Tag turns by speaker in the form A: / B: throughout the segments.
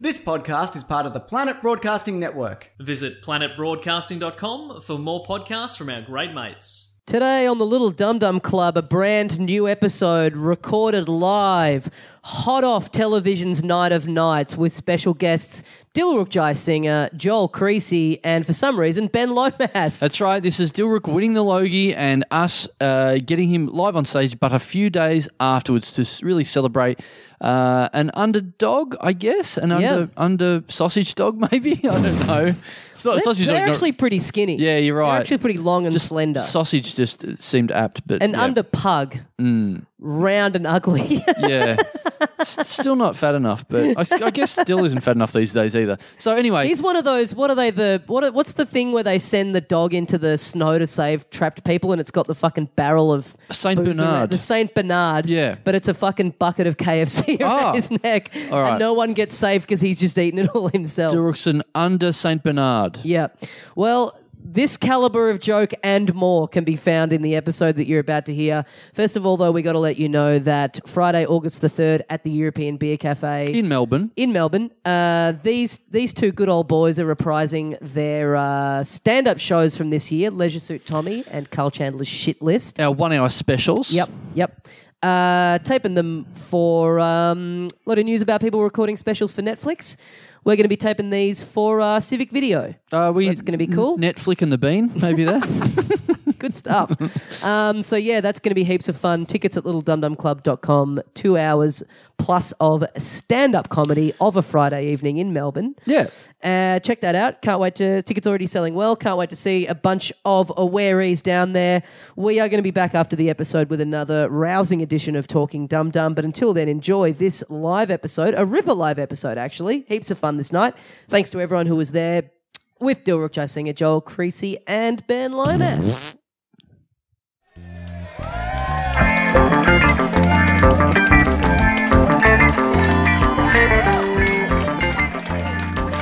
A: This podcast is part of the Planet Broadcasting Network.
B: Visit planetbroadcasting.com for more podcasts from our great mates.
C: Today on the Little Dum Dum Club, a brand new episode recorded live, hot off television's Night of Nights, with special guests Dilruk Jai Singer, Joel Creasy, and for some reason, Ben Lomas.
D: That's right. This is Dilruk winning the Logie and us uh, getting him live on stage, but a few days afterwards to s- really celebrate uh, an underdog, I guess, an
C: Yeah.
D: under under sausage dog, maybe. I don't know. It's not
C: They're,
D: sausage
C: they're
D: dog. not-
C: actually pretty skinny.
D: yeah, you're
C: They're
D: right.
C: actually pretty long and slender.
D: sausage just uh, seemed apt, but
C: an
D: yeah. Mm.
C: under pug. Round and ugly.
D: yeah. S- still not fat enough, but I, s- I guess still isn't fat enough these days either. So anyway,
C: He's one of those. What are they? The what? Are, what's the thing where they send the dog into the snow to save trapped people, and it's got the fucking barrel of
D: Saint
C: booze around-
D: Bernard.
C: The Saint Bernard.
D: Yeah.
C: but it's a fucking bucket of KFC around
D: Ah.
C: his neck,
D: All right.
C: and no one gets saved because he's just eaten it all himself.
D: Dilruk's an under Saint Bernard.
C: yeah. Well. This caliber of joke and more can be found in the episode that you're about to hear. First of all, though, we got to let you know that Friday, August the third, at the European Beer Cafe
D: In Melbourne,
C: in Melbourne. Uh, these these two good old boys are reprising their uh, stand up shows from this year: Leisure Suit Tommy and Carl Chandler's Shit List.
D: our one-hour specials.
C: Yep, yep. Uh, taping them for um, a lot of news about people recording specials for Netflix. We're going to be taping these for uh, Civic Video.
D: Uh, we,
C: that's gonna be cool.
D: Netflix and the Bean, maybe there.
C: Good stuff. um, so, yeah, that's going to be heaps of fun. Tickets at littledumdumclub.com. Two hours plus of stand up comedy of a Friday evening in Melbourne.
D: yeah.
C: Uh, check that out. Can't wait to. Tickets already selling well. Can't wait to see a bunch of awarees down there. We are going to be back after the episode with another rousing edition of Talking Dum Dum. But until then, enjoy this live episode, a ripper live episode, actually. Heaps of fun this night. Thanks to everyone who was there with Dilruk Jaisinger, Joel Creasy, and Ben Lomas.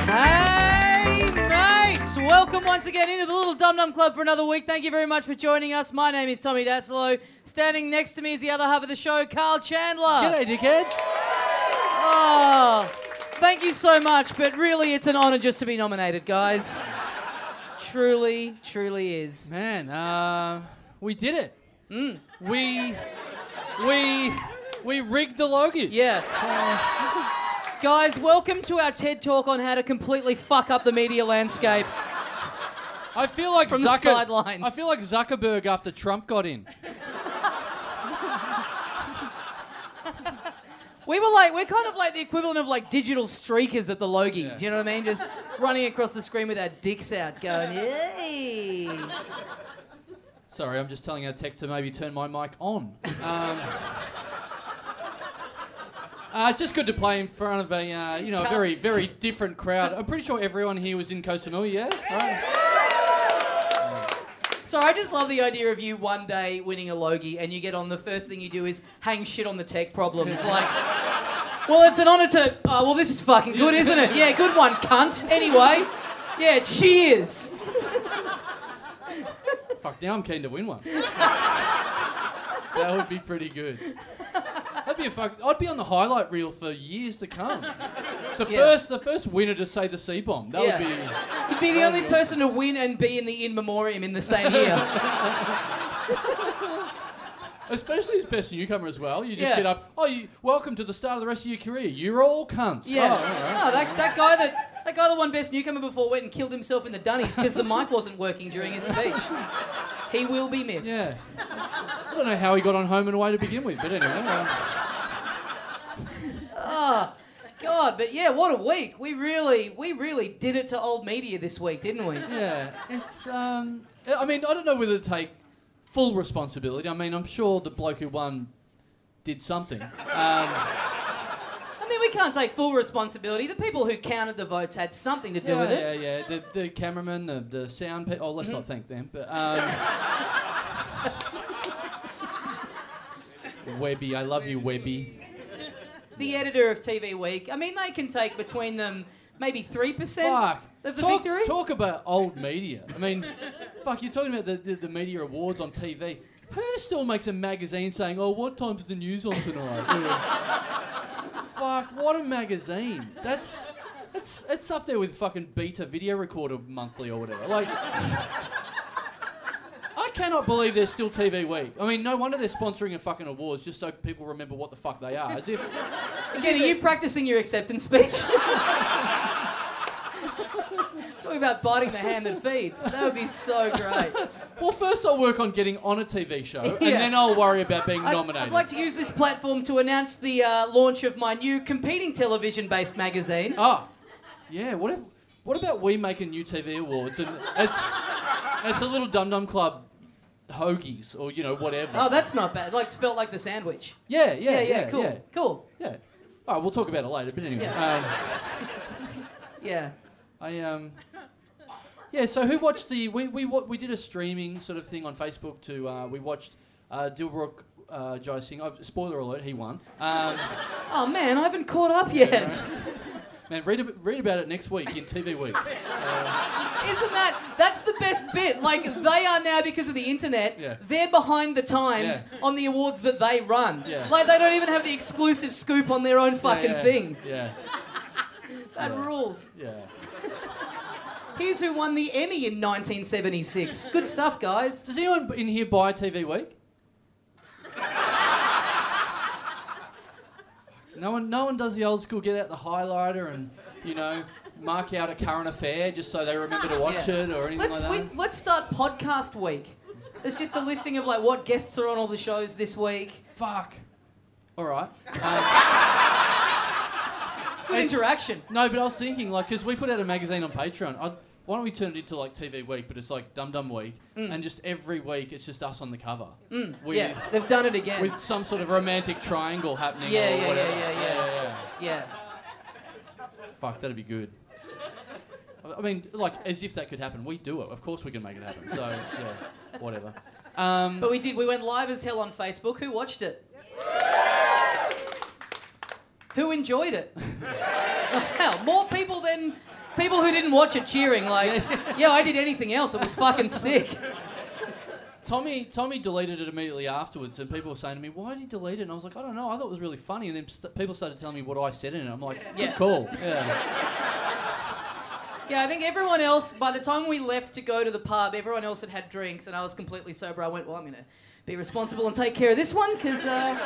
E: Hey, mates! Welcome once again into the Little Dum Dum Club for another week. Thank you very much for joining us. My name is Tommy Dasilo. Standing next to me is the other half of the show, Carl Chandler.
D: G'day, dickheads.
E: Oh, thank you so much, but really, it's an honour just to be nominated, guys. truly, truly is.
F: Man, uh, we did it.
E: Mm.
F: We, we, we rigged the Logies.
E: Yeah. guys, welcome to our TED Talk on how to completely fuck up the media landscape.
F: I feel like
E: From the
F: Zucker-
E: sidelines.
F: I feel like Zuckerberg after Trump got in.
E: We were like, we're kind of like the equivalent of like digital streakers at the Logie. Do you know what I mean? Just running across the screen with our dicks out, going, yay!
F: Sorry, I'm just telling our tech to maybe turn my mic on. Um, uh, it's just good to play in front of a uh, you know a very very different crowd. I'm pretty sure everyone here was in Kosamui, yeah. Right?
E: So I just love the idea of you one day winning a Logie and you get on, the first thing you do is hang shit on the tech problems. Like, well, it's an honour to, oh, well, this is fucking good, isn't it? Yeah, good one, cunt. Anyway, yeah, cheers.
F: Fuck, now I'm keen to win one. that would be pretty good. That'd be a fuck. I'd be on the highlight reel for years to come. The
E: Yeah.
F: first, the first winner to say the C bomb. That
E: Yeah.
F: would be.
E: You'd be the only person to win and be in the in memoriam in the same year.
F: Especially as best newcomer as well. You just
E: Yeah.
F: get up. Oh, you welcome to the start of the rest of your career. You're all cunts.
E: Yeah.
F: Oh, all right.
E: No, that, that guy that that guy that won best newcomer before went and killed himself in the dunnies because the mic wasn't working during his speech. He will be missed.
F: Yeah. I don't know how he got on home and away to begin with, but anyway. uh,
E: God, but yeah, what a week. We really we really did it to old media this week, didn't we?
F: yeah. It's. Um. I mean, I don't know whether to take full responsibility. I mean, I'm sure the bloke who won did something.
E: I mean, we can't take full responsibility. The people who counted the votes had something to do
F: yeah,
E: with it. Mm-hmm.
F: Yeah, yeah. The, the cameraman, the, the sound people. Oh, let's not thank them. But um, Webby, I love you, Webby.
E: The editor of TV Week. I mean, they can take between them maybe three percent
F: Fuck.
E: of the
F: Talk,
E: victory.
F: talk about old media. I mean, fuck. You're talking about the, the, the media awards on TV. Who still makes a magazine saying, "Oh, what time's the news on tonight?" fuck. What a magazine. That's It's it's up there with fucking beta video recorder monthly or whatever. Like, I cannot believe there's still TV Week. I mean, no wonder they're sponsoring a fucking awards just so people remember what the fuck they are. As if
C: Again, are you practicing your acceptance speech? Talking about biting the hand that feeds. That would be so great.
F: Well, first I'll work on getting on a TV show, and
C: Yeah.
F: then I'll worry about being
C: I'd,
F: nominated.
C: I'd like to use this platform to announce the uh, launch of my new competing television-based magazine.
F: Oh, yeah. What if? What about we make a new TV awards and it's it's a little dum dum club hoagies or you know whatever.
C: Oh, that's not bad. Like spelt like the sandwich.
F: yeah, yeah, yeah,
C: cool,
F: yeah.
C: cool.
F: yeah. All right, we'll talk about it later. But anyway,
C: Yeah.
F: um, I um. Yeah, so who watched the we we wa- we did a streaming sort of thing on Facebook to uh, we watched uh, Dilbrook uh, Jai Singh. Oh, spoiler alert, he won. Um,
C: Oh man, I haven't caught up yet.
F: man, read ab- read about it next week in TV Week.
C: Isn't that that's the best bit? Like they are now because of the internet,
F: Yeah.
C: they're behind the times
F: Yeah.
C: on the awards that they run.
F: Yeah.
C: Like they don't even have the exclusive scoop on their own fucking
F: Yeah, yeah,
C: thing.
F: Yeah,
C: That rules.
F: yeah.
C: Here's who won the Emmy in 1976. Good stuff, guys.
F: Does anyone in here buy TV Week? no one, no one does the old school get out the highlighter and you know mark out a current affair just so they remember to watch
C: Yeah.
F: it or anything
C: Let's
F: like that.
C: we, let's start podcast week. It's just a listing of like what guests are on all the shows this week.
F: Fuck. All right. Um,
C: Good
F: It's-
C: interaction.
F: no, but I was thinking like because we put out a magazine on Patreon. I, why don't we turn it into like TV Week, but it's like Dum Dum Week, and just every week it's just us on the cover with
C: Mm. yeah, they've done it again.
F: with some sort of romantic triangle happening.
C: Yeah,
F: or
C: yeah, yeah,
F: whatever.
C: yeah, yeah.
F: yeah.
C: yeah.
F: Fuck, that'd be good. I- I mean, like, as if that could happen. We do it. Of course we can make it happen. So, yeah, whatever. Um,
C: But we did. We went live as hell on Facebook. Who watched it? Who enjoyed it? Hell, more people than people who didn't watch it cheering. Like, yeah, I did anything else. It was fucking sick.
F: Tommy Tommy deleted it immediately afterwards, and people were saying to me, why did he delete it? And I was like, I don't know. I thought it was really funny. And then st- people started telling me what I said in it. I'm like, good
C: Yeah.
F: call. Yeah.
C: Yeah, I think everyone else, by the time we left to go to the pub, everyone else had had drinks, and I was completely sober. I went, well, I'm going to be responsible and take care of this one because uh,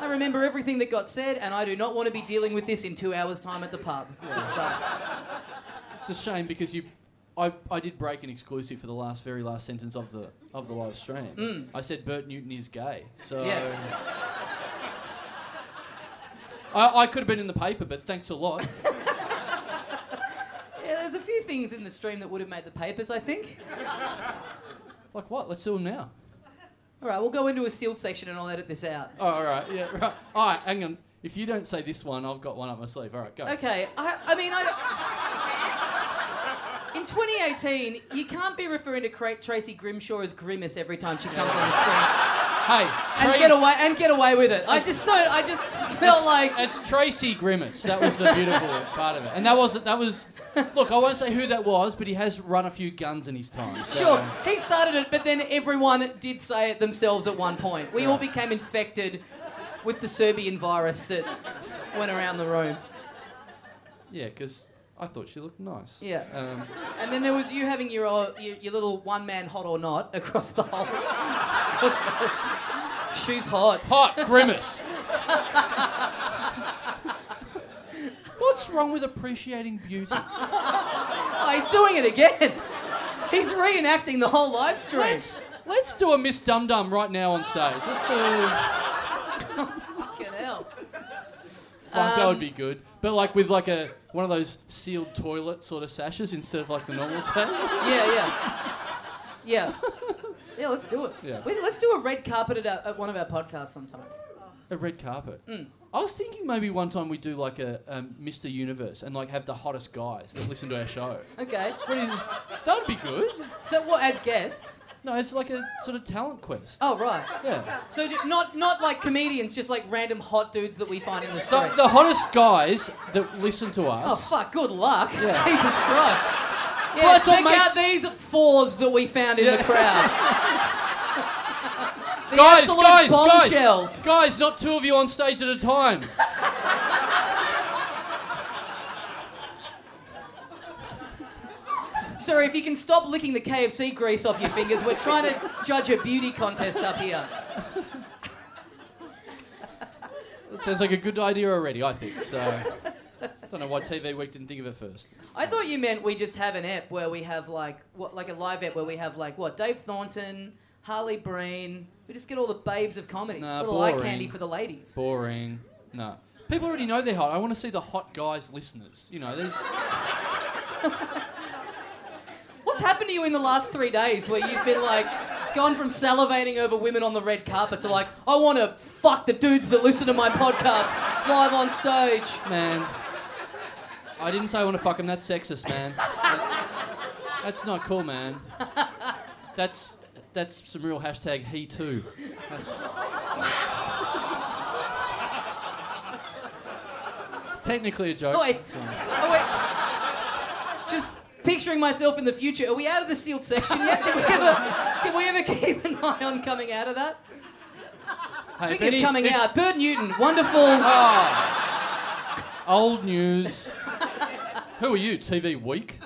C: I remember everything that got said, and I do not want to be dealing with this in two hours' time at the pub. Good stuff.
F: It's a shame because you... I, I did break an exclusive for the last very last sentence of the of the live stream. I said Bert Newton is gay, so
C: Mm. Yeah.
F: I, I could have been in the paper, but thanks a lot.
C: Yeah, there's a few things in the stream that would have made the papers, I think.
F: like what? Let's do them now.
C: All right, we'll go into a sealed section and I'll edit this out.
F: Oh, all right, yeah, right. All right, hang on. If you don't say this one, I've got one up my sleeve. All right, go.
C: Okay, I, I mean, I. In 2018, you can't be referring to Cra- Tracy Grimshaw as Grimace every time she comes on the screen
F: Hey,
C: and
F: Tra-
C: get away and get away with it. I just don't. I just felt like
F: It's Tracy Grimace. That was the beautiful part of it, and that was that was. Look, I won't say who that was, but he has run a few guns in his time. so-
C: sure he started it, but then everyone did say it themselves at one point. We all became infected with the Serbian virus that went around the room.
F: Yeah, because I thought she looked nice.
C: Yeah.
F: Um,
C: And then there was you having your uh, your, your little one man hot or not across the whole. across the whole- She's hot.
F: hot grimace. What's wrong with appreciating beauty?
C: Oh, he's doing it again. He's reenacting the whole live stream.
F: Let's let's do a Miss Dum Dum right now on stage. Let's do.
C: Fucking hell.
F: Fuck, that would
C: Um,
F: be good. But like with like a one of those sealed toilet sort of sashes instead of like the normal sash.
C: Yeah, yeah. Yeah. Yeah, let's do it.
F: Yeah.
C: Wait, let's do a red carpet at, our, at one of our podcasts sometime.
F: a red carpet.
C: Mm.
F: I was thinking maybe one time we do like a um, Mr. Universe and like have the hottest guys that listen to our show.
C: Okay.
F: What do you- that would be good.
C: So, what, as guests?
F: No, it's like a sort of talent quest.
C: Oh, right.
F: Yeah.
C: So, do, not not like comedians, just like random hot dudes that we find in the street.
F: The, the hottest guys that listen to
C: Oh
F: us.
C: fuck! Good luck.
F: Yeah.
C: Jesus Christ. Yeah,
F: Well, that's what
C: check out
F: makes-
C: these fours that we found in the
F: Yeah.
C: crowd. the
F: guys,
C: absolute
F: guys, guys,
C: bombshells.
F: guys! Not two of you on stage at a time.
C: Sir, if you can stop licking the KFC grease off your fingers, we're trying to judge a beauty contest up here.
F: Sounds like a good idea already, I think. So I don't know why TV Week didn't think of it first.
C: I thought you meant we just have an app where we have like what like a live app where we have like what Dave Thornton, Harley Breen. We just get all the babes of comedy,
F: Nah,
C: little eye
F: boring.
C: candy for the ladies.
F: Boring. No. People already know they're hot. I want to see the hot guys listeners. You know, there's
C: What's happened to you in the last three days where you've been like gone from salivating over women on the red carpet to like I want to fuck the dudes that listen to my podcast live on stage?
F: man. I didn't say I want to fuck him. That's sexist, man. That's- that's not cool, man. That's that's some real hashtag he too. That's, it's technically a joke.
C: Oh wait, oh wait. Just picturing myself in the future. Are we out of the sealed section yet? Did we ever, did we ever keep an eye on coming out of that?
F: Hey, if
C: Speaking
F: any-
C: of coming
F: if-
C: out, Bird Newton, wonderful.
F: Old news. Who are you, TV Week?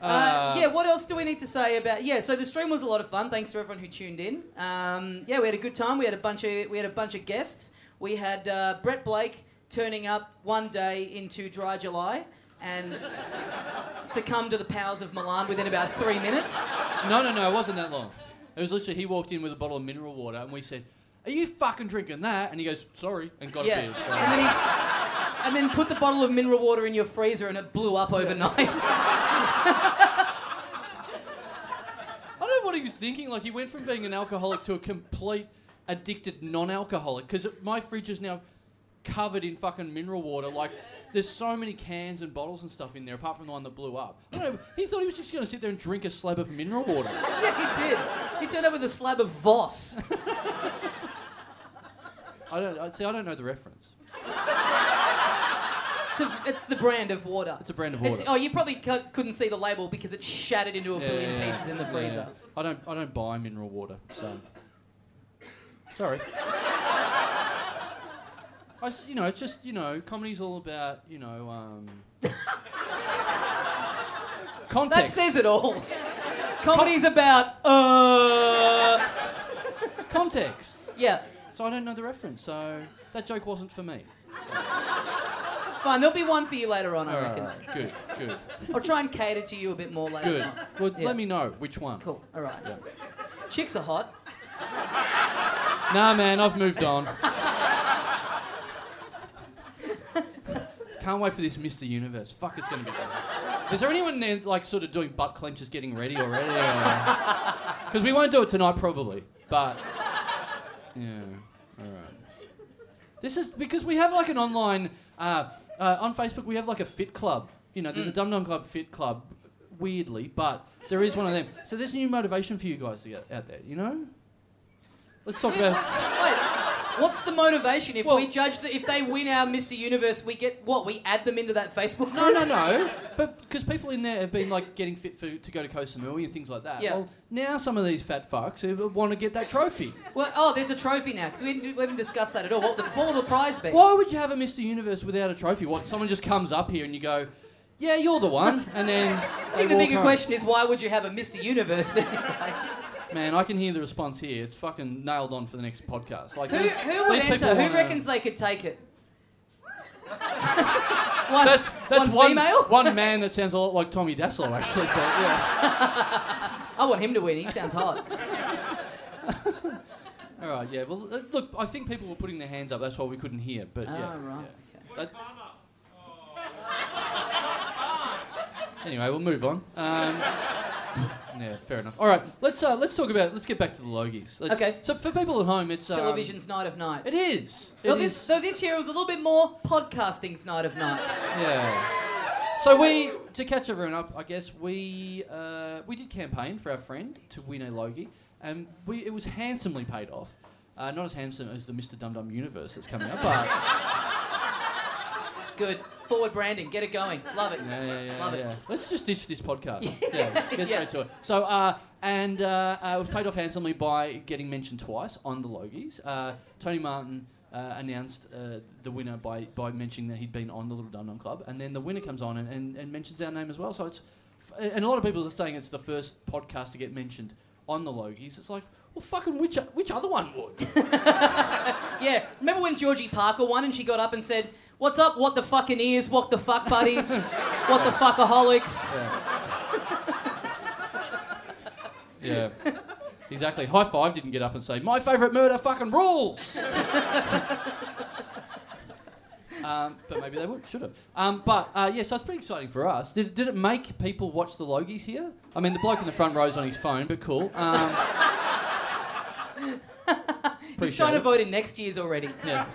C: Uh, yeah, what else do we need to say about? Yeah, so the stream was a lot of fun. Thanks to everyone who tuned in. Um, yeah, we had a good time. We had a bunch of we had a bunch of guests. We had uh, Brett Blake turning up one day into dry July and s- succumbed to the powers of Milan within about three minutes.
F: No, no, no, it wasn't that long. It was literally he walked in with a bottle of mineral water and we said, Are you fucking drinking that? And he goes, Sorry, and got
C: Yeah,
F: a beer. So-
C: and then he and then put the bottle of mineral water in your freezer and it blew up overnight.
F: I don't know what he was thinking. Like, he went from being an alcoholic to a complete addicted non alcoholic because my fridge is now covered in fucking mineral water. Like, there's so many cans and bottles and stuff in there, apart from the one that blew up. I don't know, he thought he was just going to sit there and drink a slab of mineral water.
C: yeah, he did. He turned up with a slab of Voss.
F: I don't I- see. I don't know the reference.
C: It's, a, it's the brand of water.
F: It's a brand of
C: It's,
F: water.
C: oh, you probably c- couldn't see the label because it shattered into a
F: Yeah,
C: billion
F: yeah, yeah.
C: pieces in the
F: Yeah,
C: freezer.
F: yeah. I don't. I don't buy mineral water. So sorry. I, s- you know, it's just you know, comedy's all about you know. Um,
C: That
F: context.
C: says it all. Comedy's about uh
F: context.
C: yeah.
F: So I don't know the reference. So that joke wasn't for me.
C: It's fine. There'll be one for you later on, I
F: All
C: reckon.
F: right. Good. Good.
C: I'll try and cater to you a bit more later.
F: Good.
C: on.
F: Well,
C: Yeah.
F: let me know which one.
C: Cool. All right.
F: Yeah.
C: Chicks are hot.
F: Nah, man, I've moved on. Can't wait for this Mr. Universe. Fuck, it's gonna be. good. Is there anyone there, like, sort of doing butt clenches, getting ready already? Because we won't do it tonight, probably. But yeah, all right. This is because we have like an online uh, uh, on Facebook. We have like a fit club. You know, there's a Dum Dum Club fit club. Weirdly, but there is one of them. So there's new motivation for you guys to get out there. You know. Let's talk about.
C: Wait, what's the motivation if
F: Well-
C: we judge that if they win our Mr. Universe, we get what? We add them into that Facebook?
F: No,
C: group?
F: no, no. But because people in there have been like getting fit for to go to Koh Samui and things like that.
C: Yeah.
F: Well, now some of these fat fucks want to get that trophy.
C: Well, oh, there's a trophy now because we, didn't- we haven't discussed that at all. What, the, what will the prize be?
F: Why would you have a Mr. Universe without a trophy? What? Someone just comes up here and you go, "Yeah, you're the one," and then
C: I think
F: they
C: the
F: walk
C: bigger
F: home.
C: question is why would you have a Mr. Universe? But anyway,
F: Man, I can hear the response here. It's fucking nailed on for the next podcast. Like,
C: who,
F: these-
C: who would
F: these people
C: enter? Who
F: wanna-
C: reckons they could take it? one,
F: That's that's one
C: female.
F: one man that sounds a lot like Tommy Dassler actually. But, yeah.
C: I want him to win. He sounds hot.
F: All right. Yeah. Well, uh, look, I think people were putting their hands up. That's why we couldn't hear. But yeah.
C: oh, right.
F: yeah. That- Anyway, we'll move on. Um, yeah, fair enough. All right, let's uh, let's talk about let's get back to the Logies. Let's-
C: Okay.
F: So for people at home, it's um,
C: okay. Television's night of nights.
F: It is. It
C: Well,
F: is-
C: this, so this year it was a little bit more podcasting's night of nights.
F: Yeah. So we to catch everyone up, I guess we uh, we did campaign for our friend to win a Logie, and we it was handsomely paid off. Uh, not as handsome as the Mr. Dum Dum universe that's coming up, but.
C: Good. Forward branding. Get it going. Love it.
F: Yeah, yeah, yeah,
C: Love it.
F: yeah. Let's just ditch this podcast. yeah, get
C: Yeah.
F: straight to it. So, uh, and uh, uh, it was paid off handsomely by getting mentioned twice on the Logies. Uh, Tony Martin uh, announced uh, the winner by, by mentioning that he'd been on the Little Dum Dum Club, and then the winner comes on and, and, and mentions our name as well. So it's f- and a lot of people are saying it's the first podcast to get mentioned on the Logies. It's like, well, fucking which o- which other one would?
C: Yeah, remember when Georgie Parker won and she got up and said, What's up, what the fucking ears, what the fuck buddies, what the fuckaholics?
F: yeah. Exactly. High Five didn't get up and say, My favourite murder fucking rules! um, but maybe they would, should have. Um, but uh, yeah, so it's pretty exciting for us. Did, did it make people watch the Logies here? I mean, the bloke in the front row's on his phone, but cool. Um,
C: He's
F: appreciate
C: trying to
F: it.
C: vote in next year's already.
F: Yeah.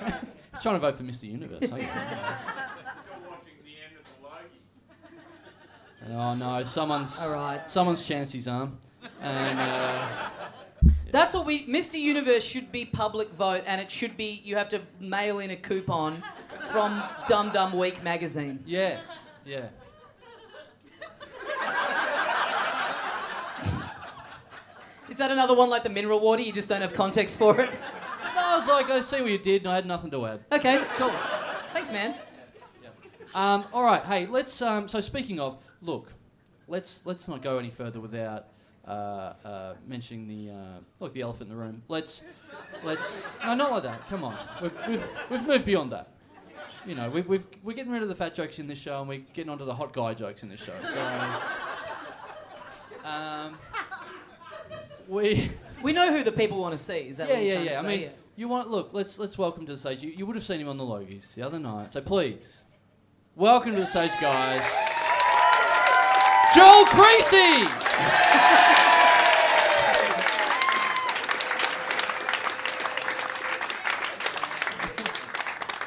F: He's trying to vote for Mr. Universe. ain't he? Oh no! Someone's
C: All right.
F: someone's chanced his arm, and uh,
C: That's what we. Mr. Universe should be public vote, and it should be you have to mail in a coupon from Dum Dum Week magazine.
F: Yeah, yeah.
C: Is that another one like the mineral water? You just don't have context for it.
F: I was like, I see what you did, and I had nothing to add.
C: Okay, cool. Thanks, man.
F: Um, all right, hey, let's. Um, so speaking of, look, let's let's not go any further without uh, uh, mentioning the uh, look the elephant in the room. Let's let's no, not like that. Come on, we've we've, we've moved beyond that. You know, we've, we've we're getting rid of the fat jokes in this show, and we're getting onto the hot guy jokes in this show. So, um, we.
C: We know who the people want to see. Is that
F: Yeah,
C: what you're
F: yeah,
C: trying to
F: yeah. I
C: say?
F: mean, you want look. Let's let's welcome to the stage. You, you would have seen him on the Logies the other night. So please, welcome to the stage, guys. Joel Creasy.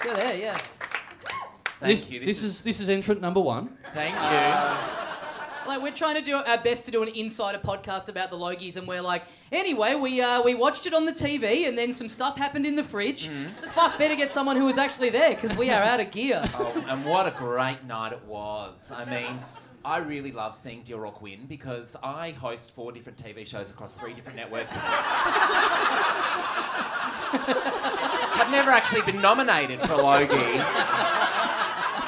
C: yeah, there, yeah.
G: Thank
F: this,
G: you.
F: This, is this is entrant number one.
G: Thank you.
C: Like we're trying to do our best to do an insider podcast about the Logies, and we're like, anyway, we uh, we watched it on the TV, and then some stuff happened in the fridge.
F: Mm-hmm.
C: Fuck, better get someone who was actually there because we are out of gear.
G: Oh, and what a great night it was. I mean, I really love seeing Deal Rock win because I host four different TV shows across three different networks. I've never actually been nominated for a Logie,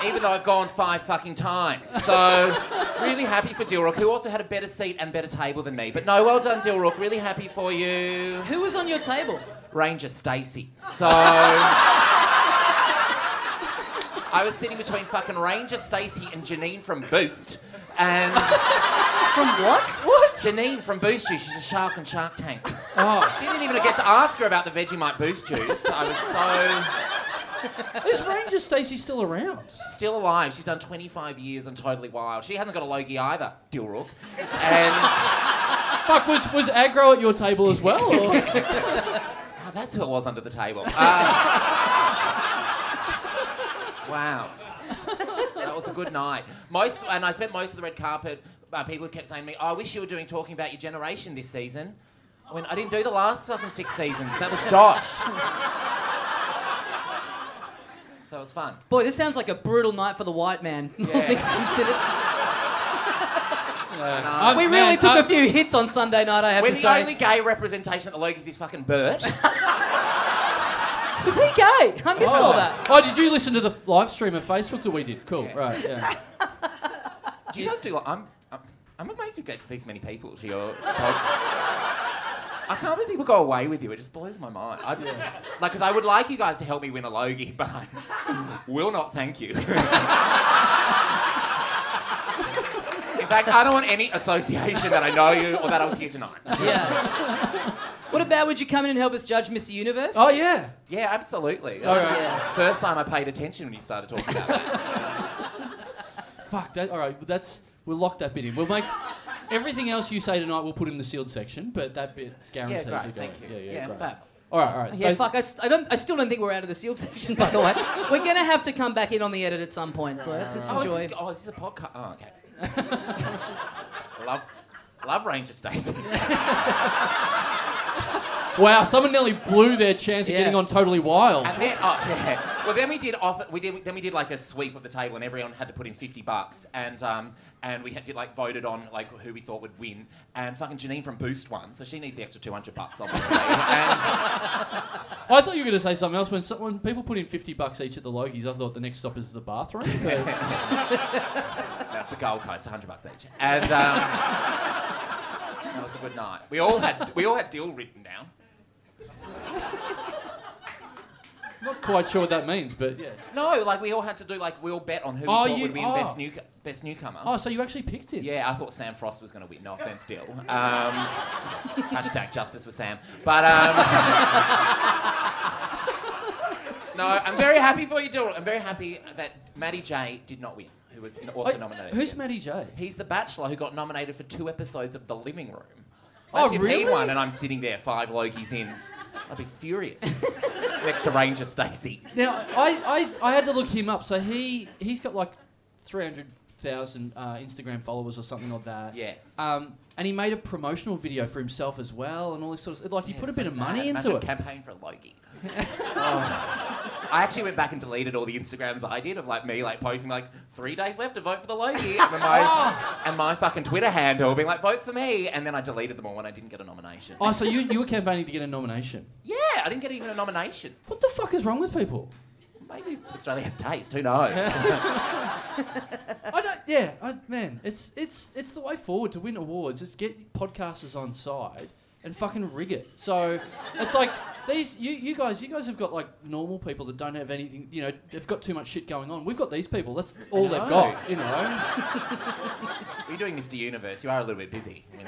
G: even though I've gone five fucking times. So, really happy for Dilrook, who also had a better seat and better table than me. But no, well done, Dilrook. Really happy for you.
C: who was on your table?
G: Ranger Stacy. So I was sitting between fucking Ranger Stacy and Janine from Boost. And
C: From what? What?
G: Janine from Boost Juice, she's a shark in Shark Tank.
F: Oh,
G: Didn't even get to ask her about the Vegemite Boost Juice. I was
F: is Ranger Stacey still around?
G: so still alive. She's done 25 years and totally wild. She hasn't got a Logie either, Dilrook. And
F: Fuck, was was aggro at your table as well? Or?
G: oh, that's who it was under the table. Uh, wow. that was a good night. Most and I spent most of the red carpet. Uh, people kept saying to me, "I wish you were doing talking about your generation this season." I went, "I didn't do the last fucking six seasons. That was Josh." so it was fun.
C: Boy, this sounds like a brutal night for the white man. all
G: Yeah.
C: Things considered,
F: Uh,
C: we
F: man,
C: really took
F: uh,
C: a few hits on Sunday night. I have
G: We're
C: to
G: the
C: say.
G: only gay representation at the Logies is fucking Bert.
C: Was he gay? I missed all that.
F: Oh, did you listen to the live stream on Facebook that we did? Cool, right? Yeah.
G: do you guys do? Like, I'm, I'm, I'm amazed you get these many people to your. pod- I can't believe people go away with you. It just blows my mind. I, Like, because I would like you guys to help me win a Logie, but I will not thank you. In fact, I don't want any association that I know you or that I was here tonight.
C: Yeah. what about would you come in and help us judge Mr. Universe?
F: Oh yeah.
G: Yeah, absolutely.
F: All right.
C: yeah.
G: First time I paid attention when you started talking about it.
F: Fuck that. All right, well, that's we'll lock that bit in. We'll make everything else you say tonight. We'll put in the sealed section, but that bit's
G: Yeah,
F: guaranteed to
G: great.
F: go.
G: Thank
F: in.
G: you.
F: Yeah, yeah,
G: Yeah,
F: great.
G: fab.
F: All right, all right.
C: Yeah,
F: so,
C: fuck. I, s- I don't. I still don't think we're out of the sealed section. By the way, we're gonna have to come back in on the edit at some point. But let's just
G: Oh, is
C: enjoy.
G: this, oh, is this a podcast? Oh, okay. love, love Ranger Stacy.
F: Wow, someone nearly blew their chance of
C: Yeah.
F: getting on Totally Wild.
G: And then, oh, yeah. Well, then we did offer, we did, then we did like a sweep of the table, and everyone had to put in fifty bucks, and um, and we had did like voted on like who we thought would win, and fucking Janine from Boost won, so she needs the extra two hundred bucks, obviously. and,
F: I thought you were going to say something else. When, so- when people put in 50 bucks each at the Logies, I thought the next stop is the bathroom.
G: That's the Gold Coast, 100 bucks each. And um, that was a good night. We all had we all had deal written down.
F: Not quite sure what that means, but yeah.
G: No, like we all had to do like we all bet on who we
F: Oh,
G: thought
F: you-
G: would win
F: oh.
G: best new best newcomer.
F: Oh, so you actually picked it?
G: Yeah, I thought Sam Frost was going to win. No offense, Dill. Um, hashtag justice for Sam. But um, no, I'm very happy for you, Dill. I'm very happy that Maddie J did not win, who was also
F: Wait,
G: nominated.
F: Oh, Who's Maddie J?
G: He's the bachelor who got nominated for two episodes of The Living Room.
F: Oh,
G: Imagine if he
F: really?
G: won and I'm sitting there five Logies in. I'd be furious. Next to Ranger Stacey.
F: Now, I, I, I had to look him up. So he, he's got like 300,000 uh, Instagram followers or something like that.
G: Yes.
F: Um, and he made a promotional video for himself as well and all this sort of Like, he put a
G: It's
F: bit
G: so
F: of
G: sad.
F: money into
G: Imagine
F: it.
G: campaign for a Logie. Oh. I actually went back and deleted all the Instagrams I did of like me like posting like three days left to vote for the Logie and
F: Oh.
G: my, and my fucking Twitter handle being like vote for me and then I deleted them all when I didn't get a nomination.
F: oh, so you, you were campaigning to get a nomination.
G: Yeah, I didn't get even a nomination.
F: What the fuck is wrong with people?
G: Maybe Australia has taste. Who knows?
F: I don't. Yeah, I, man, it's it's it's the way forward to win awards. Is get podcasters on side and fucking rig it. So it's like these you you guys you guys have got like normal people that don't have anything. You know, they've got too much shit going on. We've got these people. That's all
G: I
F: they've
G: know.
F: got. You know,
G: You're doing Mr. Universe. You are a little bit busy. I mean,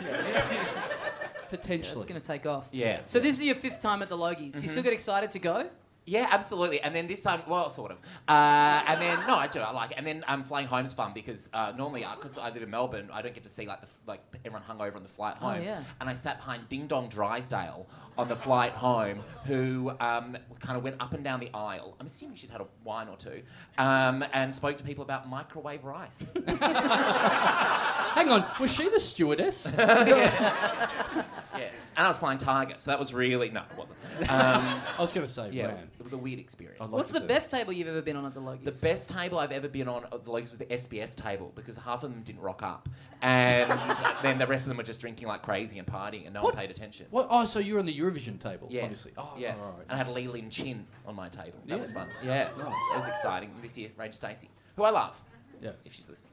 F: potentially.
C: It's going to take off.
G: Yeah. Mm-hmm.
C: So this is your fifth time at the Logies. You still get excited to go?
G: Yeah, absolutely. And then this time, well, sort of. Uh, and then no, I do. I like. It. And then um, flying home is fun because uh, normally, because I live in Melbourne, I don't get to see like the f- like everyone hung over on the flight home.
C: yeah.
G: And I sat behind Ding Dong Drysdale on the flight home, who um, kind of went up and down the aisle. I'm assuming she'd had a wine or two, um, and spoke to people about microwave rice.
F: Hang on, was she the stewardess?
G: yeah. And I was flying Tiger, so that was really no, it wasn't. Um,
F: I was going to say,
G: yeah, it was,
F: man.
G: it was a weird experience.
F: I'd like
C: What's
F: to
C: the
F: do-
C: best table you've ever been on at the Logies?
G: The best table I've ever been on at the Logies was the SBS table because half of them didn't rock up, and then the rest of them were just drinking like crazy and partying, and no
F: What?
G: one paid attention.
F: What? Oh, so you're on the Eurovision table,
G: Yeah,
F: obviously. Oh,
G: yeah.
F: all right.
G: And I had Lee Lin Chin on my table. That
F: Yeah.
G: was fun. Yeah,
F: Nice.
G: that was exciting. This year, Ranger Stacey, who I love,
F: Yeah.
G: if she's listening.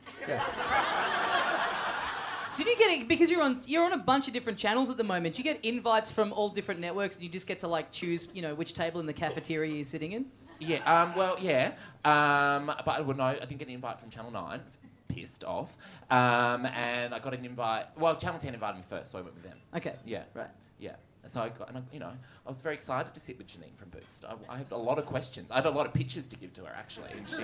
C: So do you get it because you're on you're on a bunch of different channels at the moment. You get invites from all different networks, and you just get to like choose, you know, which table in the cafeteria you're sitting in.
G: Yeah. Um, well, yeah. Um, but well, no, I didn't get an invite from Channel Nine. Pissed off. Um, and I got an invite. Well, Channel Ten invited me first, so I went with them.
C: Okay.
G: Yeah.
C: Right.
G: Yeah. So I got, and I, you know, I was very excited to sit with Janine from Boost. I, I had a lot of questions. I had a lot of pictures to give to her actually, and she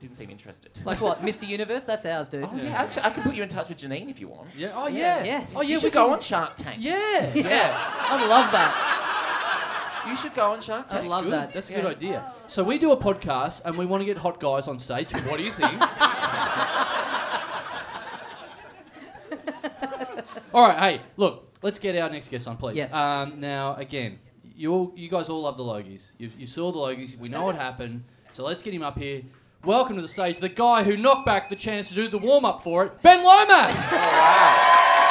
G: didn't seem interested.
C: Like what, Mr. Universe? That's ours, dude.
G: oh yeah, actually, I can put you in touch with Janine if you want.
F: Yeah. Oh, yeah.
C: Yes.
F: Oh, yeah.
G: you
F: we
G: should go
F: can-
G: on Shark Tank.
F: Yeah.
G: Yeah.
C: I love that.
G: You should go on Shark
C: I
G: Tank.
C: love
F: Good,
C: that.
F: That's a good idea. So we do a podcast and we want to get hot guys on stage. What do you think? all right, hey, look, let's get our next guest on, please.
C: Yes.
F: Um, now, again, you all, you guys all love the Logies. You, you saw the Logies. We know what happened. So let's get him up here. Welcome to the stage, the guy who knocked back the chance to do the warm up for it, Ben Lomas.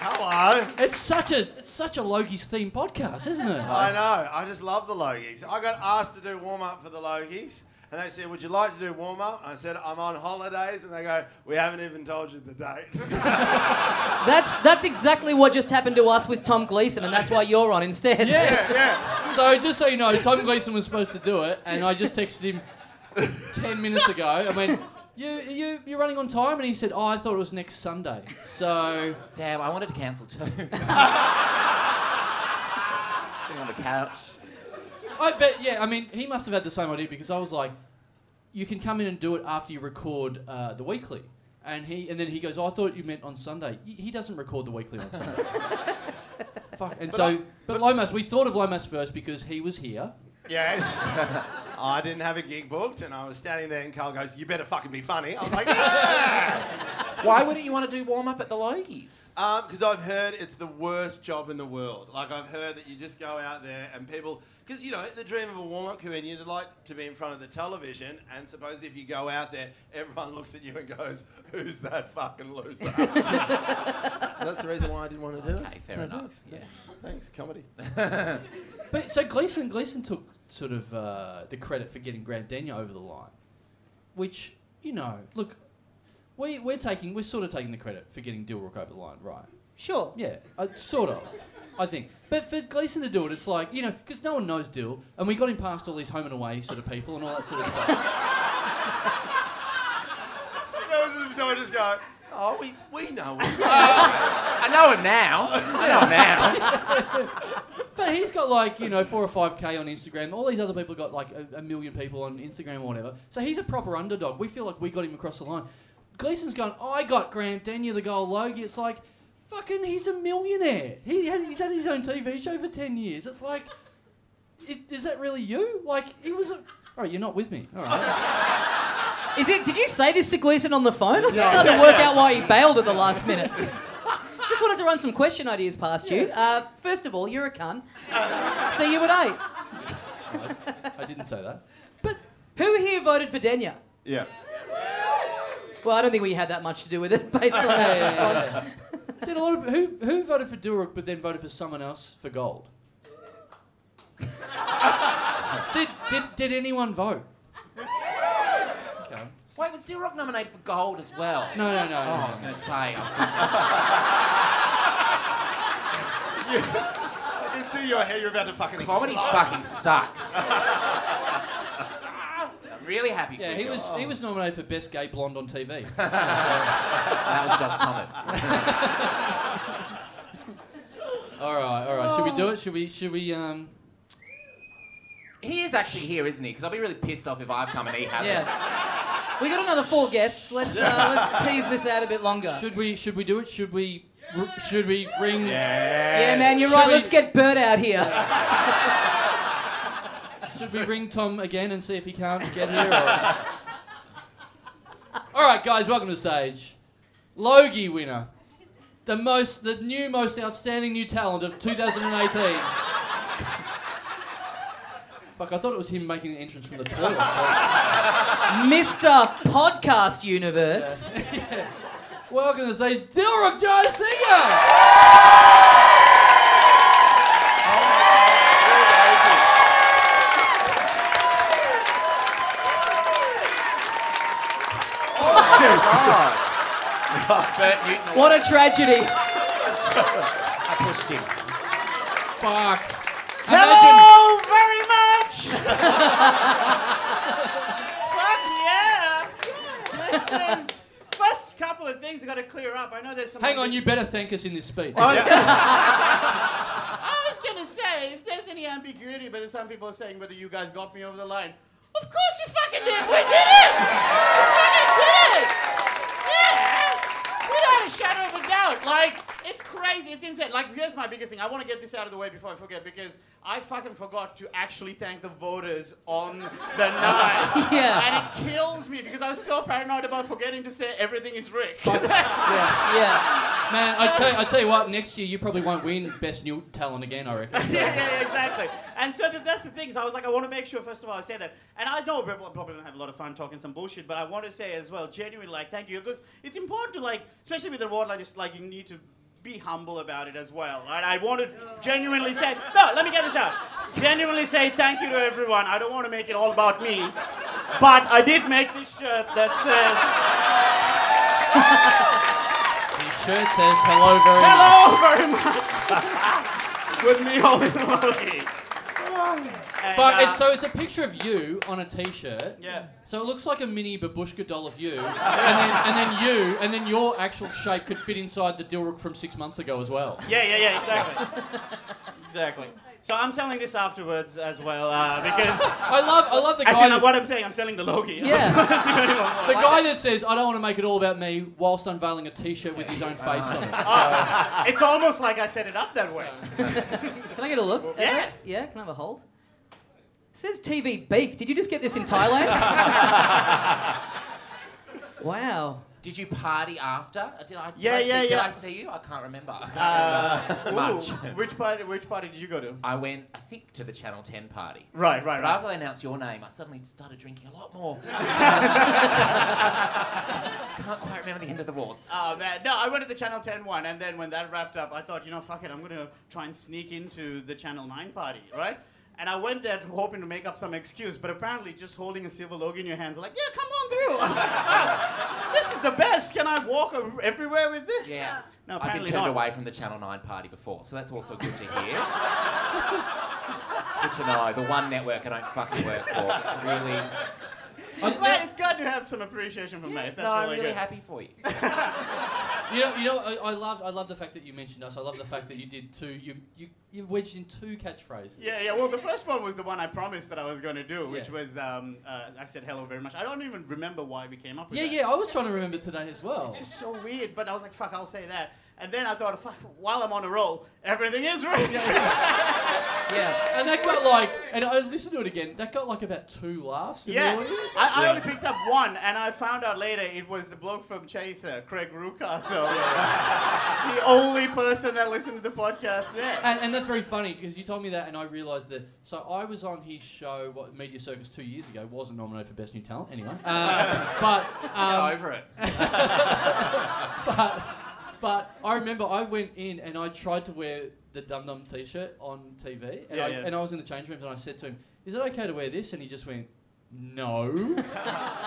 H: Hello.
F: it's such a it's such a Logies themed podcast, isn't it?
H: I know. I just love the Logies. I got asked to do warm up for the Logies, and they said, "Would you like to do warm up?" I said, "I'm on holidays," and they go, "We haven't even told you the date."
C: That's that's exactly what just happened to us with Tom Gleason, and that's why you're on instead.
F: Yes.
H: yeah.
F: So just so you know, Tom Gleason was supposed to do it, and I just texted him ten minutes ago. I went, "You, you, you're running on time," and he said, "Oh, I thought it was next Sunday." So
G: Damn, I wanted to cancel too. Sitting on the couch.
F: I bet, yeah. I mean, he must have had the same idea because I was like, "You can come in and do it after you record uh, the weekly." And he, and then he goes, oh, "I thought you meant on Sunday." He he doesn't record the weekly on Sunday. Fuck. And so, but Lomas, we thought of Lomas first because he was here.
H: Yes. I didn't have a gig booked, and I was standing there, and Carl goes, "You better fucking be funny." I was like, "Yeah,"
G: Why wouldn't you want to do warm up at the Logies?
H: because Um, I've heard it's the worst job in the world. Like I've heard that you just go out there and people, because you know the dream of a warm-up comedian is like to be in front of the television, and suppose if you go out there, everyone looks at you and goes, "Who's that fucking loser?" so that's the reason why I didn't want to do
G: Okay,
H: it.
G: fair
H: So
G: enough,
H: thanks.
G: yeah.
H: Thanks, comedy.
F: But so Gleason Gleason took sort of uh, the credit for getting Grandenia over the line, which you know, look, we we're taking we're sort of taking the credit for getting Dilrook over the line, right?
C: Sure.
F: Yeah, uh, sort of. I think, but for Gleason to do it, it's like you know, because no one knows Dill, and we got him past all these home and away sort of people and all that sort of stuff.
H: So I just go, "Oh, we we know." We
G: I know him now. I know him now.
F: but he's got like you know four or five k on Instagram. All these other people got like a, a million people on Instagram or whatever. So he's a proper underdog. We feel like we got him across the line. Gleason's going, I got Graham Daniel the goal Logie. It's like, fucking, he's a millionaire. He has, he's had his own TV show for ten years. It's like, i- is that really you? Like, he was. A, all right, you're not with me. All right.
C: Is it? Did you say this to Gleason on the phone? I'm just trying to work out why he bailed at the last minute. just wanted to run some question ideas past you. Uh, first of all, you're a cunt. See you at eight.
F: I, I didn't say that.
C: But who here voted for Denya?
H: yeah.
C: Well, I don't think we had that much to do with it based on that response.
F: Did a lot of who who voted for Duruk but then voted for someone else for gold? did, did did anyone vote? Okay.
G: Wait, was Dilrock nominated for gold as well?
F: No, no, no.
G: Oh,
F: no,
G: I was
F: no.
G: going to say.
H: I can see your hair. You're about to fucking
G: Comedy
H: explode.
G: fucking sucks. I'm really happy
F: Yeah,
G: for
F: he
G: you.
F: was he was nominated for best gay blonde on TV.
G: That was Josh Thomas.
F: all right, all right. Should we do it? Should we? Should we? Um.
G: he is actually here, isn't he? Because I'll be really pissed off if I've come and he hasn't.
C: Yeah. We got another four guests. Let's uh, let's tease this out a bit longer.
F: Should we? Should we do it? Should we? r- Should we ring?
C: yeah, man, you're
F: Should
C: right.
F: we-
C: Let's get Bert out here.
F: Should we ring Tom again and see if he can't get here? Or... All right, guys, welcome to the stage. Logie winner, the most, the new most outstanding new talent of 2018. Fuck, I thought it was him making an entrance from the toilet.
C: Mr. Podcast Universe.
F: welcome to the stage, Dilruk Jai Singer.
G: Bert Newton,
C: What a tragedy.
G: I pushed him.
F: Fuck. Imagine-
G: Hello very much!
I: Fuck yeah! This is first couple of things we got to clear up. I know there's some.
F: Hang on, you better thank us in this speech.
I: I was gonna say if there's any ambiguity, but some people are saying whether you guys got me over the line. Of course you fucking did. We did it. We fucking did it. Yeah. Without a shadow of a doubt. Like it's crazy. It's insane. Like here's my biggest thing. I want to get this out of the way before I forget because I fucking forgot to actually thank the voters on the night.
C: Yeah.
I: And it kills me because I was so paranoid about forgetting to say everything is Rick.
C: Yeah.
F: Man, I tell, I tell you what, next year you probably won't win best new talent again. I reckon.
I: yeah, yeah, exactly. And so th- that's the thing. So I was like, I want to make sure, first of all, I say that. And I know we're we're probably going to have a lot of fun talking some bullshit, but I want to say as well, genuinely, like, thank you. Because it's important to, like, especially with an award like this, like, you need to be humble about it as well, right? I want to genuinely say, no, let me get this out. Genuinely say thank you to everyone. I don't want to make it all about me, but I did make this shirt that says,
F: His shirt says hello very much.
I: hello very much. With me always lonely. And,
F: But
I: uh,
F: it's, so it's a picture of you on a T-shirt.
I: Yeah.
F: So it looks like a mini babushka doll of you, and then, and then you, and then your actual shape could fit inside the Dilruk from six months ago as well.
I: Yeah, yeah, yeah, exactly. exactly. So I'm selling this afterwards as well uh, because
F: I love, I love the
I: as
F: guy.
I: in,
F: That,
I: what I'm saying, I'm selling the Loki.
C: Yeah.
I: See if anyone wants.
F: the guy that says, "I don't want to make it all about me," whilst unveiling a T-shirt with his own face on it. So,
I: it's almost like I set it up that way.
C: Can I get a look? at
I: Yeah.
C: that? Yeah, can I have a hold? says TV Beak. Did you just get this in Thailand? wow.
G: Did you party after? Uh, Did I? Did
I: Yeah,
G: I see,
I: yeah,
G: Did
I: yeah.
G: I see you? I can't remember. I, can't
I: Uh,
G: Much.
I: ooh, which party? Which party did you go to?
G: I went, I think, to the Channel Ten party.
I: Right, right,
G: But
I: right.
G: after they announced your name, I suddenly started drinking a lot more. Can't quite remember the end of the waltz.
I: Oh man, no, I went to the Channel 10 one, and then when that wrapped up, I thought, you know, fuck it, I'm gonna try and sneak into the Channel 9 party, right? And I went there hoping to make up some excuse, but apparently just holding a silver log in your hands, like, yeah, come on through. I was like, wow, this is the best. Can I walk a- everywhere with this?
G: Yeah.
I: No,
G: I've been
I: apparently
G: turned
I: not.
G: away from the Channel 9 party before, so that's also good to hear. good to know. The one network I don't fucking work for. Really.
I: I'm glad it's good to have some appreciation from mates. That's
G: no, I'm
I: really,
G: really
I: good.
G: happy for you.
F: You know, you know, I, I love, I love the fact that you mentioned us. I love the fact that you did two. You, you, you wedged in two catchphrases.
I: Yeah, yeah. Well, the first one was the one I promised that I was going to do, which
F: Yeah.
I: was um, uh, I said hello very much. I don't even remember why we came up with
F: yeah,
I: that.
F: yeah. I was trying to remember today as well.
I: It's just so weird. But I was like, fuck, I'll say that. And then I thought, fuck, while I'm on a roll, everything is right.
F: Yeah, and that got like, and I listened to it again. That got like about two laughs in
I: Yeah,
F: the audience.
I: I, I only picked up one, and I found out later it was the bloke from Chaser, Craig Rucasso, the only person that listened to the podcast there.
F: and, and that's very funny because you told me that, and I realised that. So I was on his show, what Media Circus, two years ago. Wasn't nominated for Best New Talent anyway. Uh, but um,
H: over it.
F: but but I remember I went in and I tried to wear the Dum Dum T-shirt on TV, and,
I: Yeah,
F: I,
I: yeah.
F: and I was in the change rooms and I said to him, "Is it okay to wear this?" And he just went, "No,"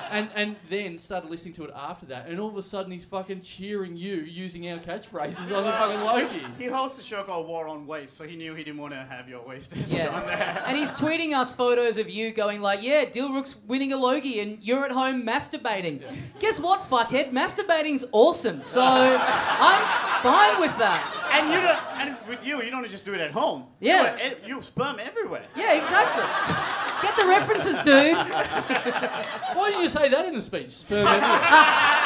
F: and and then started listening to it after that, and all of a sudden he's fucking cheering you using our catchphrases on the fucking Logie.
I: He hosts a show called War on Waste, so he knew he didn't want to have your wasted on
C: Yeah.
I: there.
C: And he's tweeting us photos of you going like, yeah, Dilrook's winning a Logie and you're at home masturbating. Guess what, fuckhead? Masturbating's awesome. So I'm fine with that.
I: And you don't, and it's with you. You don't just do it at home. You
C: Yeah.
I: do it- you sperm everywhere.
C: Yeah, exactly. Get the references, dude.
F: Why didn't you say that in the speech? Sperm everywhere.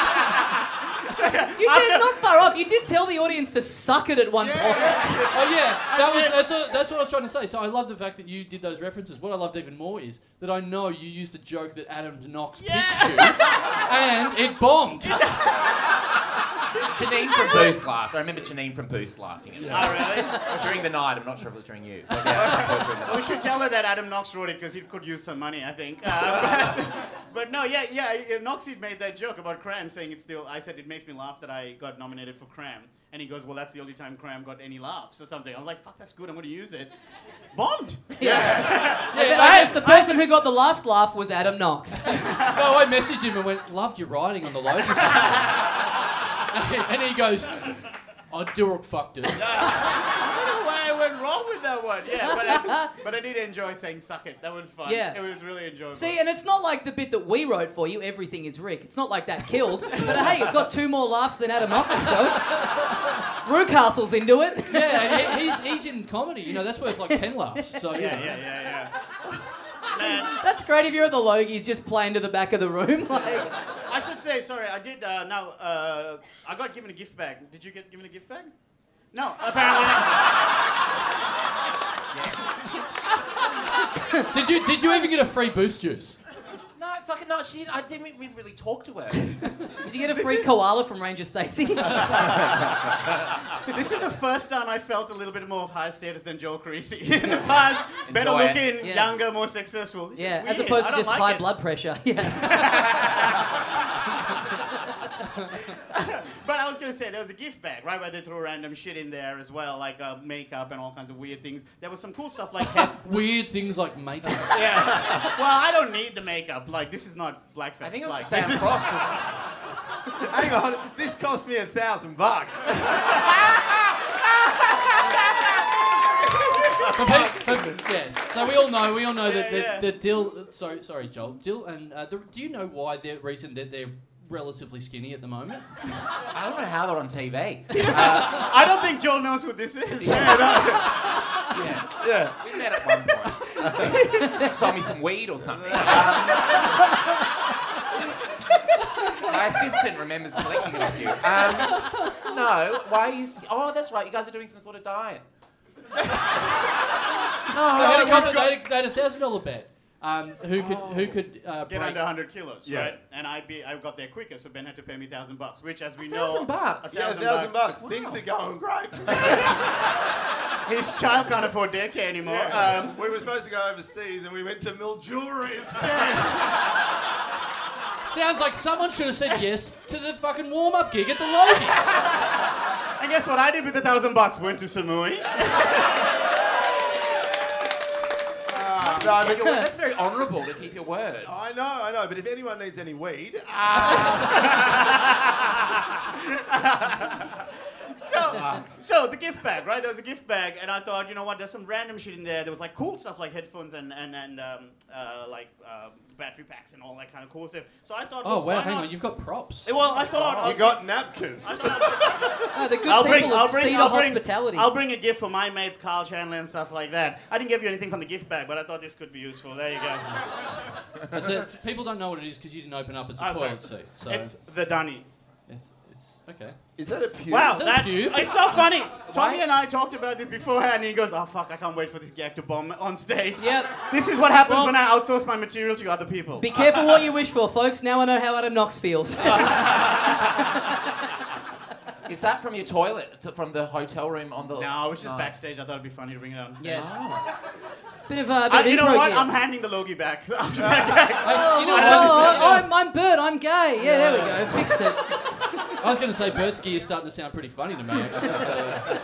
C: You
I: After-
C: did not far off. You did tell the audience to suck it at one point.
F: Oh yeah, that was that's, a, that's what I was trying to say. So I love the fact that you did those references. What I loved even more is that I know you used a joke that Adam Knox pitched you, and it bombed.
G: Janine from Boost laughed. I remember Janine from Boost laughing at
I: Oh, really?
G: me. During the night, I'm not sure if it was during you. but yeah, it was during the
I: We
G: night.
I: should tell her that Adam Knox wrote it because he could use some money, I think. Uh, but, but no, yeah, yeah. uh, Knox had made that joke about Cram saying it's still. I said it makes me laugh that I got nominated for Cram, and he goes, "Well, that's the only time Cram got any laughs or something." I was like, "Fuck, that's good. I'm going to use it." Bombed.
C: I guess the person who got the last laugh was Adam Knox.
F: No, I messaged him and went, loved your writing on the Lotus. and he goes, I Durock fucked it.
I: I don't know why I went wrong with that one. Yeah, but I, but I did enjoy saying "suck it." That was fun.
C: Yeah.
I: it was really enjoyable.
C: See, and it's not like the bit that we wrote for you, everything is Rick. It's not like that killed. But hey, it got two more laughs than Adam Knox's joke. Rucastle's into it.
F: Yeah, and he, he's, he's in comedy, you know, that's worth like 10 laughs. So, you
I: yeah,
F: know.
I: yeah, yeah, yeah. Man.
C: That's great if you're at the Logies just playing to the back of the room. Like,
I: I should say sorry. I did. Uh, no, uh, I got given a gift bag. Did you get given a gift bag? No, apparently. Not.
F: Did you did you even get a free boost juice?
G: No, fucking not. She, I didn't even really talk to her.
C: did you get a free koala from Ranger Stacey?
I: This is the first time I felt a little bit more of high status than Joel Creasy in the past. Better
G: Enjoy it.
I: looking,
C: Yeah.
I: younger, more successful. This is
C: yeah, as
I: weird.
C: opposed
I: I
C: to
I: don't
C: just
I: like
C: high
I: it.
C: blood pressure. Yeah.
I: But I was gonna say there was a gift bag, right? Where they threw random shit in there as well, like uh, makeup and all kinds of weird things. There was some cool stuff like. head-
F: Weird things like makeup.
I: yeah. Well, I don't need the makeup. Like this is not blackface.
G: I think it was
I: like,
G: Sam
I: this is-
G: Frost.
H: Hang on, this cost me a thousand bucks.
F: For pe- for- yeah. So we all know, we all know that the,
I: Yeah,
F: the Dill, sorry, sorry, Joel, Dill and uh, the, do you know why they're reason that they're relatively skinny at the moment?
G: I don't know how they're on TV.
I: I don't think Joel knows what this is.
G: Yeah.
H: Yeah.
G: We met at one point. Sold me some weed or something. My assistant remembers collecting it off you. Um, no, why are you? s- Oh, that's right. You guys are doing some sort of diet.
I: Oh,
F: they had a couple, they had a- they had a thousand dollar bet. um, who could who could uh,
I: Get
F: break
I: under 100 kilos,
H: Yeah.
I: right? And I be I got there quicker, so Ben had to pay me thousand bucks, which, as we know,
G: $1,000 bucks?
H: Yeah, a thousand bucks. Things are going great.
I: His child can't afford daycare anymore.
H: Yeah.
I: Um,
H: we were supposed to go overseas and we went to Mill Jewelry instead.
F: Sounds like someone should have said yes to the fucking warm up gig at the Logies.
I: and guess what I did with the thousand bucks? Went to Samui.
G: No, but you're- that's very honourable to keep your word.
H: I know, I know. But if anyone needs any weed, uh,
I: so, so the gift bag, right? There was a gift bag, and I thought, you know what? There's some random shit in there. There was like cool stuff like headphones and and and um, uh, like um battery packs and all that kind of cool stuff. So I thought,
F: Oh wow,
I: look, why
F: hang
I: not?
F: on, you've got props.
I: well, I thought
H: you got napkins.
C: No, the good people
I: I'll bring,
C: of
I: I'll bring,
C: Cedar
I: I'll bring,
C: Hospitality.
I: I'll bring a gift for my mates, Carl Chandler and stuff like that. I didn't give you anything from the gift bag, but I thought this could be useful. There you go.
F: That's it. People don't know what it is because you didn't open up. It's a
I: Ah, sorry.
F: toilet seat. So
I: It's the dunny.
F: it's, it's okay.
H: Is that a pew?
I: Wow,
F: Is that
I: that,
F: cute?
I: it's so funny. Tommy and I talked about this beforehand, and he goes, "Oh fuck, I can't wait for this gag to bomb on stage."
C: Yep.
I: This is what happens
C: Well-
I: when I outsource my material to other people.
C: Be careful what you wish for, folks. Now I know how Adam Knox feels.
G: Is that from your toilet, t- from the hotel room on the?
I: no, it was just backstage. I thought it'd be funny to bring it out on stage.
C: yes.
G: Oh.
C: Bit of uh, bit
I: Uh,
C: of
I: you know
C: improv
I: what?
C: here.
I: I'm handing the Logie back. I'm back.
F: I, you know what?
C: Oh, I- I'm, I'm Bert. I'm gay. Yeah, there we go. Fixed it.
F: I was going to say Bertsky is starting to sound pretty funny to me. Actually, so.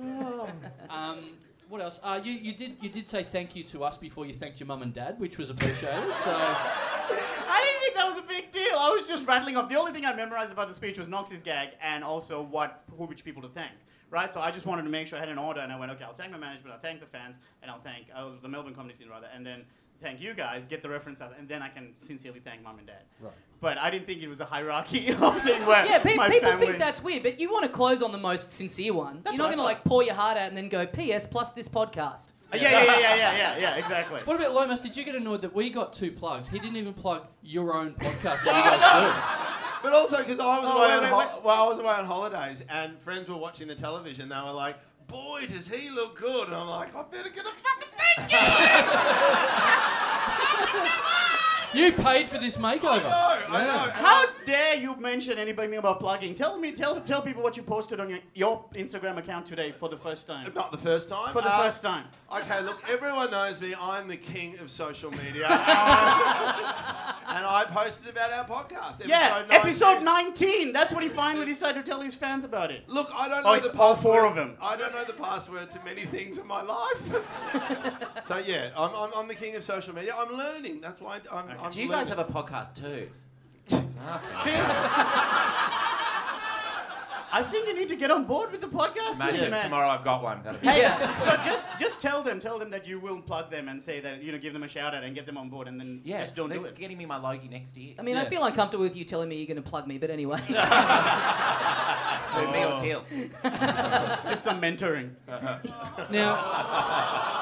F: um, what else? Uh, you, you did you did say thank you to us before you thanked your mum and dad, which was appreciated. So
I: I didn't think that was a big deal. I was just rattling off. The only thing I memorized about the speech was Knox's gag and also what who which people to thank. Right, so I just wanted to make sure I had an order, and I went, okay, I'll thank my management, I'll thank the fans, and I'll thank uh, the Melbourne comedy scene rather, and then thank you guys, get the reference out, and then I can sincerely thank mom and dad. Right. But I didn't think it was a hierarchy of thing where
C: Yeah, pe-
I: my
C: people
I: family...
C: think that's weird, but you want to close on the most sincere one. You're not
I: what I
C: going to
I: thought.
C: like pour your heart out and then go P.S. plus this podcast.
I: Yeah, yeah, yeah, yeah, yeah, yeah, yeah, exactly.
F: What about Lomas? Did you get annoyed that we got two plugs? He didn't even plug your own podcast. that you guys
H: But also because I was
I: Oh,
H: away
I: wait,
H: on
I: wait,
H: hol-
I: wait.
H: well, I was away on holidays, and friends were watching the television. They were like, "Boy, does he look good!" And I'm like, "I better get a fucking thank you."
F: do. You paid for this makeover.
H: I know, I know.
I: How dare you mention anything about plugging? Tell me, tell tell people what you posted on your, your Instagram account today for the first time.
H: Not the first time.
I: For the
H: Uh,
I: first time.
H: Okay, look, everyone knows me. I'm the king of social media. Um, and I posted about our podcast. Episode
I: Yeah,
H: 19.
I: episode 19. That's what he finally decided to tell his fans about it.
H: Look, I don't know
I: Oh,
H: the password.
I: all four of them.
H: I don't know the password to many things in my life. so yeah, I'm, I'm, I'm the king of social media. I'm learning. That's why I'm. I'm
G: Do you guys
H: learning.
G: have a podcast too?
I: See? I think you need to get on board with the podcast,
G: Imagine
I: thing, man.
G: tomorrow I've got one. That'd be
I: Hey,
C: Yeah.
I: so just just tell them, tell them that you will plug them and say that you know, give them a shout out and get them on board, and then
G: Yeah,
I: just don't
G: they're
I: do it.
G: Getting me my Logie next year.
C: I mean, I
F: Yeah.
C: feel uncomfortable with you telling me you're going to plug me, but anyway.
G: With
F: Oh.
G: me or Till.
I: Just some mentoring.
F: Now,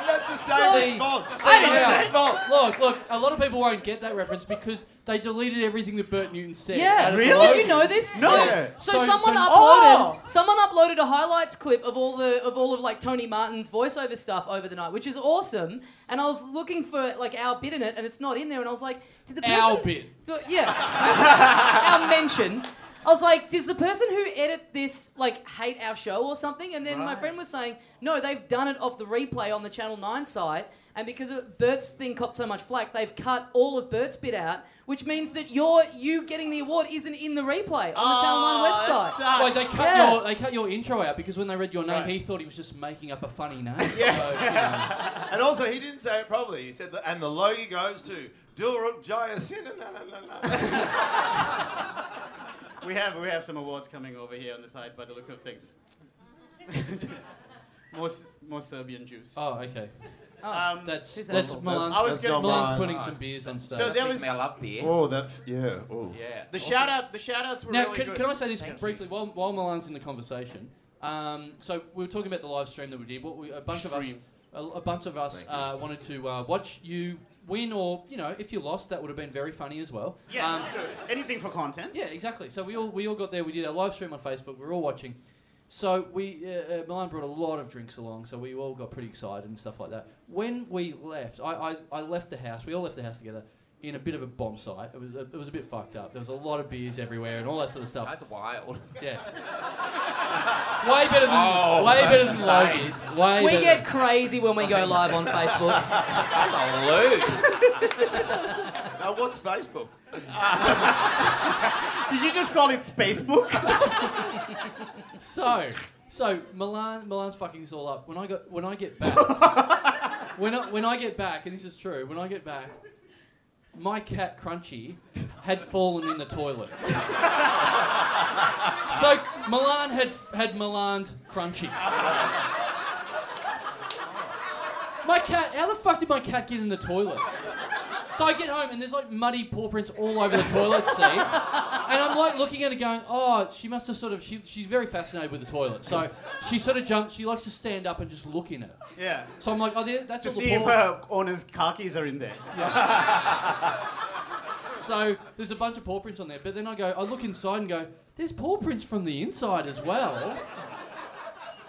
H: And that's the same
F: Sorry.
H: response.
F: Sorry.
H: That's the response.
F: look, look. A lot of people won't get that reference because they deleted everything that Bert Newton said. out
C: yeah,
F: of the
I: Really?
C: did you
F: Logies.
C: know this?
I: No.
C: So, so
F: So-
C: someone
F: so-
C: uploaded
I: Oh.
C: someone uploaded a highlights clip of all the of all of like Tony Martin's voiceover stuff over the night, which is awesome. And I was looking for like our bit in it, and it's not in there. And I was like, did the person
F: Our bit.
C: So, yeah. our mention. I was like, does the person who edit this like hate our show or something? And then my friend was saying, no, they've done it off the replay on the Channel 9 site. And because of Bert's thing copped so much flack, they've cut all of Bert's bit out, which means that your you getting the award isn't in the replay on the
I: Oh,
C: Channel 9
I: that
C: website.
I: sucks.
F: Wait, they cut
C: Yeah.
F: your they cut your intro out because when they read your name,
I: Right.
F: he thought he was just making up a funny name. Yeah.
H: And also, he didn't say it properly. He said, the, and the logie goes to Dilruk Jayasena. No, no, no, no.
I: We have we have some awards coming over here on the side by the look of things. more S- more Serbian Jews.
F: oh, okay.
I: um,
F: That's
C: Who's that
F: that's
C: for?
F: Milan's,
I: I was gonna
F: Milan's
I: say-
F: putting some beers on stage.
I: So there
G: Speaking
I: was
G: of me, I love beer.
H: Oh, that, f- yeah. Oh.
G: Yeah.
I: the shout out. The shout outs were
F: Now,
I: really
F: can,
I: good.
F: can I say this
G: Thank
F: briefly while, while Milan's in the conversation? Um, so we were talking about the live stream that we did. What we, a bunch of us,
I: Stream.
F: a, a bunch of us uh, wanted to uh, watch you win, or you know, if you lost, that would have been very funny as well.
I: Yeah,
F: Um,
I: true. anything for content.
F: yeah, exactly. So we all we all got there. We did our live stream on Facebook. We were all watching, So we uh, uh, Milan brought a lot of drinks along, so we all got pretty excited and stuff like that. When we left, I, I, I left the house. We all left the house together in a bit of a bomb site. It was, it was a bit fucked up. There was a lot of beers everywhere and all that sort of stuff.
G: That's wild.
F: Yeah. way better than
G: Oh,
F: way better than
G: that's
F: Logies. Way
C: We
F: better.
C: get crazy when we go live on Facebook.
G: That's a loot.
H: Now, what's Facebook?
I: Did you just call it Facebook?
F: so so Milan Milan's fucking this all up. When I got when I get back when I, when I get back, and this is true, when I get back, my cat Crunchy had fallen in the toilet. so Milan had had Milaned Crunchy. My cat, how the fuck did my cat get in the toilet? So I get home and there's like muddy paw prints all over the toilet seat. And I'm like looking at it going, oh, she must have sort of, she, she's very fascinated with the toilet. So she sort of jumps, she likes to stand up and just look in it.
I: yeah.
F: So I'm like, oh, there, that's
I: To
F: all
I: see
F: the
I: if
F: ball.
I: her owner's khakis are in there.
F: So there's a bunch of paw prints on there, but then I go, I look inside and go, there's paw prints from the inside as well,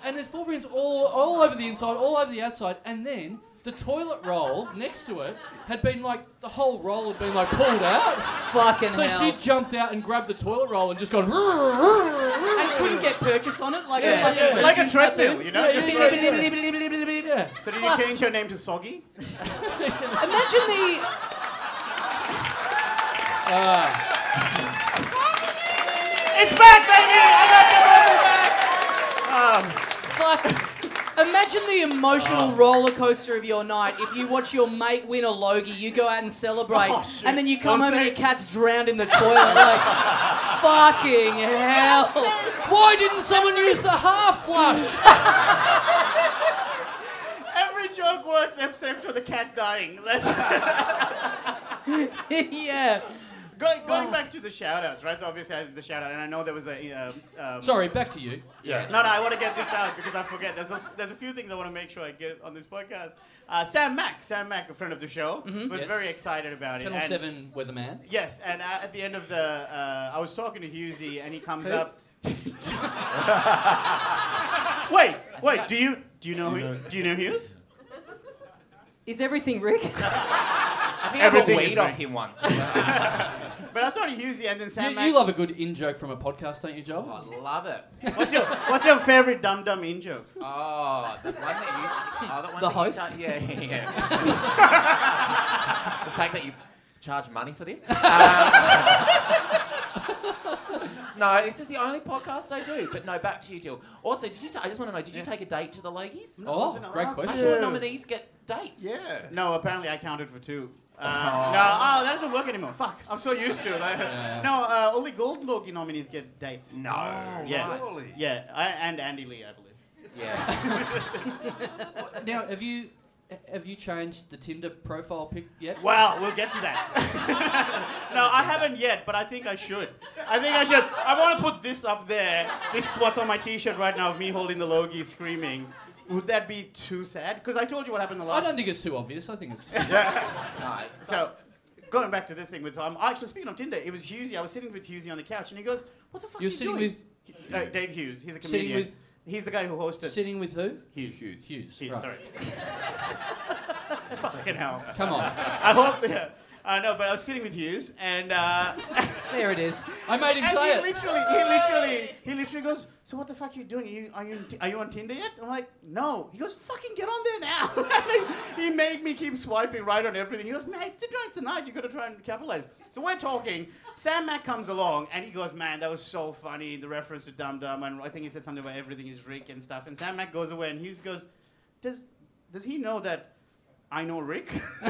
F: and there's paw prints all all over the inside, all over the outside, and then the toilet roll next to it had been like the whole roll had been like pulled out.
C: Fucking
F: So
C: hell.
F: she jumped out and grabbed the toilet roll and just gone. And
C: and couldn't get purchase on it. Like
F: Yeah,
C: a fucking
F: yeah.
I: It's like a
C: virgin tattoo.
I: treadmill, you know? just throw it in.
F: yeah.
I: So did you change her name to Soggy?
C: Imagine the
I: It's back, baby! I got your money back!
C: fuck. Imagine the emotional
I: Oh.
C: roller coaster of your night if you watch your mate win a logie, you go out and celebrate,
I: Oh, shit.
C: and then you come
I: One
C: home and your
I: sec.
C: cat's drowned in the toilet. Like, fucking hell.
F: Why didn't someone use the half flush?
I: Every joke works except for the cat dying. Let's
C: yeah.
I: going, going back to the shout outs, right? So obviously I did the shout out and I know there was a uh, um,
F: Sorry, back to you.
I: Yeah. No, no, I want to get this out because I forget. There's a, there's a few things I want to make sure I get on this podcast. Uh, Sam Mack, Sam Mack, a friend of the show, was
F: Yes.
I: very excited about it.
F: Channel
I: and-
F: Seven weatherman.
I: Yes, and uh, at the end of the, uh, I was talking to Husey, and he comes up. wait, wait. Do you do you know who, do you know Hughes?
C: Is everything Rick?
G: I think I bought
I: Everything is
G: weed off
I: right.
G: him once.
I: But I was talking to Husey, and then Sam
F: You,
I: Mack.
F: you love a good in joke from a podcast, don't you, Joel?
I: Oh,
G: I love it.
I: what's your What's your favorite dum dum in joke?
G: Oh, the one that you. Oh, that one
C: The
G: that you
C: host?
G: charge- yeah, yeah, yeah. the fact that you charge money for this. Um, no, this is the only podcast I do. But no, back to you, Dill. Also, did you? ta- I just want to know. Did you take a date to the Logies?
F: Oh,
I: wasn't
F: great
I: allowed to.
G: I
F: question.
G: thought nominees get dates.
H: Yeah.
I: No, apparently I counted for two. Uh, no, oh, that doesn't work anymore. Fuck, I'm so used to it. Like, No, uh, only Gold Logie nominees get dates.
H: No.
I: Yeah,
H: Surely.
I: yeah, I, and Andy Lee, I believe.
G: Yeah.
F: Now, have you have you changed the Tinder profile pic yet?
I: Well, we'll get to that. no, I haven't yet, but I think I should. I think I should. I want to put this up there. This is what's on my T-shirt right now of me holding the Logie screaming. Would that be too sad? Because I told you what happened the
F: I
I: last.
F: don't think it's too obvious. I think it's.
G: No.
I: So, going back to this thing with um, actually speaking of Tinder, it was Husey. I was sitting with Husey on the couch, and he goes, "What the fuck
F: You're
I: are you
F: sitting
I: doing?" uh, Dave Hughes. He's a
F: Sitting
I: comedian.
F: with-
I: He's the guy who hosted
F: Sitting with who?
I: Hughes.
F: Hughes.
I: Hughes,
F: right.
I: Sorry. Fucking hell.
F: Come on.
I: I hope. Yeah. Uh, no, but I was sitting with Hughes, and. Uh,
C: There it is.
F: I made him
I: And
F: play
I: he
F: it.
I: literally, he literally, he literally goes, "So what the fuck are you doing? Are you are you, are you on Tinder yet?" I'm like, "No." He goes, "Fucking get on there now!" And he, he made me keep swiping right on everything. He goes, "Mate, tonight's the night. You got to try and capitalize." So we're talking. Sam Mac comes along and he goes, "Man, that was so funny. The reference to Dum Dum, and I think he said something about everything is Rick and stuff." And Sam Mac goes away, and Hughes goes, "Does does he know that I know Rick?"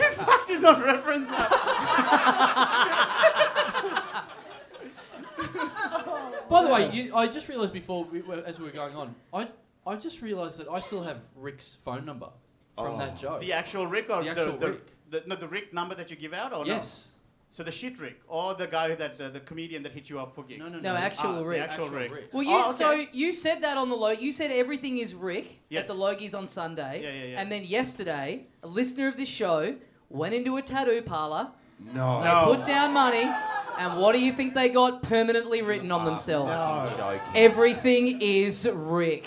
I: he fucked his own reference up.
F: By the way, you, I just realised before we were, as we were going on, I I just realised that I still have Rick's phone number from that joke.
I: The actual Rick or
F: The actual
I: the,
F: Rick.
I: The, no, the Rick number that you give out or
F: yes.
I: no? So the shit Rick or the guy that the, the comedian that hit you up for gigs.
F: No, no, no.
C: No, actual
I: Uh, the
C: Rick.
I: actual Rick.
C: Well, you
I: Oh, okay.
C: so you said that on the log. You said everything is Rick
I: Yes.
C: at the Logies on Sunday.
I: Yeah, yeah, yeah.
C: And then yesterday, a listener of this show went into a tattoo parlor.
H: No.
C: They put down money. And what do you think they got permanently written on themselves?
G: Joking.
C: Everything is Rick.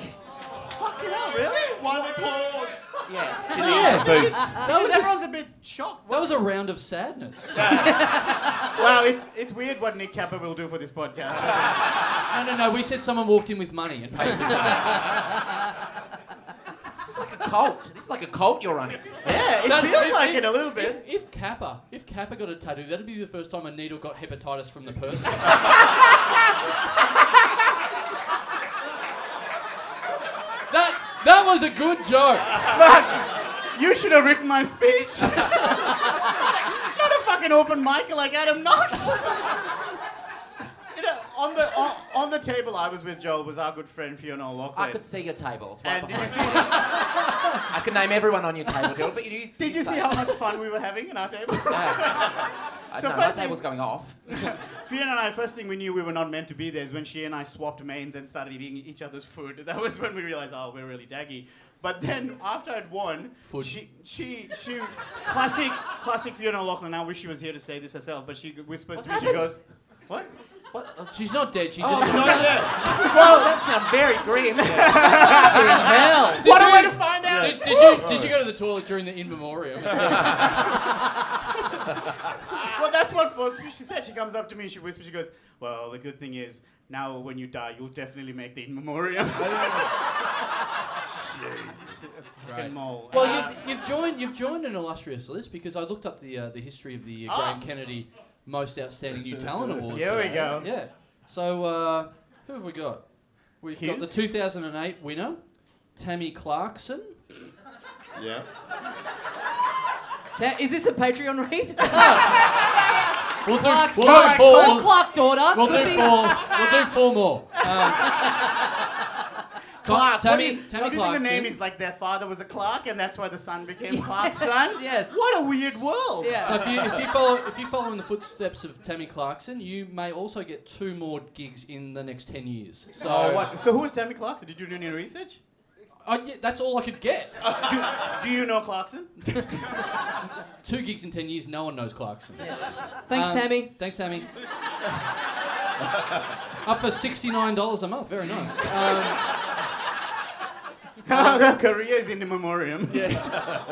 I: Fucking hell, really?
H: One applause.
G: Yes.
F: Yeah.
I: That was everyone's a bit shocked.
F: That was a round of sadness.
I: Wow, it's it's weird what Nick Kappa will do for this podcast.
F: No, no, no. We said someone walked in with money and paid for something.
G: This is like a cult. This is like a cult you're running.
I: yeah, it
F: No,
I: feels
F: if-
I: like
F: if-
I: it a little bit.
F: If, if Kappa, if Kappa got a tattoo, that'd be the first time a needle got hepatitis from the person. that that was a good joke.
I: You should have written my speech. Not a fucking open mic like Adam Knox. you know, on the on, on the table I was with Joel was our good friend Fiona
G: I
I: O'Loughlin.
G: could see your tables. Right
I: and did
G: behind
I: you
G: you.
I: see
G: I could name everyone on your table, Jill, but you you
I: did you see how much fun we were having in our table?
G: so
I: So
G: no, that
I: first
G: table's
I: thing-
G: going off.
I: Fiona and I, first thing we knew we were not meant to be there is when she and I swapped mains and started eating each other's food. That was when we realized, oh, we're really daggy. But then after I'd won, she, she, she, classic, classic Fiona Lachlan. I wish she was here to say this herself, but she whispers to me, she goes, what?
F: What? She's not dead. She's just.
G: Well, that sounds very grim.
C: Hell.
F: Did
G: what
F: you-
G: a way to find out.
F: Did, did you did you
I: Oh.
F: go to the toilet during the in memoriam?
I: Well, that's what, what she said. She comes up to me and she whispers, she goes, well, the good thing is, now when you die, you'll definitely make the in memoriam. Fucking mole.
F: Well, you've, you've joined you've joined an illustrious list because I looked up the uh, the history of the uh, Graham Kennedy Most Outstanding New Talent Award.
I: Oh.
F: uh,
I: Here we go.
F: Yeah. So uh, who have we got? We've got the
I: Hughes?
F: 2008 winner, Tammy Clarkson.
H: Yeah.
C: Ta- Is this a Patreon read?
F: We'll do,
C: Clark's
F: we'll
C: daughter.
F: do
C: Call
F: four.
C: Clark daughter.
F: We'll
C: Could
F: do
C: be-
F: four. We'll do four more. Um, Clark,
I: What do
F: Tammy, Tammy
I: you- what do you think
F: Clarkson.
I: the name is like their father was a Clark and that's why the son became Clark's
C: Yes,
I: son?
C: yes.
I: What a weird world.
C: Yeah.
F: So if you, if you follow if you follow in the footsteps of Tammy Clarkson, you may also get two more gigs in the next ten years. So
I: Oh, what? So who is Tammy Clarkson? Did you do any research?
F: I, yeah, that's all I could get.
I: Do, do you know Clarkson?
F: two gigs in ten years. No one knows Clarkson.
C: Thanks,
F: Um,
C: Tammy.
F: Thanks, Tammy. Up for sixty nine dollars a month. Very nice. Uh,
I: Her career is in the memoriam.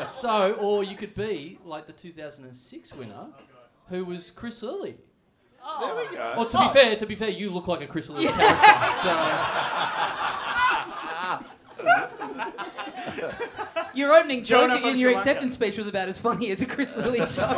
F: So, or you could be like the two thousand and six winner, who was Chris Lilly.
H: There we go.
F: Well, to
I: Oh.
F: be fair, to be fair, you look like a Chris Lilly character. So
C: Your opening joke
I: Jonah from
C: in your
I: Sri Lanka.
C: acceptance speech was about as funny as a Chris Lilly joke.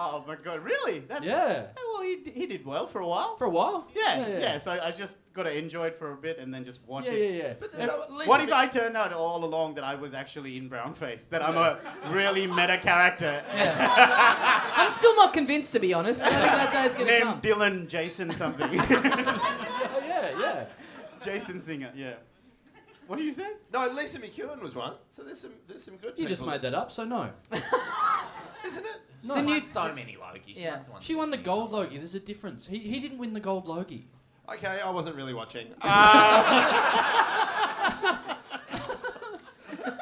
I: Oh my god, really? That's,
F: Yeah.
I: Well, he, d- he did well for a while.
F: for a while.
I: yeah, yeah,
F: yeah.
I: So I just got to enjoy it for a bit and then just watch
F: Yeah,
I: it.
F: yeah, yeah.
H: But there's at least
I: What
H: a
I: if
H: bit-
I: I turned out all along that I was actually in brownface, that I'm a really meta character
C: I'm still not convinced, to be honest. I think that day's gonna come.
I: named Dylan Jason something?
F: Oh, yeah, yeah.
I: Jason Singer, yeah. What do you say?
H: No, Lisa McEwen was one. So there's some there's some good
F: You
H: people,
F: just made that up, so no.
H: isn't it?
F: No.
G: She won so many Logies. She
C: Yeah.
G: must have won.
F: she won the gold Logie. There's a difference. He, he didn't win the gold Logie.
H: Okay, I wasn't really watching.
F: And,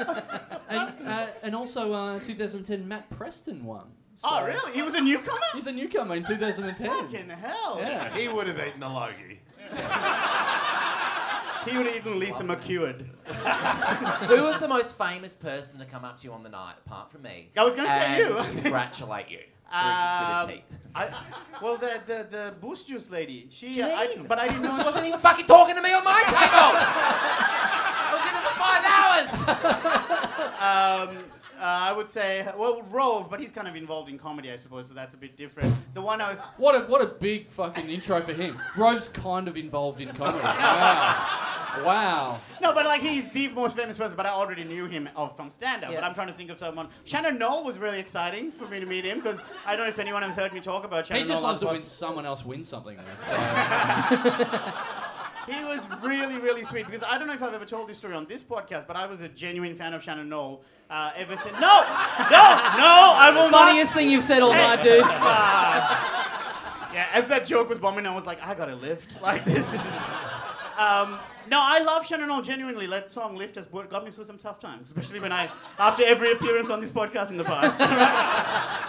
F: uh, and also, uh, 2010, Matt Preston won. So
I: Oh, really? He was a newcomer?
F: He's a newcomer in 2010.
I: Fucking hell.
F: Yeah.
H: he would have eaten the logie.
I: He would have eaten Lisa McEwen.
G: Who was the most famous person to come up to you on the night, apart from me?
I: I was gonna say
G: and
I: you.
G: congratulate you.
I: Um,
G: Through good teeth.
I: I, I- well, the, the, the boost juice lady. She, uh, I, but I didn't know
G: She
I: she
G: wasn't even fucking talking to me on my table. I was in there for five hours.
I: Um, uh, I would say, well, Rove, but he's kind of involved in comedy, I suppose, so that's a bit different. The one I was,
F: What a what a big fucking intro for him. Rove's kind of involved in comedy. Wow. Wow.
I: no, but like he's the most famous person, but I already knew him of from stand up. But
C: Yeah.
I: I'm trying to think of someone. Shannon Knoll was really exciting for me to meet him because I don't know if anyone has heard me talk about
F: He
I: Shannon
F: just
I: Knoll.
F: loves it
I: on
F: when
I: the
F: someone else wins something. though,
I: He was really, really sweet because I don't know if I've ever told this story on this podcast, but I was a genuine fan of Shannon Knoll uh, ever since. No, no, no, I will
C: Funniest thing you've said all night, dude.
I: not. Yeah, as that joke was bombing, I was like, I gotta lift. Like, this is. Um, no, I love Shannon All genuinely. That song Lift has brought- got me through some tough times, especially when I, after every appearance on this podcast in the past.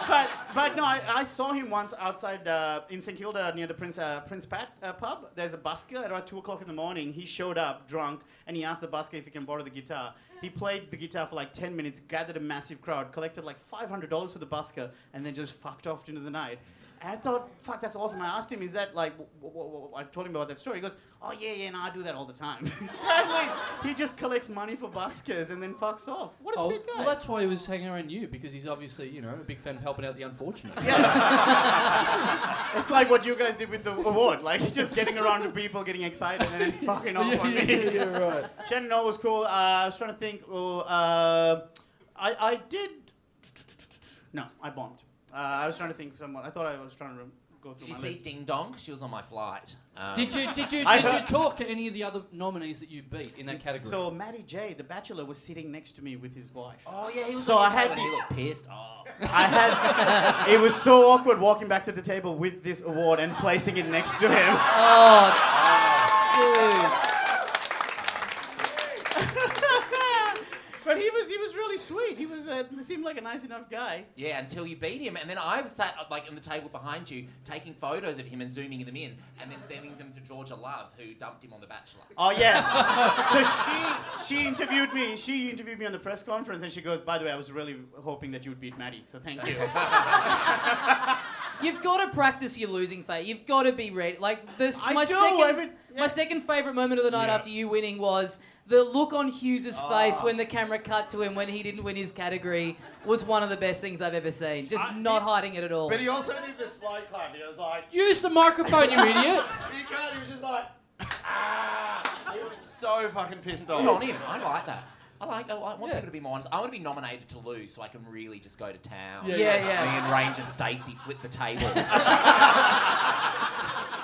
I: but, but no, I, I saw him once outside uh, in St Kilda near the Prince, uh, Prince Pat uh, pub. There's a busker at about 2 o'clock in the morning. He showed up drunk and he asked the busker if he can borrow the guitar. He played the guitar for like 10 minutes, gathered a massive crowd, collected like $500 for the busker, and then just fucked off into the night. And I thought, fuck, that's awesome. I asked him, is that like, w- w- w- I told him about that story. He goes, oh, yeah, yeah, no, I do that all the time. Apparently, he just collects money for buskers and then fucks off. What a
F: Oh,
I: sweet guy.
F: well, that's why he was hanging around you because he's obviously, you know, a big fan of helping out the unfortunate.
I: It's like what you guys did with the award, like just getting around to people, getting excited, and then fucking off on me.
F: right.
I: Shannon O was cool. Uh, I was trying to think. Well, uh, I I did. No, I bombed. Uh, I was trying to think of someone. I thought I was trying to go through
G: Did you
I: my
G: see
I: list.
G: Ding Dong? She was on my flight. Um,
F: Did you did you
I: I
F: did you
I: heard-
F: talk to any of the other nominees that you beat in that category?
I: So Matty J, the Bachelor, was sitting next to me with his wife.
G: Oh yeah, he was.
I: So
G: on
I: I
G: the
I: had
G: table and
I: the-
G: He looked pissed off.
I: I had. it was so awkward walking back to the table with this award and placing it next to him.
F: Oh,
I: but he was he was really sweet. He was uh, seemed like a nice enough guy.
G: Yeah, until you beat him, and then I sat uh, like in the table behind you, taking photos of him and zooming them in, and then sending them to Georgia Love, who dumped him on The Bachelor.
I: Oh yes. so she she interviewed me. She interviewed me on the press conference, and she goes, "By the way, I was really hoping that you would beat Maddie. So thank you."
C: You've got to practice your losing face. You've got to be ready. Like this,
I: I
C: my
I: do,
C: second,
I: every-
C: my second favorite moment of the night
I: Yeah.
C: after you winning was the look on Hughes's
H: Ah.
C: face when the camera cut to him when he didn't win his category was one of the best things I've ever seen. Just
H: I-
C: not hiding it at all.
H: But he also did the slow clap. He was like,
F: Use the microphone, you idiot.
H: he can't. He was just like, ah. He was so fucking pissed
G: Good on
H: off.
G: him. Oh, I like that. I like. I want
F: Yeah.
G: people to be more honest. I want to be nominated to lose, so I can really just go to town.
F: Yeah,
C: yeah,
G: Me
C: yeah.
G: and Ranger Stacey flip the table.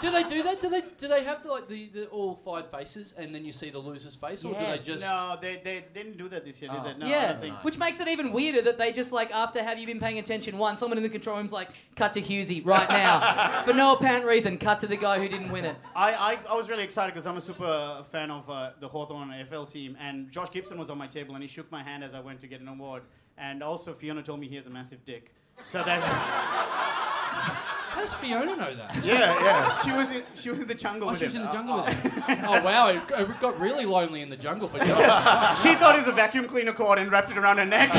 F: Do they do that? Do they do they have the, like the, the all five faces and then you see the loser's face, or
G: Yes.
F: do they just?
I: no, they, they didn't do that this year,
F: Oh.
I: did they? No, I
C: yeah,
I: don't think.
C: which makes it even weirder that they just like after have you been paying attention once, someone in the control room's like, cut to Hughesy right now for no apparent reason. Cut to the guy who didn't win it.
I: I, I, I was really excited because I'm a super fan of uh, the Hawthorn AFL team, and Josh Gibson was on my table, and he shook my hand as I went to get an award. And also, Fiona told me he has a massive dick. So that's
F: How does Fiona know that?
H: Yeah, yeah.
I: she was in, she was in the jungle
F: Oh,
I: with
F: she was
I: him.
F: in the jungle with him. Oh wow, it, it got really lonely in the jungle for Josh.
I: She thought it was a vacuum cleaner cord and wrapped it around her neck.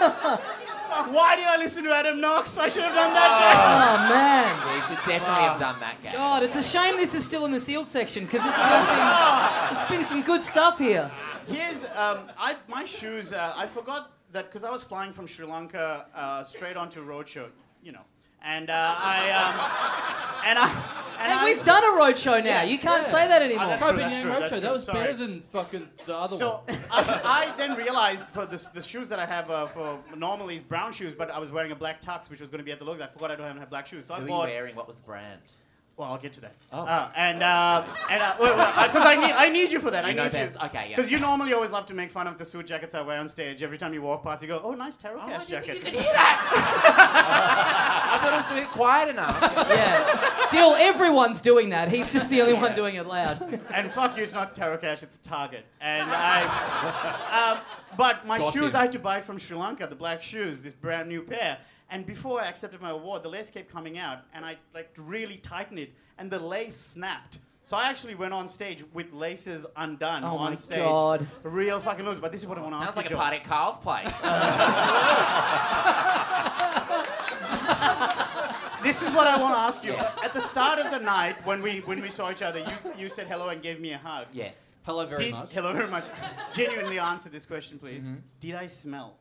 I: Why did I listen to Adam Knox? I should have done that.
C: Oh man.
G: we should definitely have done that game.
C: God, it's a shame this is still in the sealed section because this has been, it's been some good stuff here.
I: Here's um, I, my shoes. Uh, I forgot that because I was flying from Sri Lanka uh, straight onto roadshow, you know, and uh, I um, and I and,
C: And
I: I,
C: we've done a roadshow now. You can't
F: Yeah.
C: say that
I: Oh,
C: anymore.
I: that's true,
F: Copenhagen
I: true, that's
F: Roadshow. That
I: true,
F: was
I: sorry.
F: better than fucking the other
I: So
F: one.
I: I, I then realized for the, the shoes that I have uh, for normally is brown shoes, but I was wearing a black tux, which was going to be at the looks. I forgot I don't have black shoes, so I
G: Who were
I: bought.
G: you wearing? What was the brand?
I: Well, I'll get to that.
G: Oh.
I: Uh, and uh, and uh, wait, wait, I- 'cause I need I need you for that. I
G: You know
I: need
G: best.
I: you.
G: Okay, yeah.
I: Because you normally always love to make fun of the suit jackets I wear on stage. Every time you walk past, you go, "Oh, nice tarot
G: I
I: cash
G: didn't think you
I: jacket."
G: could hear that. I thought it was a bit quiet enough.
C: Yeah. Dill, everyone's doing that. He's just the only one doing it loud.
I: and fuck you, it's not Tarot Cash, it's Target. And I, um, but my
F: Got
I: shoes
F: him.
I: I had to buy from Sri Lanka, the black shoes, this brand new pair. And before I accepted my award, the lace kept coming out, and I like really tightened it, and the lace snapped. So I actually went on stage with laces undone
C: Oh
I: on
C: my
I: stage.
C: God.
I: Real fucking loser. But this is what I want to ask
G: Sounds
I: you,
G: like a party
I: Joel.
G: at Carl's place.
I: This is what I want to ask you. At the start of the night, when we when we saw each other, you, you said hello and gave me a hug.
G: yes.
F: Hello very
I: Did-
F: much.
I: Hello very much. Genuinely answer this question, please. Did I smell?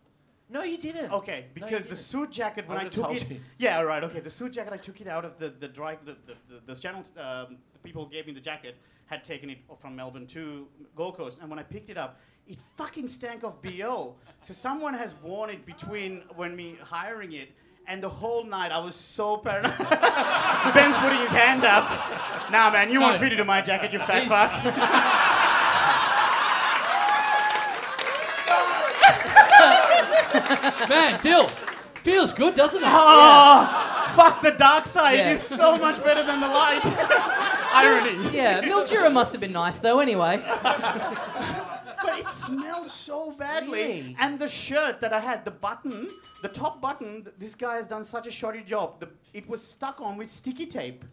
G: No, you didn't.
I: Okay, because the
G: didn't.
I: suit jacket when I,
G: would've
I: took
G: told
I: it,
G: you.
I: yeah, all right, okay. The suit jacket I took it out of the the dry the the, the, the channel um, the people who gave me the jacket had taken it from Melbourne to Gold Coast, and when I picked it up, it fucking stank of bo. So someone has worn it between when me hiring it. And the whole night, I was so paranoid. Ben's putting his hand up. Nah, man, you won't fit into my jacket, you fat
F: He's-
I: fuck.
F: Man, Dill, feels good, doesn't it?
I: Oh, fuck the dark side.
C: Yeah.
I: It is so much better than the light. Irony.
C: Yeah, Mildura must have been nice though. Anyway,
I: But it smelled so badly.
C: Really?
I: And the shirt that I had, the button, the top button, th- this guy has done such a shoddy job. The, it was stuck on with sticky tape.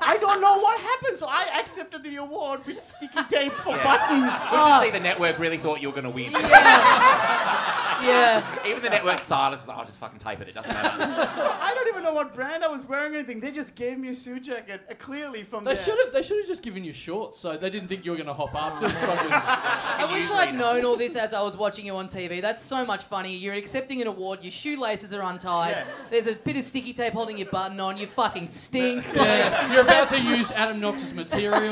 I: I don't know what happened, so I accepted the award with sticky tape for buttons.
F: Oh.
C: Ah.
G: See, the network really thought you were going to win.
C: yeah,
G: Even the network silence is like, I'll just fucking tape it. It doesn't matter.
I: So I don't even know what brand I was wearing or anything. They just gave me a suit jacket, uh, clearly from
F: They
I: there.
F: should have. They should have just given you shorts, so they didn't think you were gonna hop up.
I: Oh.
F: Just fucking-
C: I wish I'd known all this as I was watching you on TV. That's so much funny. You're accepting an award. Your shoelaces are untied.
I: Yeah.
C: There's a bit of sticky tape holding your button on. You fucking stink.
F: yeah, you're about to use Adam Knox's material.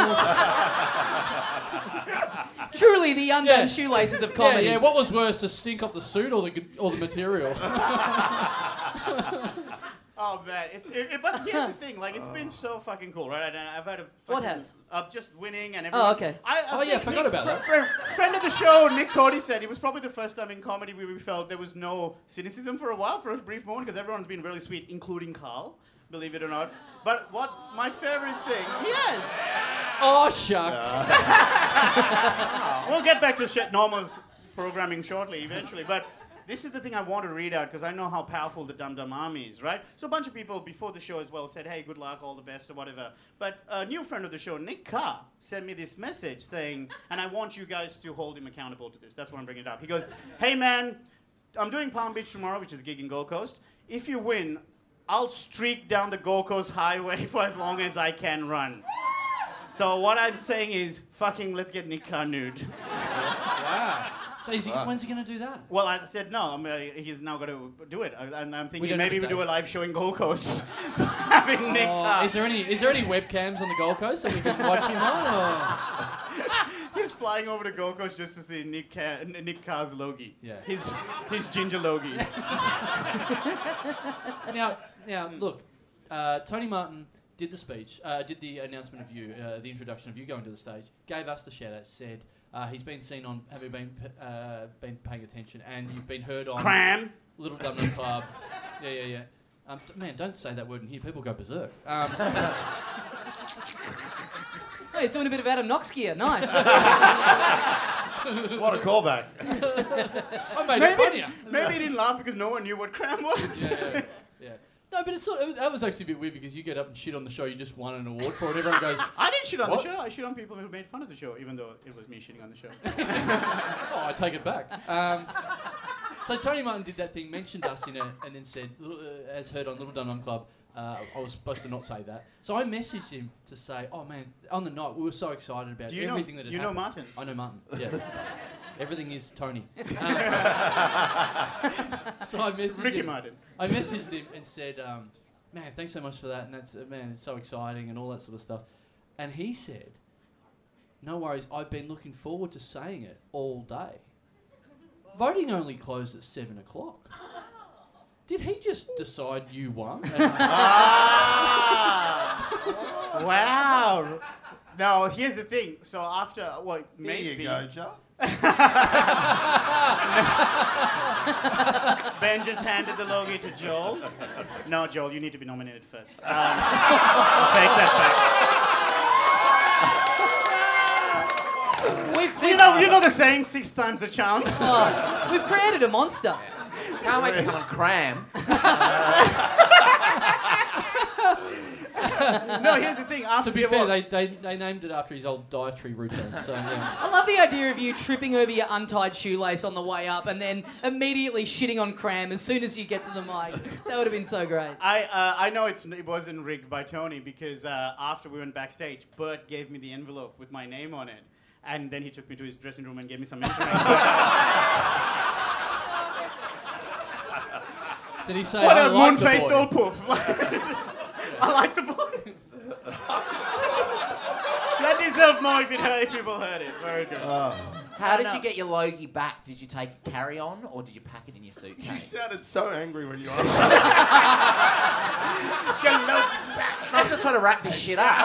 C: Truly, the undone
F: Yeah.
C: shoelaces of
F: Yeah,
C: comedy.
F: yeah. What was worse, the stink off the suit or the or the material?
I: Oh man, it's, it, it- but here's the thing: like, it's been so fucking cool, right? And I've had a fucking,
C: What has?
I: uh, just winning and everything.
C: okay.
I: I, I
F: Oh, yeah,
I: think
F: forgot
I: Nick-
F: about
I: fr-
F: that.
I: fr- friend of the show, Nick Cody said it was probably the first time in comedy where we felt there was no cynicism for a while, for a brief moment, because everyone's been really sweet, including Carl. Believe it or not. But what my favorite thing? Yes,
F: Oh shucks.
I: we'll get back to shit normal's programming shortly, eventually, but. This is the thing I want to read out because I know how powerful the Dum Dum Army is, right? So a bunch of people before the show as well said, "Hey, good luck, all the best, or whatever." But a new friend of the show, Nick Carr, sent me this message saying, and I want you guys to hold him accountable to this. That's why I'm bringing it up. He goes, "Hey, man, I'm doing Palm Beach tomorrow, which is a gig in Gold Coast. If you win, I'll streak down the Gold Coast highway for as long as I can run." So what I'm saying is, fucking, let's get Nick Carr nude.
F: Wow. So is he, when's he gonna do that?
I: Well, I said no. I'm, uh, he's now going to do it, I, and I'm thinking
F: don't have
I: maybe
F: a
I: we do a
F: date.
I: live show in Gold Coast, having Nick. uh,
F: Oh,
I: Carr.
F: is there any is there any webcams on the Gold Coast that we can watch him on? Or?
I: He's flying over to Gold Coast just to see Nick Car- Nick Carr's logie.
F: Yeah.
I: His his ginger logie.
F: Now, now, look, uh, Tony Martin did the speech, uh, did the announcement of you, uh, the introduction of you going to the stage, gave us the shout out, said uh, he's been seen on, have you been p- uh, been paying attention, and you've been heard on
I: Cram.
F: Little Dum Dum Club. Yeah, yeah, yeah. Um, d- man, don't say that word in here. People go berserk. Um,
C: Oh, he's doing a bit of Adam Knox gear. Nice.
H: What a callback.
F: I made it
I: Maybe,
F: funnier.
I: maybe he didn't laugh because no one knew what cram was.
F: Yeah, yeah, yeah. No, but it's sort of, that was actually a bit weird because you get up and shit on the show you just won an award for, and everyone goes,
I: I didn't shit on
F: What?
I: the show. I shit on people who made fun of the show, even though it was me shitting on the show.
F: Oh, I take it back. Um, so Tony Martin did that thing, mentioned us in it, and then said, "Little- uh, as heard on Little Dun Dun Club, uh, I was supposed to not say that. So I messaged him to say, oh man, on the night we were so excited about
I: Do you
F: everything
I: know?
F: that had
I: you know
F: happened.
I: Martin.
F: I know Martin. Yeah. everything is Tony. Um, so I messaged
I: Ricky
F: him.
I: Martin.
F: I messaged him and said, um, "Man, thanks so much for that, and that's uh, man, it's so exciting and all that sort of stuff." And he said, "No worries, I've been looking forward to saying it all day." Voting only closed at seven o'clock. Did he just decide you won? And- uh,
I: Wow. Now here's the thing. So after well
H: There
I: maybe
H: you go, Joe.
I: Ben just handed the logie to Joel. No, Joel, you need to be nominated first. Um, I'll take that
C: we've,
I: back. You
C: we've,
I: know, you know the saying, six times a charm.
C: oh, we've created a monster.
G: Can't wait to come on cram.
I: no, here's the thing. After
F: to be
I: the
F: fair,
I: award-
F: they, they, they named it after his old dietary routine. So yeah.
C: I love the idea of you tripping over your untied shoelace on the way up and then immediately shitting on cram as soon as you get to the mic. That would have been so great.
I: I, uh, I know it's, it wasn't rigged by Tony because uh, after we went backstage, Bert gave me the envelope with my name on it. And then he took me to his dressing room and gave me some information.
F: did he say
I: what
F: I like
I: a
F: the
I: moon-faced
F: boy?
I: old poof. I like the boy. that deserved more if, it, if people heard it. Very good.
G: How
I: No,
G: did
I: no.
G: you get your Logie back? Did you take it carry on or did you pack it in your suitcase?
H: You sounded so angry when you asked.
G: Your Logie back. I'm just trying to wrap this shit up.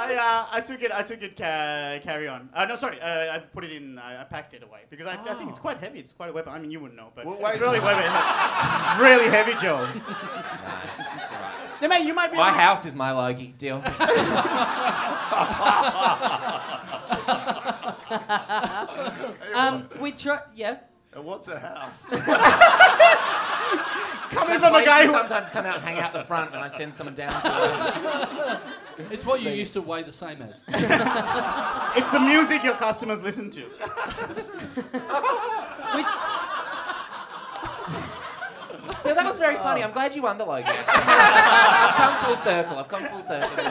I: I, uh, I took it. I took it. Ca- carry on. Uh, no, sorry. Uh, I put it in. I, I packed it away because I, I think it's quite heavy. It's quite a weapon. I mean, you wouldn't know, but
H: Well, wait
I: it's
H: a
I: really
H: minute.
I: weapon. It's really heavy, Joel.
G: It's all right.
I: No, mate, you might be.
G: My
I: able to-
G: house is my Logie. Deal.
C: Um, we try. Yeah.
H: and what's a house?
I: coming from a guy who.
G: sometimes come out and hang out the front when I send someone down. To
F: It's what you used to weigh the same as.
I: It's the music your customers listen to.
G: no, that was very funny. I'm glad you won the Logie. I've come full circle. I've come full circle.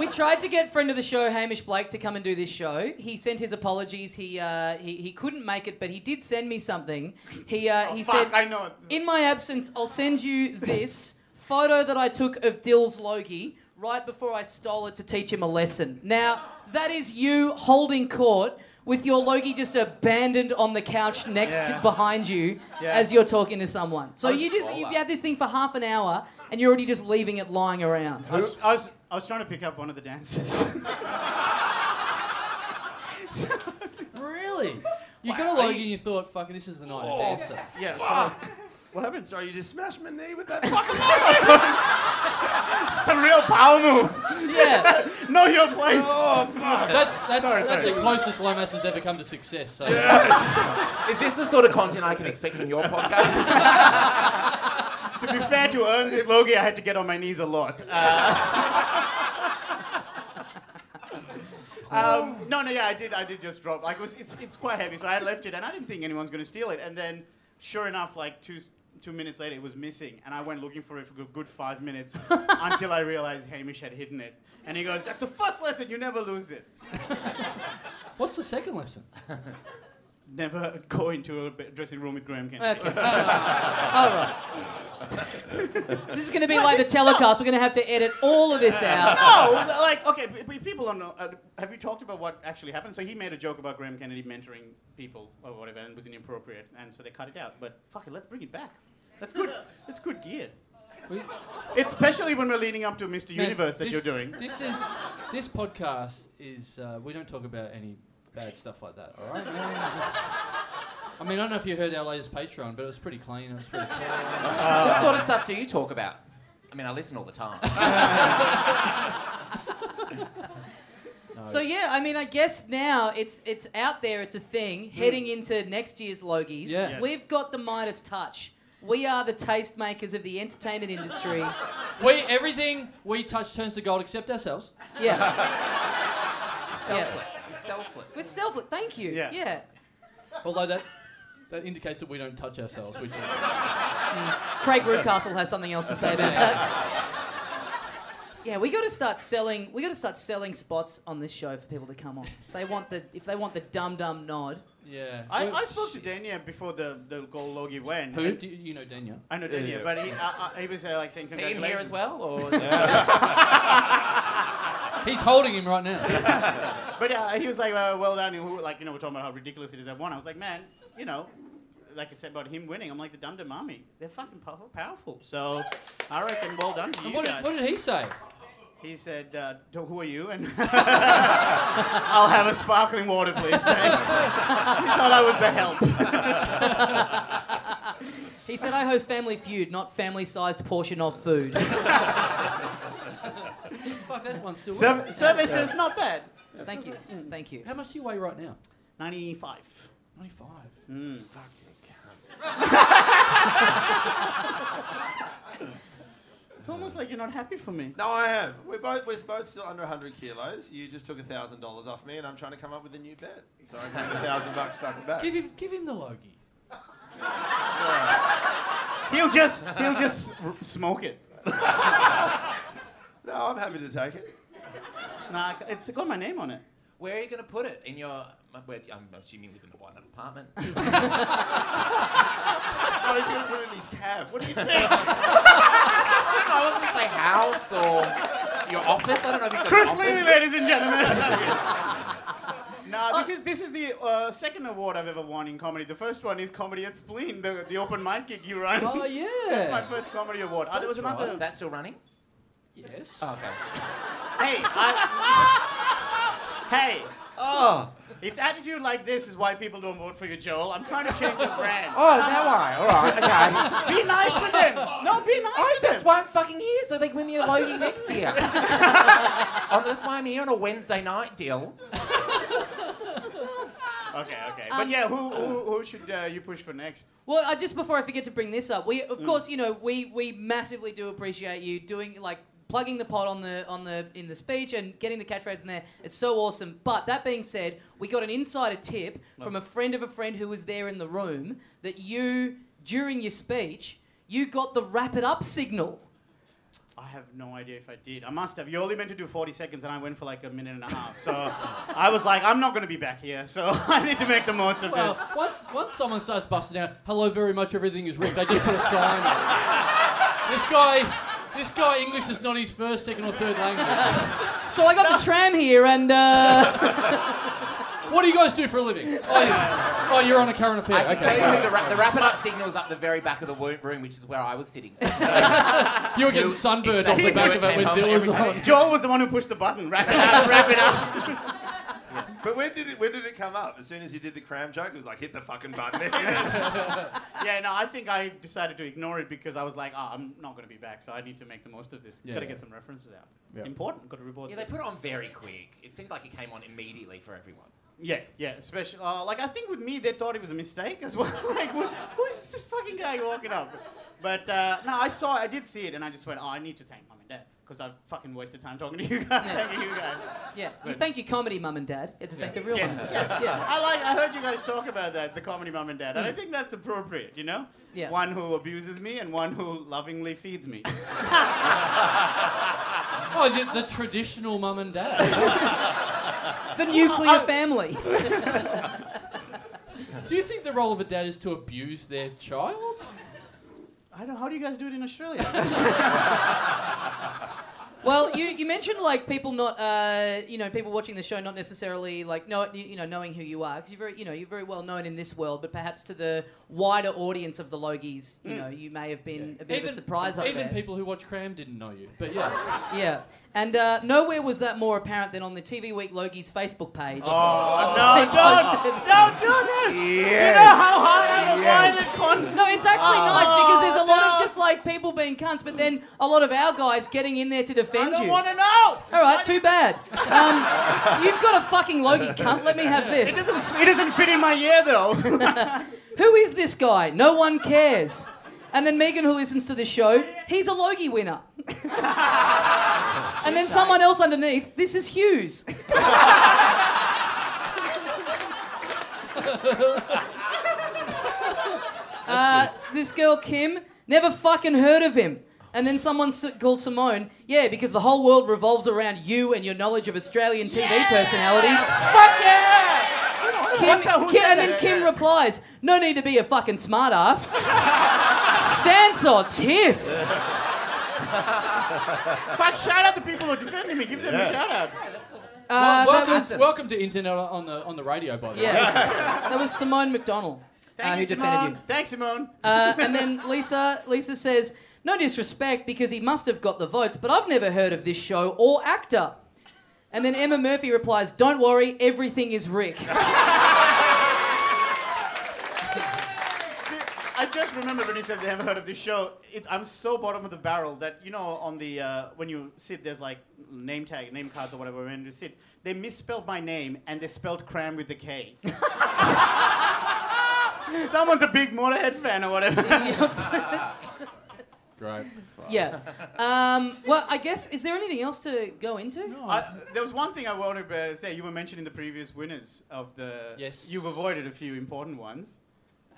C: We tried to get friend of the show Hamish Blake to come and do this show. He sent his apologies. He uh, he, he couldn't make it, but he did send me something. He uh, he
I: Oh, Fuck,
C: said,
I: I know. it.
C: "In my absence, I'll send you this photo that I took of Dill's Logie right before I stole it to teach him a lesson." Now that is you holding court with your Logie just abandoned on the couch next
I: Yeah.
C: to, behind you
I: Yeah.
C: as you're talking to someone. So you just
G: scroller.
C: you've had this thing for half an hour and you're already just leaving it lying around.
I: I was, I was I was trying to pick up one of the dances.
F: Really? You got a Logie and you thought, fucking, this is the night
I: Oh.
F: to dance it.
I: yeah. What happened?
H: Sorry, you just smashed my knee with that fucking.
I: It's a real power move.
C: Yeah.
I: Know your place.
H: Oh fuck!
F: That's, that's,
I: Sorry,
F: that's
I: sorry.
F: the closest Lomas has ever come to success. So.
G: Is this the sort of content I can expect from your podcast?
I: to be fair, to earn this logie, I had to get on my knees a lot. Uh, um, no, no, yeah, I did. I did just drop. Like, it was, it's it's quite heavy, so I left it, and I didn't think anyone's gonna steal it. And then, sure enough, like two s- two minutes later, it was missing, and I went looking for it for a good five minutes until I realized Hamish had hidden it. And he goes, "That's a first lesson. You never lose it.
F: What's the second lesson?
I: Never go into a be- dressing room with Graham Kennedy."
C: Okay. all right. this is going to be like the telecast. We're going to have to edit all of this out.
I: no, Oh, like okay, but- but people don't know. Uh, have you talked about what actually happened? So he made a joke about Graham Kennedy mentoring people or whatever, and it was inappropriate, and so they cut it out. But fuck it, let's bring it back. That's good. That's good gear.
F: We-
I: Especially when we're leading up to Mr.
F: Man,
I: Universe that
F: this-
I: you're doing.
F: This is this podcast is uh, we don't talk about any bad stuff like that. All right. No, no, no. I mean, I don't know if you heard our latest Patreon, but it was pretty clean. It was pretty cool.
G: what sort of stuff do you talk about? I mean, I listen all the time.
C: So yeah, I mean, I guess now it's it's out there. It's a thing. Heading into next year's Logies,
F: Yeah.
I: Yes.
C: we've got the Midas touch. We are the tastemakers of the entertainment industry.
F: We everything we touch turns to gold except ourselves.
C: Yeah,
G: selfless. You're selfless.
C: we're selfless. Thank you.
I: Yeah.
F: Although that that indicates that we don't touch ourselves. Which is,
C: Craig Rucastle has something else to say about that. Yeah, we got to start selling. We got to start selling spots on this show for people to come on. If they want the if they want the dum dum nod.
F: yeah.
I: I,
F: We-
I: I spoke to Dania before the, the gold logie went.
F: Oh, Who do you, you know, Daniel?
I: I know Dania,
H: yeah.
I: but he, I, I, he was uh, like saying
G: Are you in
I: congratulations.
G: here as well, or
F: He's holding him right now.
I: But yeah, he was like, uh, well done. And we were like, you know, we're talking about how ridiculous it is that one. I was like, man, you know, like I said about him winning, I'm like the dum dum army. They're fucking powerful. powerful. So I reckon well done to you
F: what,
I: guys.
F: did, what did he say?
I: He said, uh, "To- who are you? And I'll have a sparkling water, please. Thanks. he thought I was the help.
C: He said, I host Family Feud, not family sized portion of food.
F: Fuck that one still. works.
I: Serv- service is not bad.
C: Thank you. Thank you.
F: How much do you weigh right now?
I: 95.
F: Ninety-five.
I: It's almost like you're not happy for me.
H: No, I am. We're both we're both still under 100 kilos. You just took a thousand dollars off me, and I'm trying to come up with a new bet. So I can win a thousand bucks fucking back.
F: Give him, give him the Logie.
I: He'll just, he'll just r- smoke it.
H: No, I'm happy to take it.
I: Nah, it's got my name on it.
G: where are you going to put it in your? Where, I'm assuming you live in a one apartment.
H: Oh, he's gonna put it in his cab. What do you think?
G: I was going to say house or. your office. I don't know if he's got
I: Chris
G: an office.
I: Lee, ladies and gentlemen. Now this is this is the uh, second award I've ever won in comedy. The first one is comedy at Spleen, the, the open mic gig you run.
F: Oh yeah.
I: That's my first comedy award. Uh, there was
G: Oh,
I: another.
G: is that still running?
F: yes.
G: Oh, okay.
I: Hey, I, hey,
H: Oh,
I: it's attitude like this is why people don't vote for you, Joel. I'm trying to change the brand.
G: Oh, is that why? All right, okay.
I: Be nice to them. No, be nice
G: Oh,
I: to them.
G: that's why I'm fucking here, so they win me a Logie next year. oh, that's why I'm here on a Wednesday night deal.
I: Okay, okay. But yeah, who who, who should uh, you push for next?
C: Well, I, just before I forget to bring this up, we of course you know we we massively do appreciate you doing like plugging the pod on the on the in the speech and getting the catchphrase in there. It's so awesome. But that being said, we got an insider tip from a friend of a friend who was there in the room that you during your speech you got the wrap it up signal.
I: I have no idea if I did. I must have. You only meant to do 40 seconds, and I went for like a minute and a half. So I was like, I'm not going to be back here, so I need to make the most of this.
F: Well, once once someone starts busting out, hello very much, everything is ripped. They just put a sign. on it. This guy, this guy, English is not his first, second, or third language.
C: So I got the tram here and. Uh,
F: What do you guys do for a living? Oh, you, oh you're on a current affair.
G: I can
F: okay.
G: tell you who the, ra- the wrap it up signal is up the very back of the wo- room, which is where I was sitting. So
F: You were getting sunburned off the back of it when Bill was on.
I: Joel was the one who pushed the button. Wrap it up, wrap it up.
H: but when did it when did it come up? As soon as you did the cram joke, it was like hit the fucking button.
I: Yeah, no, I think I decided to ignore it because I was like, oh, I'm not going to be back, so I need to make the most of this.
F: Yeah,
I: Got to
F: yeah.
I: get some references out.
F: Yeah.
I: It's important. Got to report.
G: yeah, they put it on very quick. It seemed like it came on immediately for everyone.
I: Yeah, yeah, especially uh, like I think with me they thought it was a mistake as well. like, who, who is this fucking guy walking up? But uh, no, I saw, I did see it, and I just went, oh, I need to thank mum and dad because I've fucking wasted time talking to you guys. Thank you guys.
C: yeah, you thank your comedy mum and dad. You have to thank the real
I: Yes,
C: mum and
I: yes,
C: dad.
I: yeah.
C: Yeah.
I: I like. I heard you guys talk about that, the comedy mum and dad, and I think that's appropriate. You know,
C: Yeah.
I: one who abuses me and one who lovingly feeds me.
F: Oh, the, the traditional mum and dad.
C: The nuclear family.
F: Do you think the role of a dad is to abuse their child?
I: I don't. How do you guys do it in Australia?
C: Well, you, you mentioned like people not uh, you know people watching the show not necessarily like know you, you know knowing who you are because you're very you know you're very well known in this world, but perhaps to the wider audience of the Logies, you know you may have been a bit of a surprise up
F: even
C: there.
F: people who watch Cram didn't know you. But yeah,
C: yeah, and uh, nowhere was that more apparent than on the TV Week Logies Facebook page.
I: oh no! Don't, don't do this. You know how hard I have avoided conflict.
C: No, it's actually nice because there's a lot
I: no.
C: of just like people being cunts, but then a lot of our guys getting in there to
I: I
C: defend
I: don't
C: you.
I: want to know.
C: All right, too bad. Um, you've got a fucking Logie cunt. Let me have
I: It
C: this.
I: doesn't, it doesn't fit in my ear though.
C: Who is this guy? No one cares. And then Megan, who listens to the show, he's a Logie winner. and then someone else underneath, this is Hughes. uh, this girl, Kim, never fucking heard of him. And then someone s- called Simone, yeah, because the whole world revolves around you and your knowledge of Australian TV personalities.
I: Fuck yeah!
C: Kim,
I: What's that? Who
C: Kim-
I: said
C: and then
I: that?
C: Kim replies, "No need to be a fucking smartass." Sansa Tiff.
I: Fuck! Shout out the people who are defending me. Give them a shout out.
C: Uh, that
F: welcome,
C: was,
F: welcome to internet on the on the radio, by the way.
C: yeah, that was Simone McDonald
I: Thank
C: uh,
I: you,
C: who
I: Simone.
C: defended you.
I: Thanks, Simone.
C: Uh, and then Lisa, Lisa says, "No disrespect, because he must have got the votes, but I've never heard of this show or actor." And then Emma Murphy replies, "Don't worry, everything is Rick."
I: I just remembered when you said they haven't heard of this show. It, I'm so bottom of the barrel that you know on the uh, when you sit there's like name tag, name cards or whatever. When you sit, they misspelled my name and they spelled cram with the K. Someone's a big Motorhead fan or whatever.
F: Great.
C: yeah. Um, well, I guess is there anything else to go into?
I: I, there was one thing I wanted to say. You were mentioning the previous winners of the.
F: Yes.
I: You've avoided a few important ones.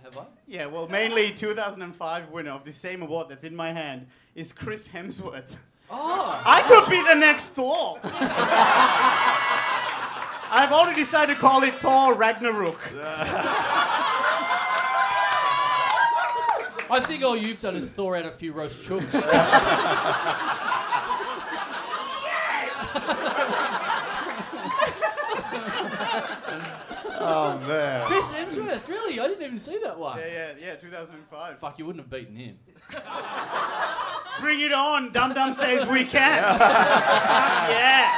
F: Have I?
I: Yeah, well, mainly 2005 winner of the same award that's in my hand is Chris Hemsworth.
F: Oh,
I: I could be the next Thor. I've already decided to call it Thor Ragnarok.
F: I think all you've done is thaw out a few roast chooks.
H: Oh man.
J: Chris Hemsworth, really? I didn't even see that one.
I: Yeah, yeah, yeah, 2005.
J: Fuck, you wouldn't have beaten him.
I: Bring it on. Dum Dum says we can. Fuck yeah.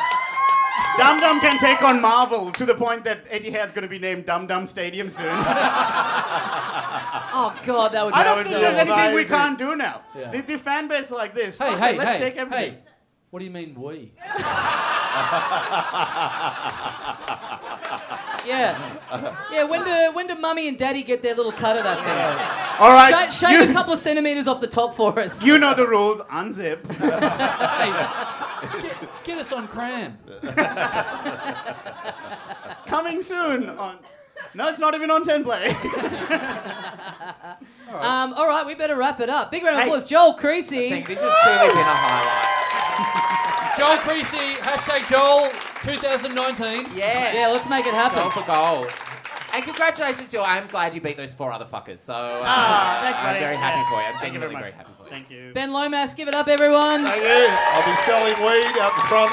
I: Dum Dum can take on Marvel to the point that Etihad's going to be named Dum Dum Stadium soon. I
K: Oh god, that would be
I: don't
K: so
I: think there's anything we
H: amazing.
I: can't do now.
J: Yeah.
I: The, the fan base like this.
J: Hey,
I: fuck
J: hey,
I: it, let's
J: hey,
I: take everything.
J: hey. What do you mean we?
K: Yeah. Yeah, when do when do mummy and daddy get their little cut of that thing?
I: All right.
K: Sh- shave a
I: you,
K: couple of centimeters off the top for us.
I: you know the rules. Unzip.
J: Hey, get, get us on cram.
I: Coming soon on. No, it's not even on 10 play.
K: Um, all right, we better wrap it up. Big round of
I: Hey.
K: applause, Joel Creasy.
G: Think this has truly been a highlight.
J: Joel Creasy, hashtag Joel 2019.
G: Yes.
K: Yeah, let's make it
G: Go
K: happen.
G: for gold. And congratulations, Jill. I'm glad you beat those four other fuckers. So uh,
I: thanks,
G: I'm
I: buddy.
G: very happy
I: Yeah.
G: for you. I'm
I: Thank you very
G: genuinely
I: much.
G: very happy for you.
I: Thank you.
K: Ben Lomas, give it up, everyone.
H: Thank you. I'll be selling weed out the front.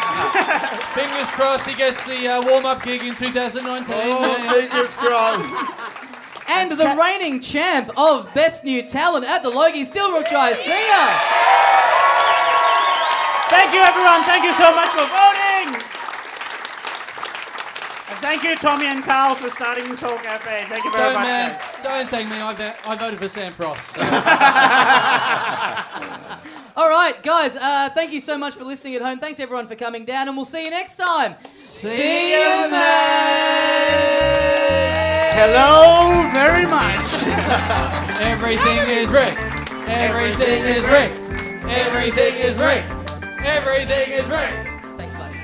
J: Fingers crossed he gets the uh, warm up gig in 2019.
H: Oh, fingers crossed.
K: And the reigning champ of Best New Talent at the Logie, Steel Rook Jai Sia.
I: Thank you, everyone. Thank you so much for voting. And thank you, Tommy and Carl, for starting this whole campaign. Thank you very
J: Don't,
I: much.
J: man,
I: guys.
J: don't thank me. I, va- I voted for Sam Frost. so-
K: All right, guys, uh, thank you so much for listening at home. Thanks, everyone, for coming down, and we'll see you next time. See you, mate.
I: Hello very much.
J: Everything is Rick. Everything is Rick. Everything is Rick. Everything is Rick.
K: Thanks, buddy.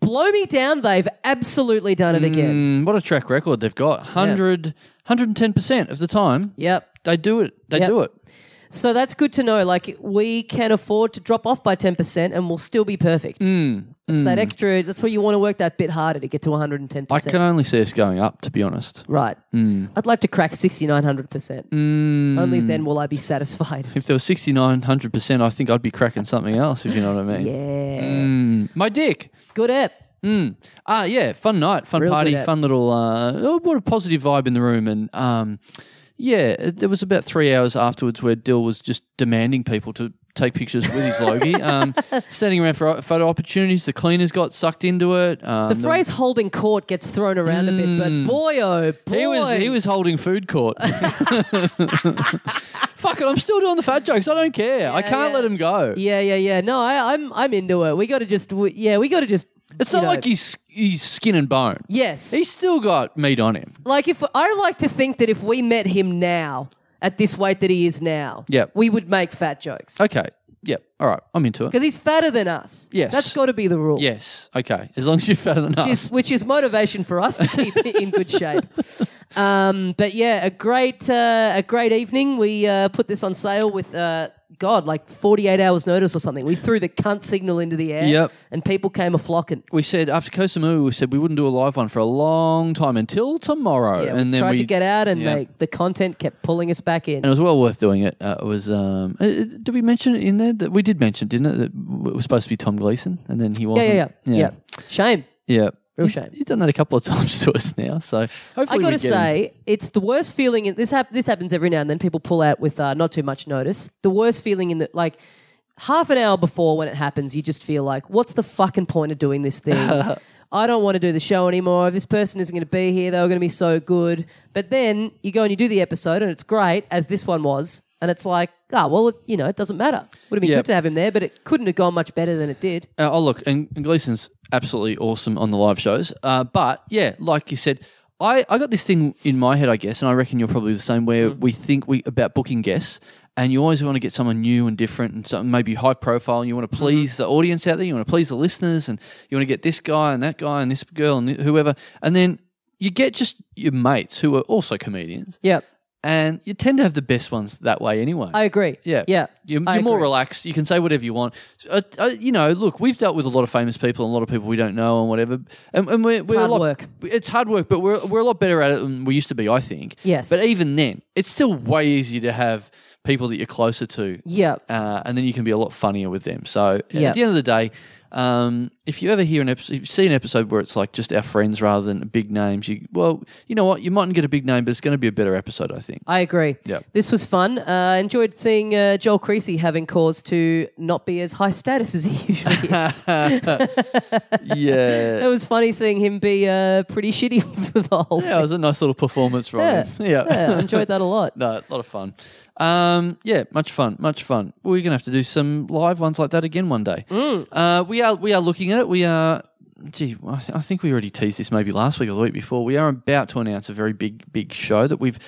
C: Blow Me Down, they've absolutely done it again.
F: Mm, what a track record they've got. 100, 110% of the time,
C: Yep.
F: they do it. They
C: Yep.
F: do it.
C: So that's good to know. Like we can afford to drop off by ten percent, and we'll still be perfect.
F: Mm,
C: It's that extra. That's why you want to work that bit harder to get to one hundred and ten
F: I
C: percent.
F: can Mm. only see us going up, to be honest.
C: Right. I'd like to crack sixty nine hundred percent.
F: Mm.
C: Only then will I be satisfied.
F: If there was 6,900%, I think I'd be cracking something else, if you know what I mean.
C: Yeah.
F: Mm, my dick.
C: Good app.
F: Ah, yeah, fun night, fun
C: Real good
F: party,
C: app.
F: fun little. Uh, oh, what a positive vibe in the room, and um, yeah, it, there was about three hours afterwards where Dill was just demanding people to take pictures with his Logie, um, standing around for photo opportunities. The cleaners got sucked into it. Um,
C: The phrase "holding court" gets thrown around a bit, but boy, oh boy,
F: Mm. He was he was holding food court. Fuck it, I'm still doing the fat jokes. I don't care. I can't
C: yeah.
F: let him go.
C: Yeah, yeah, yeah. No, I, I'm I'm into it. We got to just, we, yeah, we got to just.
F: It's
C: you
F: not
C: know.
F: like he's he's skin and bone.
C: Yes,
F: He's still got meat on him.
C: Like if I like to think that if we met him now at this weight that he is now,
F: Yep.
C: we would make fat jokes because
F: Okay. Yep. All right. I'm into it.
C: he's fatter than us.
F: Yes.
C: that's got to be the rule.
F: Yes. Okay. As long as you're fatter than
C: Which
F: us.
C: is, which is motivation for us to keep it in good shape. Um, but yeah, a great uh, a great evening. We uh, put this on sale with uh, God, like forty eight hours notice or something. We threw the cunt signal into the air,
F: Yep.
C: and people came a flocking.
F: We said after Kosamui, we said we wouldn't do a live one for a long time until tomorrow,
C: Yeah,
F: and
C: we
F: then
C: tried
F: we
C: to get out, and
F: yeah.
C: they, the content kept pulling us back in.
F: And it was well worth doing it. Uh, it was. Um, uh, uh, did we mention it in there? That we did mention, it, didn't it? That w- it was supposed to be Tom Gleason, and then he
C: Yeah,
F: wasn't.
C: yeah, yeah, yeah, Shame.
F: yeah.
C: Real
F: He's-
C: shame.
F: He's done that a couple of times to us now, so
C: I
F: hopefully
C: got
F: we
C: to
F: get him.
C: say, it's the worst feeling. In, this hap- this happens every now and then. People pull out with uh, not too much notice. The worst feeling in that, like half an hour before when it happens, you just feel like, what's the fucking point of doing this thing? I don't want to do the show anymore. This person isn't going to be here. They were going to be so good. But then you go and you do the episode, and it's great, as this one was. And it's like, ah, well, it, you know, it doesn't matter. Would have been
F: Yep.
C: good to have him there, but it couldn't have gone much better than it did.
F: Uh, oh look, and, and Gleason's absolutely awesome on the live shows. Uh, but yeah, like you said, I, I got this thing in my head, I guess, and I reckon you're probably the same. Where we think we about booking guests, and you always want to get someone new and different, and something maybe high profile. And you want to please the audience out there, you want to please the listeners, and you want to get this guy and that guy and this girl and whoever. And then you get just your mates who are also comedians,
C: Yep,
F: and you tend to have the best ones that way anyway.
C: I agree.
F: Yeah,
C: yeah,
F: You're,
C: I
F: you're more
C: agree.
F: relaxed. You can say whatever you want. Uh, uh, you know, look, we've dealt with a lot of famous people and a lot of people we don't know and whatever. And, and we're, we're
C: hard
F: a lot,
C: work.
F: It's hard work, but we're we're a lot better at it than we used to be. I think.
C: Yes.
F: But even then, it's still way easier to have people that you're closer to.
C: Yeah.
F: Uh, and then you can be a lot funnier with them. So
C: Yeah.
F: at the end of the day, um, if you ever hear an episode, if you see an episode where it's like just our friends rather than big names, you well, you know what, you mightn't get a big name, but it's going to be a better episode, I think.
C: I agree.
F: Yeah.
C: This was fun. Uh, enjoyed seeing uh, Joel Creasy having cause to not be as high status as he usually is.
F: yeah,
C: It was funny seeing him be uh, pretty shitty for the whole
F: Yeah, it was a nice little performance from him. Yeah.
C: thing. Yeah, I enjoyed that a lot.
F: no, a lot of fun. Um, yeah, much fun, much fun. We're gonna have to do some live ones like that again one day. Uh, we are we are looking at it. We are. Gee, I, th- I think we already teased this maybe last week or the week before. We are about to announce a very big big show that we've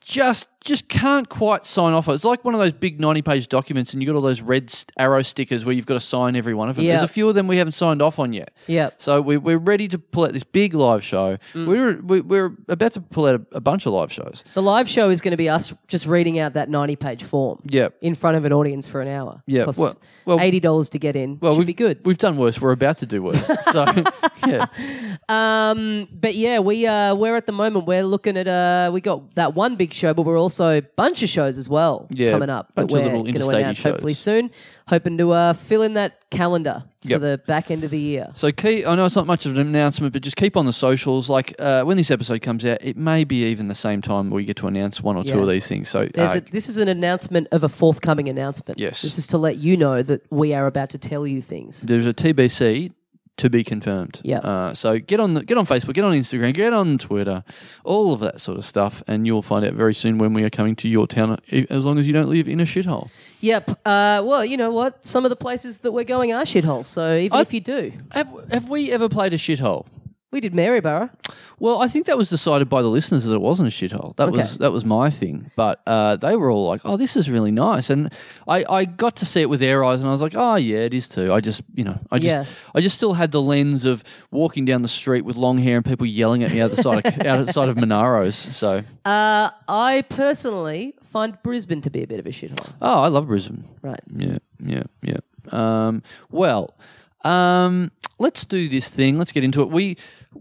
F: just just can't quite sign off. on. It's like one of those big ninety page documents, and you have got all those red st- arrow stickers where you've got to sign every one of them.
C: Yeah.
F: There's a few of them we haven't signed off on yet.
C: Yep.
F: So we, we're ready to pull out this big live show. We're we, we're about to pull out a, a bunch of live shows.
C: The live show is going to be us just reading out that 90 page form
F: Yep.
C: in front of an audience for an hour.
F: Yeah,
C: Cost
F: well- well-
C: $80 to get in.
F: Well,
C: Should
F: we've,
C: be good.
F: We've done worse. We're about to do worse. So, yeah.
C: But yeah, we uh, we're at the moment we're looking at uh, we got that one big show, but we're also a bunch of shows as well
F: Yeah,
C: coming up that
F: bunch of
C: we're
F: little
C: going to
F: interstate
C: announce
F: shows.
C: hopefully soon. Hoping to uh, fill in that calendar for
F: Yep.
C: the back end of the year.
F: So, keep, I know it's not much of an announcement, but just keep on the socials. Like uh, when this episode comes out, it may be even the same time we get to announce one or two
C: Yeah.
F: of these things. So,
C: There's
F: uh,
C: a, this is an announcement of a forthcoming announcement.
F: Yes.
C: this is to let you know that we are about to tell you things.
F: there's a TBC to be confirmed.
C: Yeah.
F: Uh, so get on the, get on Facebook, get on Instagram, get on Twitter, all of that sort of stuff, and you'll find out very soon when we are coming to your town. e- As long as you don't live in a shithole.
C: Yep. Uh, well, you know what? Some of the places that we're going are shitholes. So even
F: I-
C: if you do,
F: Have, have we ever played a shithole?
C: we did Maryborough.
F: Well, I think that was decided by the listeners that it wasn't a shithole. That was
C: Okay.
F: that was my thing. But uh, they were all like, "Oh, this is really nice," and I, I got to see it with their eyes, and I was like, "Oh, yeah, it is too." I just you know I just
C: Yeah.
F: I just still had the lens of walking down the street with long hair and people yelling at me out the side of, out the side of Monaros. So
C: Uh, I personally find Brisbane to be a bit of a shithole.
F: oh, I love Brisbane.
C: Right.
F: Yeah, yeah, yeah. Um, well, um, let's do this thing. Let's get into it. We,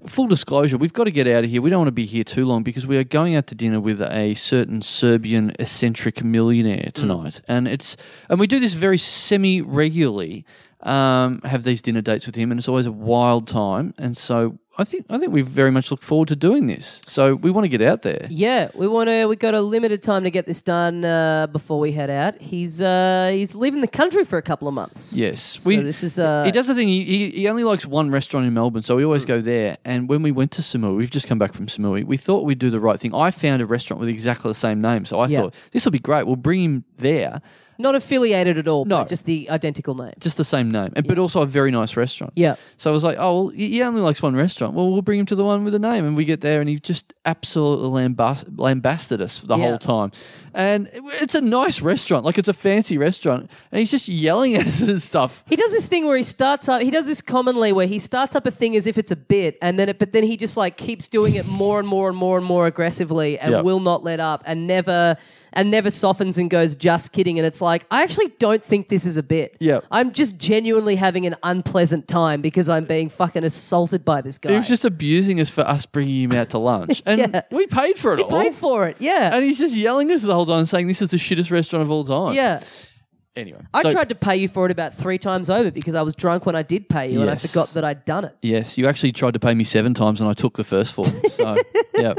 F: full disclosure, we've got to get out of here. We don't want to be here too long because we are going out to dinner with a certain Serbian eccentric
C: Mm.
F: millionaire tonight, and it's and we do this very semi regularly. Um, have these dinner dates with him, and it's always a wild time. And so I think I think we very much look forward to doing this. So we want to get out there.
C: Yeah, we want to. We got a limited time to get this done uh, before we head out. He's uh, he's leaving the country for a couple of months.
F: Yes,
C: So this is, uh, Mm.
F: he does the thing. He, he, he only likes one restaurant in Melbourne, so we always go there. And when we went to Samui, we've just come back from Samui. We thought we'd do the right thing. I found a restaurant with exactly the same name, so I
C: Yeah.
F: thought this will be great. We'll bring him there,
C: not affiliated at all.
F: No.
C: but just the identical name.
F: just the same name, and, but also a very nice restaurant.
C: Yeah.
F: So I was like, oh, well, he he only likes one restaurant. Well, we'll bring him to the one with the name, and we get there, and he just absolutely lambast- lambasted us the
C: Yeah.
F: whole time. And it- it's a nice restaurant, like it's a fancy restaurant, and he's just yelling at us and stuff.
C: He does this thing where he starts up. He does this commonly where he starts up a thing as if it's a bit, and then it, but then he just like keeps doing it more and more and more and more aggressively, and
F: Yeah.
C: will not let up, and never and never softens and goes just kidding. And it's like I actually don't think this is a bit.
F: Yeah.
C: I'm just genuinely having an unpleasant time because I'm being fucking assaulted by this guy.
F: He was just abusing us for us bringing him out to lunch, and
C: Yeah.
F: we paid for it
C: he
F: all.
C: paid for it. Yeah.
F: and he's just yelling at us the whole time, saying this is the shittest restaurant of all time.
C: yeah.
F: Anyway,
C: I
F: so-
C: tried to pay you for it about three times over because I was drunk when I did pay you, and I
F: Yes.
C: forgot that I'd done it.
F: Yes, you actually tried to pay me seven times, and I took the first four. So, yeah.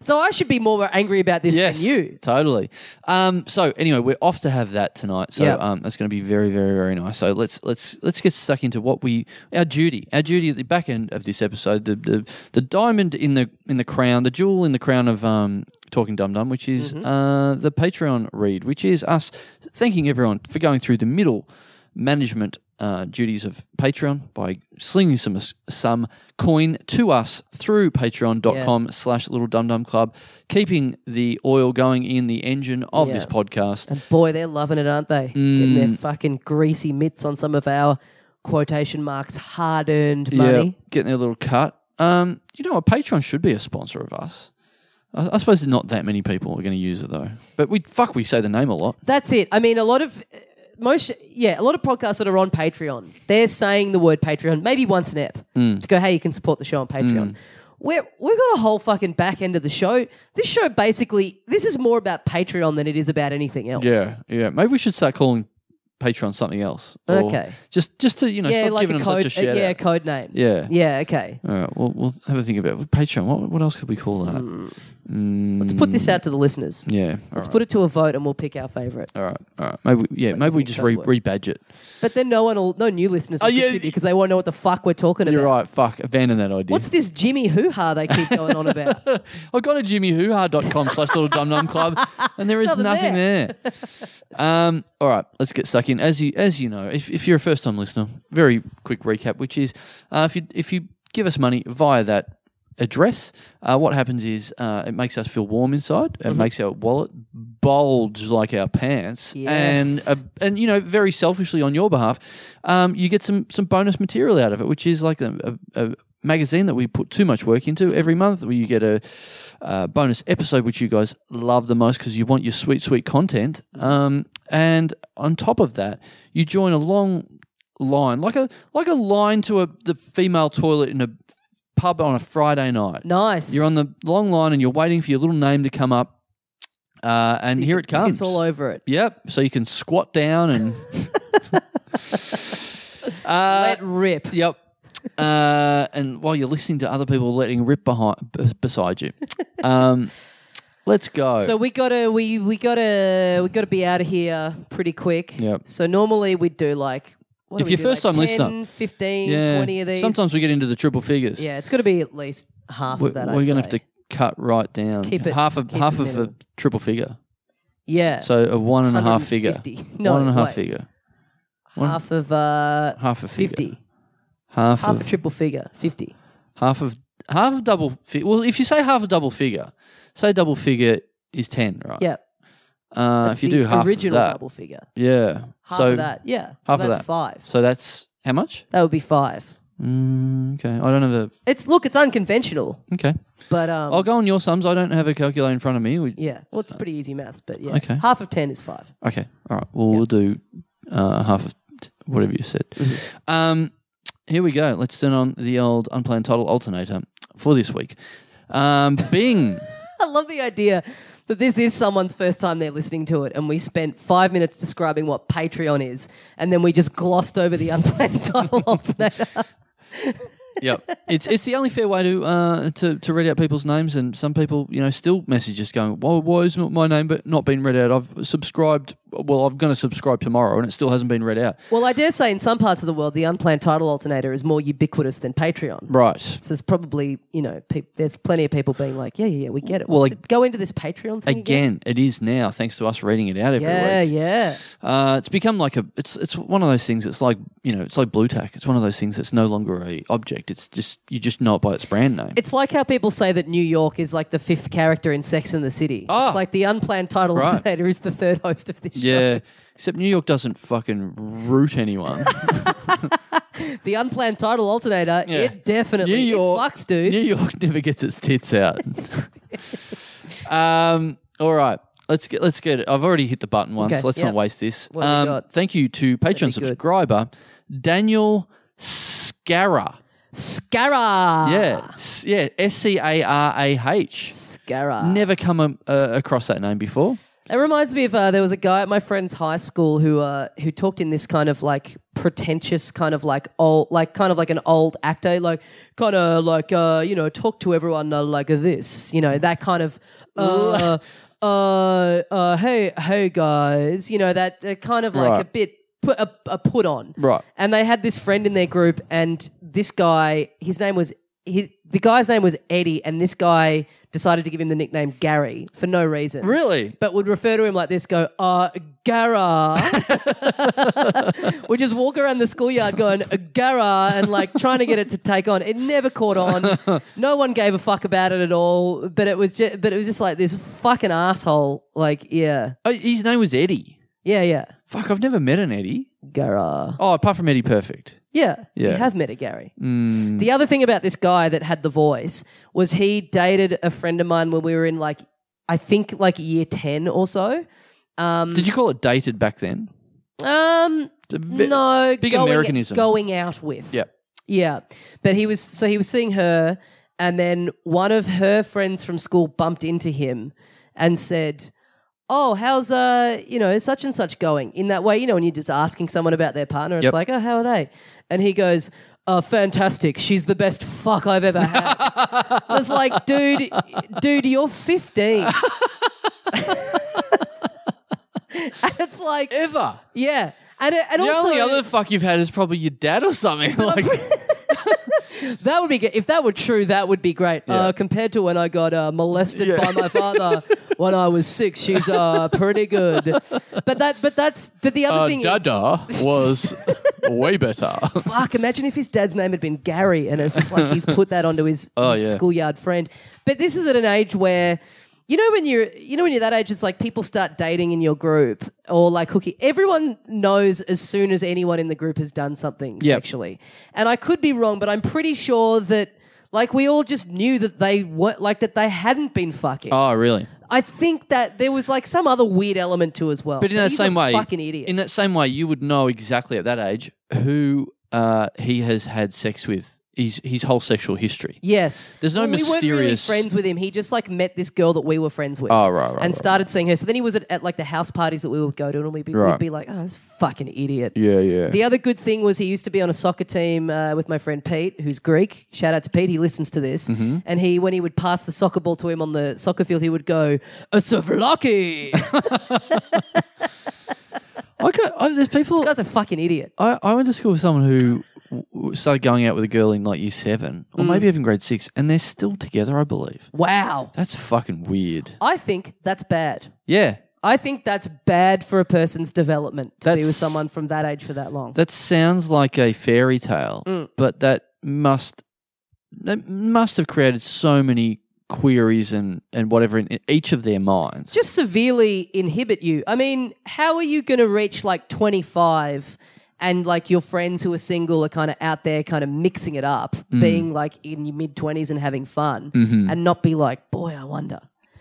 C: So I should be more angry about this
F: Yes,
C: than you.
F: totally. Um, so anyway, we're off to have that tonight. So
C: Yeah.
F: um, that's going to be very, very, very nice. So let's let's let's get stuck into what we our duty, our duty at the back end of this episode, the the, the diamond in the in the crown, the jewel in the crown of um, talking dum dum, which is
C: Mm-hmm.
F: uh, the Patreon read, which is us thanking everyone for going through the middle management uh, duties of Patreon by slinging some some coin to us through patreon.com slash little dum dum club, keeping the oil going in the engine of this
C: Yeah.
F: podcast.
C: And boy, they're loving it, aren't they? Getting their
F: Mm.
C: fucking greasy mitts on some of our quotation marks hard earned money.
F: getting their little cut. Um, you know what? Patreon should be a sponsor of us. I, I suppose not that many people are going to use it though. But we fuck, we say the name a lot.
C: That's it. I mean, a lot of uh, most yeah, a lot of podcasts that are on
F: Mm.
C: Patreon, they're saying the word Patreon maybe once an ep to go, hey, you can support the show on Patreon. We're, we've got a whole fucking back end of the show. This show basically, this is more about Patreon than it is about anything else.
F: Yeah, yeah. Maybe we should start calling Patreon something else. or
C: Okay.
F: Just just to you know
C: Yeah,
F: stop
C: like
F: giving
C: a
F: them
C: code, uh,
F: such a shit.
C: yeah, code name.
F: Yeah.
C: Yeah, okay.
F: All right. Well, we'll have a think about it. Patreon. What, what else could we call that?
C: Let's put this out to the listeners.
F: Yeah. Mm. All
C: Mm. Let's
F: right.
C: put it to a vote and we'll pick our favorite.
F: All right. All right. Maybe yeah. Maybe we just re-
C: that work.
F: rebadge it.
C: But then no one will, no new listeners will
F: Oh, yeah.
C: contribute because they won't know what the fuck we're talking
F: You're
C: about.
F: right. Fuck. Abandon that idea.
C: What's this Jimmy hoo ha they keep going on about?
F: I've gone to jimmyhooha.com slash little dum dum club and there is
C: Nothing
F: nothing, there. um, all right, let's get stuck in. As you as you know, if, if you're a first time listener, very quick recap, which is uh, if you if you give us money via that address, uh, what happens is uh, it makes us feel warm inside. It makes our wallet bulge like our pants,
C: Yes.
F: and a and you know, very selfishly on your behalf, um, you get some some bonus material out of it, which is like a, a, a magazine that we put too much work into every month. Where you get a uh, bonus episode, which you guys love the most because you want your sweet sweet content.
C: Mm-hmm.
F: Um, and on top of that, you join a long line, like a like a line to a the female toilet in a pub on a Friday night.
C: Nice.
F: You're on the long line and you're waiting for your little name to come up. Uh, and here it comes.
C: It's all over it.
F: Yep. So you can squat down and. uh,
C: Let rip.
F: yep. Uh, and while you're listening to other people letting rip behind b- beside you, um, let's go.
C: So we gotta we we gotta we gotta be out of here pretty quick.
F: Yep.
C: So normally we do like what do
F: If
C: we
F: you're
C: do,
F: first-time
C: like
F: listener-
C: 10, 15,
F: Yeah.
C: 20 of these.
F: Sometimes we get into the triple figures.
C: yeah, it's gotta be at least half
F: we're,
C: of that.
F: we're
C: I'd
F: gonna have
C: say.
F: to cut right down.
C: Keep it-
F: half of
C: keep it
F: half of a
C: minimum.
F: triple figure.
C: yeah.
F: So a one and a half figure.
C: 150. No,
F: one and a half
C: wait.
F: figure. one-
C: half of uh
F: Half a figure.
C: fifty.
F: Half,
C: Half
F: of
C: a triple figure. Fifty.
F: half of half of double. Fi- well, if you say half a double figure, say double figure is ten, right?
C: Yeah.
F: Uh,
C: that's
F: if you
C: the
F: do half
C: original
F: of that,
C: double figure.
F: yeah.
C: Half
F: so
C: of that. Yeah. So
F: half of
C: that's
F: that.
C: five.
F: so that's how much?
C: That would be five.
F: Mm, okay, I don't have a.
C: It's look, it's unconventional.
F: Okay,
C: But um
F: I'll go on your sums. I don't have a calculator in front of me. We,
C: yeah. Well it's pretty easy maths, but yeah.
F: Okay.
C: Half of ten is five.
F: Okay, all right. Well, we'll do uh, half of t- whatever you said.
C: Mm-hmm.
F: Um, here we go. Let's turn on the old unplanned title alternator for this week. Um, Bing.
C: I love the idea that this is someone's first time they're listening to it, and we spent five minutes describing what Patreon is, and then we just glossed over the unplanned title alternator.
F: yep. It's it's the only fair way to uh to, to read out people's names and some people, you know, still message us going, Why why is not my name but not been read out? I've subscribed well, I'm gonna subscribe tomorrow and it still hasn't been read out.
C: Well, I dare say in some parts of the world, the unplanned title alternator is more ubiquitous than Patreon.
F: Right.
C: So there's probably, you know, peop there's plenty of people being like, yeah, yeah, yeah, we get it.
F: Well,
C: Well,
F: ag-
C: go into this Patreon thing again.
F: Again, it is now, thanks to us reading it out every
C: Yeah,
F: week.
C: yeah.
F: Uh, it's become like a it's it's one of those things it's like you know, it's like blue tack. It's one of those things that's no longer a object. It's just you just know it by its brand name.
C: It's like how people say that New York is like the fifth character in Sex and the City.
F: Ah.
C: it's like the unplanned title
F: Right.
C: alternator is the third host of this show.
F: yeah. Except New York doesn't fucking root anyone.
C: The unplanned title alternator,
F: Yeah.
C: it definitely
F: New York,
C: it fucks, dude.
F: New York never gets its tits out. um, all right. Let's get let's get it. I've already hit the button once.
C: Okay,
F: Let's
C: yep.
F: not waste this. Um,
C: What have we got?
F: thank you to Patreon
C: good.
F: subscriber Daniel Scara.
C: Scarra.
F: Yeah, S- yeah, S C A R A H.
C: Scarra.
F: Never come um, uh, across that name before.
C: It reminds me of uh, there was a guy at my friend's high school who uh, who talked in this kind of like pretentious kind of like old like kind of like an old actor like kind of like uh, you know talk to everyone uh, like this you know that kind of uh, uh, uh, hey hey guys you know that uh, kind of like
F: Right.
C: a bit put a, a put on
F: Right.
C: and they had this friend in their group and this guy his name was his, the guy's name was Eddie and this guy decided to give him the nickname Gary for no reason
F: Really?
C: but would refer to him like this, go, uh, Gara. would just walk around the schoolyard going, Gara, and like trying to get it to take on. It never caught on. No one gave a fuck about it at all. But it was just, but it was just like this fucking asshole. Like, yeah,
F: Oh, his name was Eddie.
C: yeah, yeah.
F: Fuck, I've never met an Eddie.
C: Gara.
F: Oh, apart from Eddie Perfect. Hmm.
C: Yeah. So
F: Yeah.
C: you have met a Gary. The other thing about this guy that had the voice was he dated a friend of mine when we were in like, I think like year 10 or so.
F: Did you call it dated back then?
C: Um,
F: It's a bit-
C: no,
F: big
C: going,
F: Americanism.
C: Going out with.
F: Yep.
C: Yeah. But he was so he was seeing her And then one of her friends from school bumped into him and said, Oh, how's uh, you know, such and such going? In that way, you know, when you're just asking someone about their partner, it's
F: Yep.
C: like, Oh, how are they? And he goes, Oh, fantastic. She's the best fuck I've ever had. I was like, dude, dude, you're 15. it's like,
F: Ever.
C: yeah. And, it- and
F: The
C: also,
F: only other fuck you've had is probably your dad or something. like,
C: That would be good. If that were true, that would be great. Uh, compared to when I got uh, molested by my father when I was six, she's uh, pretty good. But that, but that's, but the other
F: uh,
C: thing
F: Dada was way better.
C: is, fuck. Imagine if his dad's name had been Gary, and it's just like he's put that onto his,
F: Oh,
C: his
F: yeah.
C: schoolyard friend. But this is at an age where. You know when you're, you know when you're that age, it's like people start dating in your group or like hooking. Everyone knows as soon as anyone in the group has done something
F: Yep.
C: sexually, and I could be wrong, but I'm pretty sure that like we all just knew that they were like that they hadn't been fucking.
F: oh, really?
C: I think that there was like some other weird element to as well.
F: But in that
C: he's
F: same
C: a
F: way,
C: fucking idiot.
F: In that same way, you would know exactly at that age who uh, he has had sex with. His his whole sexual history.
C: yes,
F: There's no
C: Well, We weren't really
F: mysterious-
C: friends with him. He just like met this girl that we were friends with.
F: Oh, right, right,
C: And
F: right,
C: started seeing her. So then he was at, at like the house parties that we would go to, and we'd be, we'd
F: Right.
C: be like, "Oh, this fucking idiot."
F: Yeah, yeah.
C: The other good thing was he used to be on a soccer team uh, with my friend Pete, who's Greek. Shout out to Pete. He listens to this.
F: Mm-hmm.
C: And he, when he would pass the soccer ball to him on the soccer field, he would go, "A Savlaki." this
F: I got, I, there's people.
C: guy's a fucking idiot.
F: I, I went to school with someone who w- w- started going out with a girl in like year seven or maybe even grade six, and they're still together, I believe.
C: Wow.
F: That's fucking weird.
C: I think that's bad.
F: Yeah,
C: I think that's bad for a person's development to be
F: That's-
C: with someone from that age for that long.
F: that sounds like a fairy tale, but that must that must have created so many queries and and whatever in, in each of their minds.
C: Just severely inhibit you. I mean, how are you going to reach like 25 and like your friends who are single are kind of out there kind of mixing it up,
F: Mm.
C: being like in your mid 20s and having fun
F: Mm-hmm.
C: and not be like, boy, I wonder.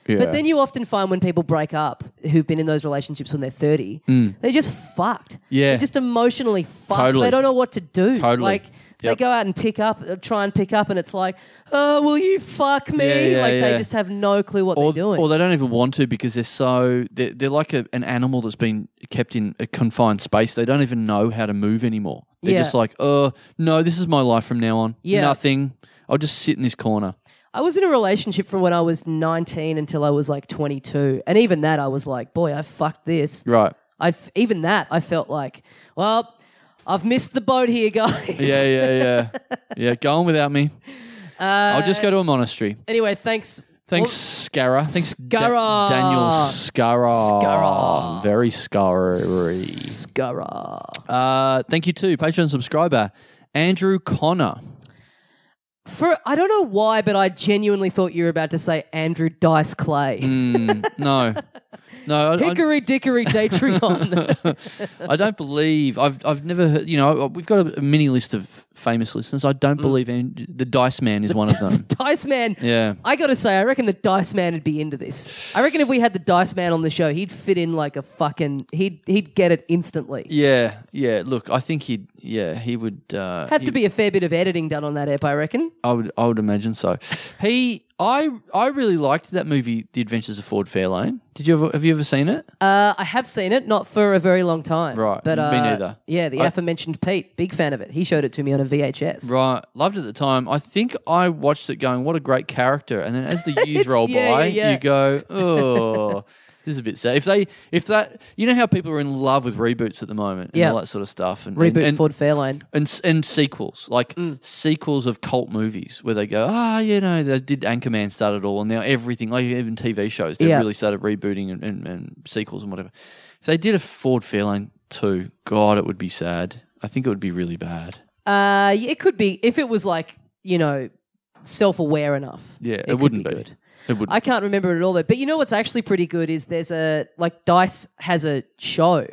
C: But then you often find when people break up who've been in those relationships when they're 30, they're just fucked.
F: Mm. Yeah.
C: They're just emotionally fucked.
F: Totally.
C: They don't know what to do.
F: Totally.
C: Like, they
F: Yep.
C: go out and pick up, uh, try and pick up, and it's like, oh, will you fuck me?
F: Yeah, yeah,
C: like, they
F: yeah.
C: just have no clue what
F: or,
C: they're doing.
F: or they don't even want to because they're so they're, they're like a, an animal that's been kept in a confined space. They don't even know how to move anymore. They're
C: Yeah.
F: just like, oh no, this is my life from now on.
C: Yeah.
F: nothing. I'll just sit in this corner.
C: I was in a relationship from when I was 19 until I was like 22. And even that, I was like, boy, I fucked this.
F: Right.
C: I f- even that, I felt like, well, I've missed the boat here, guys.
F: Yeah, yeah, yeah, yeah. Go on without me. I'll just
C: Uh,
F: go to a monastery.
C: Anyway, thanks.
F: Thanks, Scara. Thanks, Da-
C: Scarra.
F: Daniel Scara.
C: Scarra.
F: Very scarry.
C: Scarra.
F: Uh, thank you too, Patreon subscriber Andrew Connor.
C: For I don't know why, but I genuinely thought you were about to say Andrew Dice Clay.
F: No, no, Mm, I, I-
C: Hickory dickory Datrion.
F: I don't believe I've I've never heard. You know, we've got a mini list of famous listeners. I don't believe and the Dice Man is one of them.
C: Dice Man.
F: Yeah.
C: I gotta say, I reckon the Dice Man would be into this. I reckon if we had the Dice Man on the show, he'd fit in like a fucking he'd he'd get it instantly.
F: Yeah, yeah. Look, I think he'd. Yeah, he would. Uh,
C: Have
F: he-
C: to be a fair bit of editing done on that ep, I reckon.
F: I would. I would imagine so. He. I. I really liked that movie, The Adventures of Ford Fairlane. Did you ever? Have you ever seen it?
C: Uh, I have seen it, not for a very long time.
F: Right.
C: But
F: Me
C: uh,
F: neither.
C: Yeah, the
F: I-
C: aforementioned Pete, big fan of it. He showed it to me on a VHS.
F: Right, loved it at the time. I think I watched it going, "What a great character!" And then as the years roll
C: yeah,
F: by,
C: yeah, yeah.
F: you go, "Oh, this is a bit sad." If they, if that, you know how people are in love with reboots at the moment and
C: Yeah.
F: all that sort of stuff, and
C: Reboot
F: and, and,
C: Ford Mm. Fairlane.
F: and s- and sequels, like sequels of cult movies, where they go, "Ah, you know, they did Anchorman start it all, and now everything, like even TV shows, they
C: Yeah.
F: really started rebooting and, and, and sequels and whatever." If they did a Ford Fairlane two, God, it would be sad. I think it would be really bad.
C: Uh, yeah, it could be if it was like you know self-aware enough.
F: Yeah, it,
C: could
F: wouldn't
C: be
F: be.
C: good.
F: It wouldn't.
C: I can't remember it at all though. But you know what's actually pretty good is there's a like Dice has a show like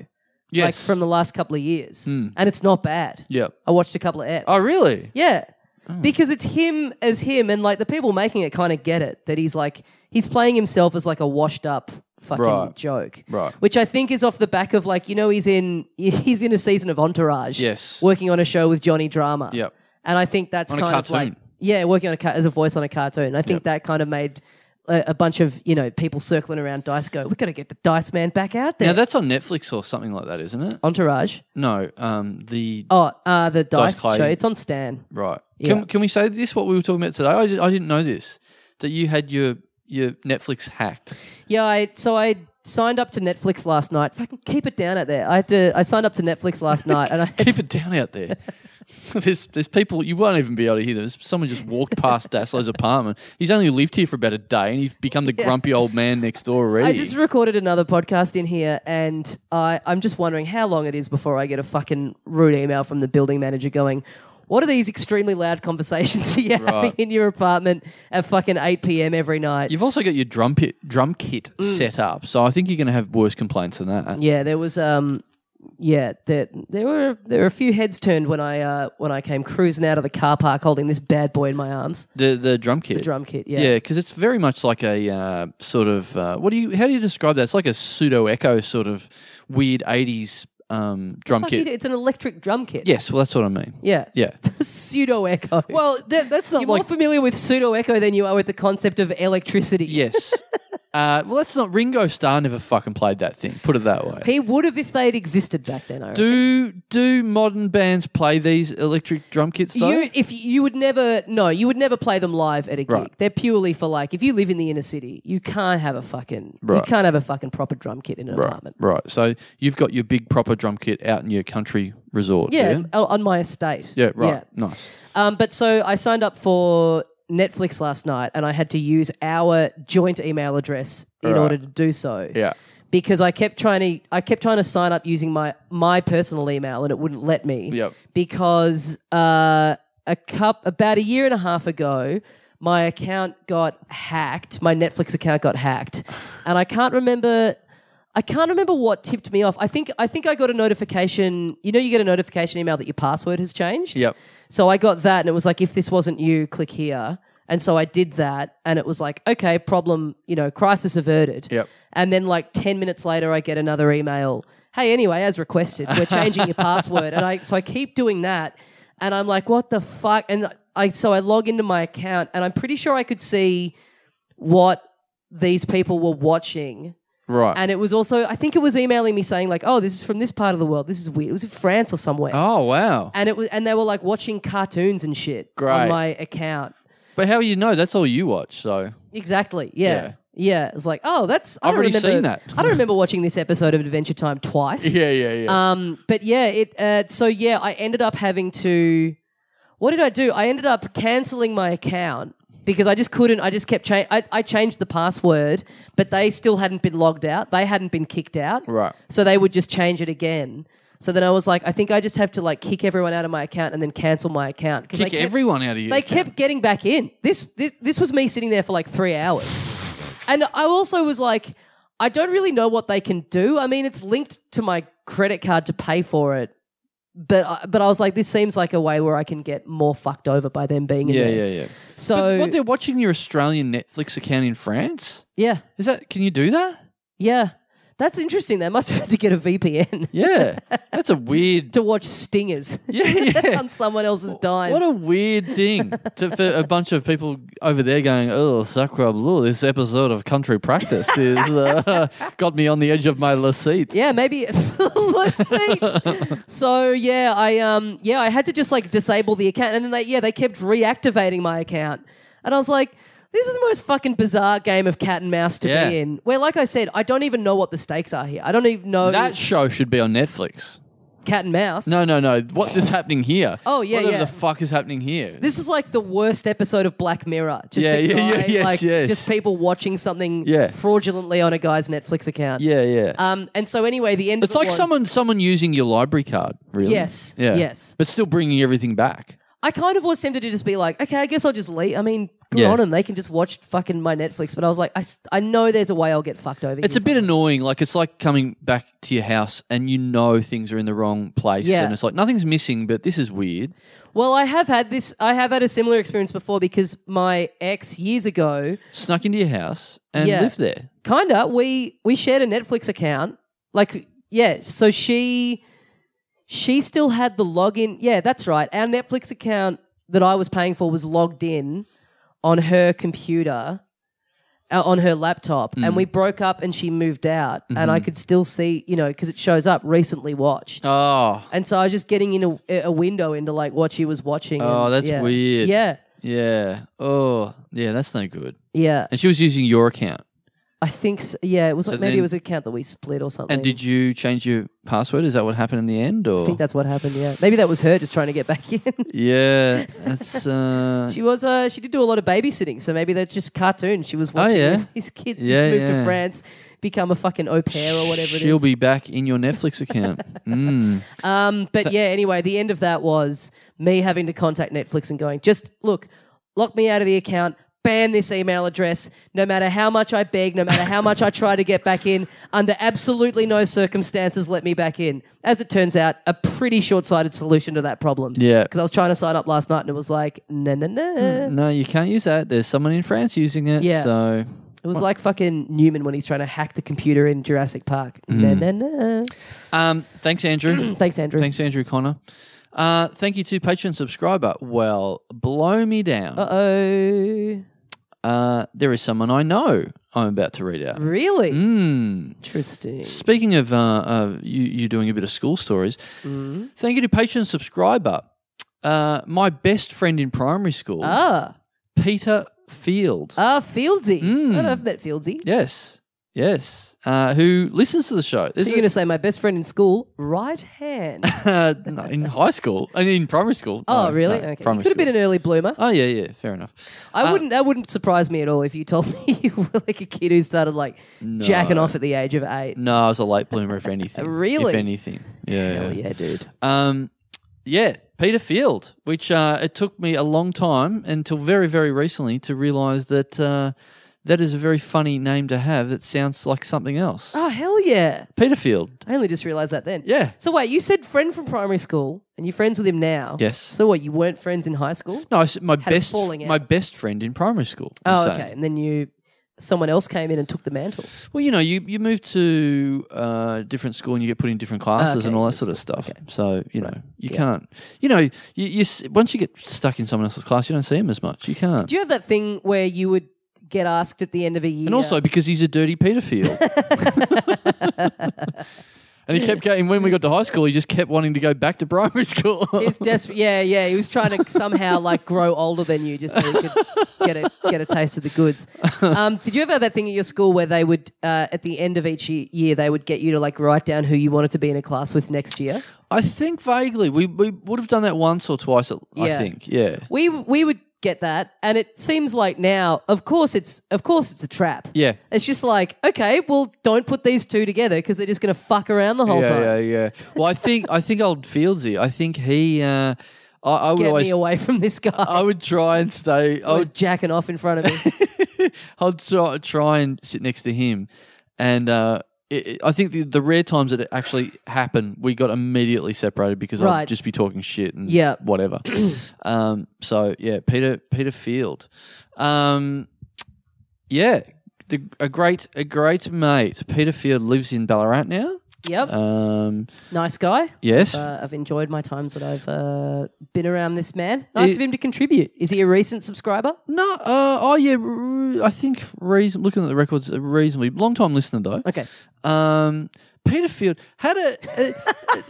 F: yes.
C: from the last couple of years, and it's not bad.
F: Yep.
C: I watched a couple of eps.
F: Oh, really?
C: Yeah,
F: Oh.
C: because it's him as him, and like the people making it kind of get it that he's like he's playing himself as like a washed up fucking
F: Right.
C: joke,
F: Right.
C: Which I think is off the back of like you know he's in he's in a season of Entourage,
F: Yes.
C: working on a show with Johnny Drama,
F: Yep.
C: and I think that's
F: On a
C: kind of like
F: cartoon.
C: Yeah, working on a car- as a voice on a cartoon. I think that kind of made a, a bunch of you know people circling around Dice go, "We've got to get the Dice Man back out there."
F: Now that's on Netflix or something like that, isn't it?
C: Entourage.
F: No, um, the
C: Oh, uh, the Dice,
F: Clay.
C: show. It's on Stan.
F: right.
C: Yeah.
F: Can, can we say this? What we were talking about today? I, di- I didn't know this that you had your your Netflix hacked.
C: Yeah, I so I signed up to Netflix last night. Fucking keep it down out there. I had to. I signed up to Netflix last night, and I had
F: Keep it down out there. there's there's people you won't even be able to hear them. Someone just walked past Daslo's apartment. He's only lived here for about a day, and he's become the grumpy old man next door already.
C: I just recorded another podcast in here, and I, I'm just wondering how long it is before I get a fucking rude email from the building manager going, "What are these extremely loud conversations you're having
F: Right.
C: in your apartment at fucking 8 p.m. every night?"
F: You've also got your drum pit, drum kit set up, so I think you're going to have worse complaints than that.
C: Mm. yeah, there was um, yeah, there there were there were a few heads turned when I uh when I came cruising out of the car park holding this bad boy in my arms,
F: The the drum kit,
C: the drum kit.
F: Yeah, because it's very much like a uh, sort of uh, what do you how do you describe that? It's like a pseudo echo sort of weird '80s um, drum
C: Fuck
F: kit.
C: it, it's an electric drum kit.
F: Yes, well that's what I mean.
C: Yeah.
F: Yeah,
C: pseudo echo.
F: Well, that, that's not
C: you're more
F: like
C: familiar with pseudo echo than you are with the concept of electricity.
F: yes. uh, well, that's not Ringo Starr never fucking played that thing. Put it that way.
C: He would have if they had existed back then. I reckon.
F: do do modern bands play these electric drum kits though?
C: You, if you, you would never no, you would never play them live at a gig.
F: Right.
C: They're purely for like if you live in the inner city, you can't have a fucking you
F: Right.
C: can't have a fucking proper drum kit in an
F: right,
C: apartment.
F: right. So you've got your big proper drum kit out in your country resort.
C: Yeah,
F: Yeah.
C: o- on my estate.
F: Yeah, right. Nice.
C: Um, but so I signed up for Netflix last night, and I had to use our joint email address in
F: Right.
C: order to do so.
F: Yeah.
C: because I kept trying to I kept trying to sign up using my my personal email and it wouldn't let me.
F: Yep.
C: Because uh, a cup about a year and a half ago, my account got hacked. My Netflix account got hacked, and I can't remember. I can't remember what tipped me off. I think I think I got a notification. You know, you get a notification email that your password has changed.
F: Yep.
C: So I got that, and it was like, if this wasn't you, click here. And so I did that, and it was like, okay, problem, you know, crisis averted.
F: Yep.
C: And then like ten minutes later, I get another email. Hey, anyway, as requested, we're changing your password, and I so I keep doing that, and I'm like, what the fuck? And I so I log into my account, and I'm pretty sure I could see what these people were watching.
F: Right.
C: And it was also, I think it was emailing me saying like, "Oh, this is from this part of the world. This is weird. It was in France or somewhere."
F: oh wow.
C: and it was and they were like watching cartoons and shit on
F: Great.
C: my account.
F: But how you know? That's all you watch. So
C: Exactly. Yeah.
F: Yeah.
C: Yeah. It's like, oh, that's I
F: I've
C: don't
F: already
C: remember,
F: seen that.
C: I don't remember watching this episode of Adventure Time twice.
F: yeah, yeah.
C: Um, but yeah, it. Uh, so yeah, I ended up having to. What did I do? I ended up canceling my account because I just couldn't. I just kept changing. I changed the password, but they still hadn't been logged out. They hadn't been kicked out.
F: Right.
C: So they would just change it again. So then I was like, I think I just have to like kick everyone out of my account and then cancel my account. 'Cause they
F: Kick
C: kept-
F: everyone out of you.
C: They kept getting back in. This this this was me sitting there for like three hours, and I also was like, I don't really know what they can do. I mean, it's linked to my credit card to pay for it, but I, but I was like, this seems like a way where I can get more fucked over by them being in
F: yeah,
C: there.
F: yeah, yeah.
C: So
F: but what they're watching your Australian Netflix account in France?
C: yeah,
F: Is that? Can you do that?
C: yeah, that's interesting. They must have had to get a VPN
F: Yeah, that's a weird.
C: to watch stingers
F: Yeah, yeah.
C: on someone else's dime.
F: What a weird thing to, for a bunch of people over there going, oh, sacre bleu, this episode of Country Practice is uh, got me on the edge of my seat.
C: Yeah, maybe Lassite. so yeah, I um yeah, I had to just like disable the account and then they yeah, they kept reactivating my account. And I was like, this is the most fucking bizarre game of cat and mouse to
F: Yeah.
C: be in. Where like I said, I don't even know what the stakes are here. I don't even know
F: That show should be on Netflix.
C: cat and mouse.
F: No, no, no. What is happening here?
C: Oh, yeah,
F: Whatever
C: yeah.
F: the fuck is happening here?
C: This is like the worst episode of Black Mirror. Just
F: Yeah,
C: a
F: yeah,
C: guy,
F: yeah, yes,
C: like
F: yes.
C: just people watching something
F: Yeah.
C: fraudulently on a guy's Netflix account.
F: yeah, yeah.
C: Um and so anyway, the end
F: it's
C: of it
F: like
C: was-
F: someone someone using your library card, really.
C: Yes,
F: Yeah.
C: yes.
F: But still bringing everything back.
C: I kind of was tempted to just be like, okay, I guess I'll just leave. I mean, good
F: Yeah.
C: on them. They can just watch fucking my Netflix. But I was like, I, s- I know there's a way I'll get fucked over.
F: It's
C: here
F: a bit
C: somehow.
F: annoying. Like it's like coming back to your house and you know things are in the wrong place,
C: Yeah.
F: and it's like nothing's missing, but this is weird.
C: Well, I have had this. I have had a similar experience before because my ex years ago,
F: Snuck into your house and
C: Yeah.
F: lived there.
C: kinda we we shared a Netflix account. Like, yeah. So she she still had the login. Yeah, that's right. Our Netflix account that I was paying for was logged in on her computer, uh, on her laptop, and
F: Mm.
C: we broke up and she moved out, and I could still see, you know, because it shows up recently watched.
F: Mm-hmm. Oh,
C: And so I was just getting in a, a window into like what she was watching. and-
F: Oh, that's
C: yeah.
F: weird.
C: Yeah,
F: yeah. Oh, yeah. That's no good.
C: yeah.
F: And she was using your account.
C: I think s yeah. It was
F: So
C: like maybe
F: then-
C: it was an account that we split or something.
F: And did you change your password? Is that what happened in the end? Or
C: I think that's what happened. Yeah, maybe that was her just trying to get back in.
F: yeah, that's uh,
C: she was. Uh, she did do a lot of babysitting, so maybe that's just cartoon. She was watching
F: Oh, yeah.
C: all these kids
F: Yeah,
C: just moved
F: yeah.
C: to France, become a fucking au pair or whatever.
F: uh, She'll
C: it is.
F: be back in your Netflix account. mm.
C: Um, but yeah, anyway, the end of that was me having to contact Netflix and going, just look, lock me out of the account, ban this email address, no matter how much I beg, no matter how much I try to get back in, under absolutely no circumstances, let me back in. As it turns out, a pretty short sighted solution to that problem.
F: Yeah.
C: Because I was trying to sign up last night and it was like, no, no, no.
F: No, you can't use that. There's someone in France using it.
C: Yeah.
F: So
C: It was like fucking Newman when he's trying to hack the computer in Jurassic Park. No, no, no.
F: um, thanks, Andrew.
C: Thanks, Andrew.
F: Mm. thanks, Andrew Connor. Uh, thank you to Patreon subscriber. Well, blow me down.
C: Uh oh.
F: Uh, there is someone I know I'm about to read out.
C: Really?
F: Mm.
C: Interesting.
F: Speaking of uh, uh, you, you doing a bit of school stories,
C: Mm-hmm.
F: thank you to Patreon subscriber, uh, my best friend in primary school,
C: Ah.
F: Peter Field.
C: Ah, Fieldsy.
F: Mm.
C: I love that Fieldsy.
F: Yes, yes. Uh, who listens to the show? This
C: So you're going to say my best friend in school, right hand.
F: uh, no, in high school and in primary school.
C: oh,
F: No,
C: really?
F: no,
C: okay. You
F: primary
C: could have been
F: school.
C: an early bloomer.
F: Oh yeah, yeah. Fair enough.
C: I
F: uh,
C: wouldn't. That wouldn't surprise me at all if you told me you were like a kid who started like jacking off at the age of eight.
F: No, I was a late bloomer. If anything,
C: Really?
F: If anything, yeah.
C: Hell yeah, dude.
F: Um, yeah, Peter Field, which uh, it took me a long time until very, very recently to realise that uh, that is a very funny name to have that sounds like something else.
C: Oh hell yeah!
F: Peter Field.
C: I only just realised that then.
F: Yeah.
C: So wait, you said friend from primary school, and you're friends with him now.
F: Yes.
C: So what? You weren't friends in high school?
F: No, I s- my
C: Had a
F: best
C: falling out.
F: my best friend in primary school. I'm
C: Oh,
F: saying.
C: okay. And then you, someone else came in and took the mantle.
F: Well, you know, you, you move to uh, different school and you get put in different classes
C: Okay,
F: and all that
C: good
F: sort of stuff. So you know, you can't. You know, you, you s- once you get stuck in someone else's class, you don't see them as much. You can't.
C: Do you have that thing where you would get asked at the end of a year?
F: And also because he's a dirty pedophile. and he kept going. When we got to high school, he just kept wanting to go back to primary school.
C: He's desperate. Yeah, yeah. He was trying to somehow like grow older than you, just so he could get a get a taste of the goods. Um, did you ever have that thing at your school where they would, uh, at the end of each ye- year, they would get you to like write down who you wanted to be in a class with next year?
F: I think vaguely we, we would have done that once or twice. I
C: Yeah.
F: think. Yeah.
C: We we would get that, and it seems like now, of course, it's of course it's a trap.
F: Yeah.
C: It's just like, okay, well, don't put these two together because they're just going to fuck around the whole
F: yeah,
C: time.
F: yeah, yeah. Well, I think I think old Fieldsy. I think he. Uh, I, I would
C: Get
F: always.
C: me away from this guy.
F: I would try and stay. I
C: I was
F: would.
C: jacking off in front of me.
F: I'll try, try and sit next to him, and uh, it, it- I think the, the rare times that it actually happened, we got immediately separated because I'd
C: Right.
F: just be talking shit and
C: Yeah.
F: whatever. um, so yeah, Peter Peter Field, um, yeah, the, a great a great mate. Peter Field lives in Ballarat now.
C: Yep.
F: Um,
C: nice guy.
F: yes,
C: Uh, I've enjoyed my times that I've uh, been around this man. Nice
F: Is-
C: of him to contribute. Is he a recent subscriber?
F: No, uh, oh yeah, re- I think reason looking at the records, a reasonably long time listener though.
C: Okay.
F: Um, Peter Field had a. a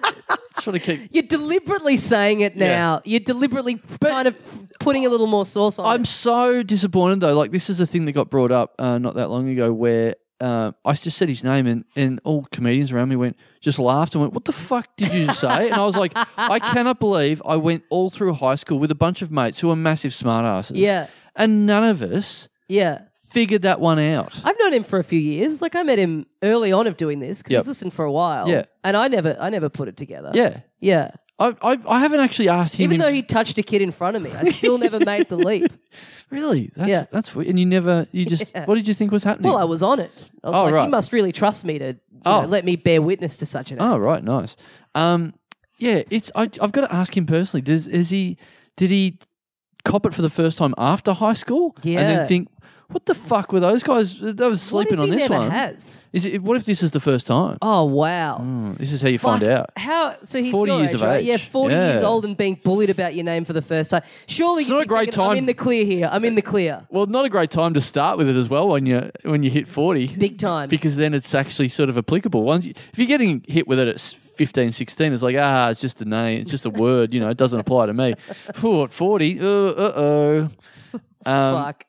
F: just want to keep.
C: You're deliberately saying it now. You're deliberately kind of putting a little more sauce on
F: I'm
C: it.
F: so disappointed though. Like this is a thing that got brought up uh, not that long ago where. Uh, I just said his name, and, and all comedians around me went just laughed and went, "What the fuck did you just say?" And I was like, "I cannot believe I went all through high school with a bunch of mates who are massive smartasses,
C: Yeah.
F: and none of us
C: Yeah.
F: figured that one out."
C: I've known him for a few years. Like I met him early on of doing this because
F: Yep.
C: he's listened for a while.
F: Yeah.
C: And I never I never put it together.
F: yeah,
C: Yeah.
F: I, I, I haven't actually asked him.
C: Even
F: him-
C: though he touched a kid in front of me, I still never made the leap.
F: really, that's
C: Yeah.
F: that's weird. And you never, you just, what did you think was happening?
C: Well, I was on it. I was
F: Oh,
C: like,
F: right.
C: you must really trust me to you
F: Oh.
C: know, let me bear witness to such an act.
F: Oh, right, nice. Um, yeah, it's I, I've got to ask him personally. Does is he did he cop it for the first time after high school? and
C: Yeah.
F: then think, what the fuck were those guys? They were sleeping
C: what if
F: on
C: he
F: this
C: never
F: one.
C: Has?
F: Is it, what if this is the first time?
C: Oh wow.
F: Mm, This is how you find
C: Fuck,
F: out.
C: How? So he's
F: 40
C: your
F: years
C: age,
F: of
C: right?
F: age.
C: Yeah, forty years
F: Yeah.
C: old and being bullied about your name for the first time. Surely
F: It's
C: you'd
F: not a
C: be
F: great
C: thinking, I'm
F: time-
C: in the clear here. I'm in the clear.
F: Well, not a great time to start with it as well when you when you hit forty,
C: Big time.
F: because then it's actually sort of applicable. Once you, if you're getting hit with it at s- 15, 16, it's like ah, it's just a name, it's just a word, you know, it doesn't apply to me. Phew, at forty, uh oh. Um,
C: Fuck.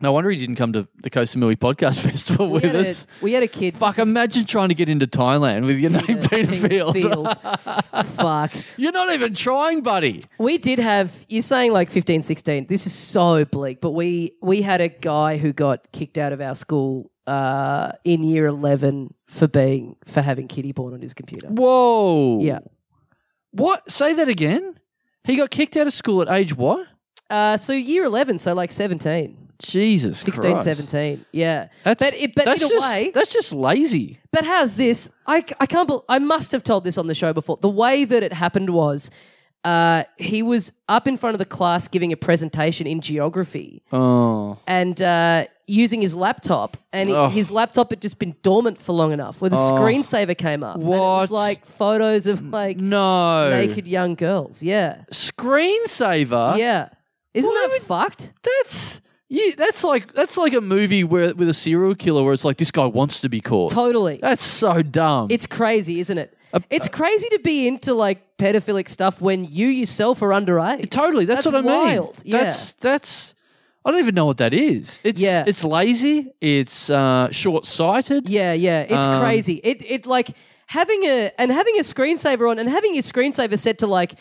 F: no wonder he didn't come to the Koh Samui Podcast Festival
C: We
F: with
C: had, a,
F: us.
C: we had a kid.
F: Fuck!
C: this is
F: Imagine trying to get into Thailand with your name Peter Field.
C: Field. Fuck.
F: You're not even trying, buddy.
C: We did have you're saying like 15, 16. This is so bleak, but we we had a guy who got kicked out of our school uh, in year eleven for being for having kitty porn on his computer.
F: Whoa.
C: Yeah.
F: What? Say that again. He got kicked out of school at age what?
C: Uh, so year eleven, so like 17,
F: Jesus
C: 16,
F: Christ.
C: 17. Yeah.
F: That's,
C: but it, but in
F: that's
C: a
F: just,
C: way,
F: That's just lazy.
C: But how's this? I, I can't. Bel I must have told this on the show before. The way that it happened was, uh, he was up in front of the class giving a presentation in geography
F: Oh.
C: and uh, using his laptop, and he-
F: Oh.
C: his laptop had just been dormant for long enough, where the screensaver came up. And it was
F: What?
C: like photos of like
F: No.
C: naked young girls. Yeah,
F: Screensaver?
C: yeah. Isn't
F: Why
C: that
F: would-
C: fucked?
F: That's. You, that's like that's like a movie where with a serial killer where it's like this guy wants to be caught.
C: Totally.
F: That's so dumb.
C: It's crazy, isn't it?
F: uh,
C: it's crazy to be into like pedophilic stuff when you yourself are underage.
F: Totally. That's,
C: That's
F: what I mean.
C: wild, yeah.
F: That's that's. I don't even know what that is. It's
C: Yeah.
F: it's lazy. It's uh, short sighted.
C: Yeah, yeah, it's
F: Um,
C: crazy. It it like having a and having a screensaver on and having your screensaver set to like,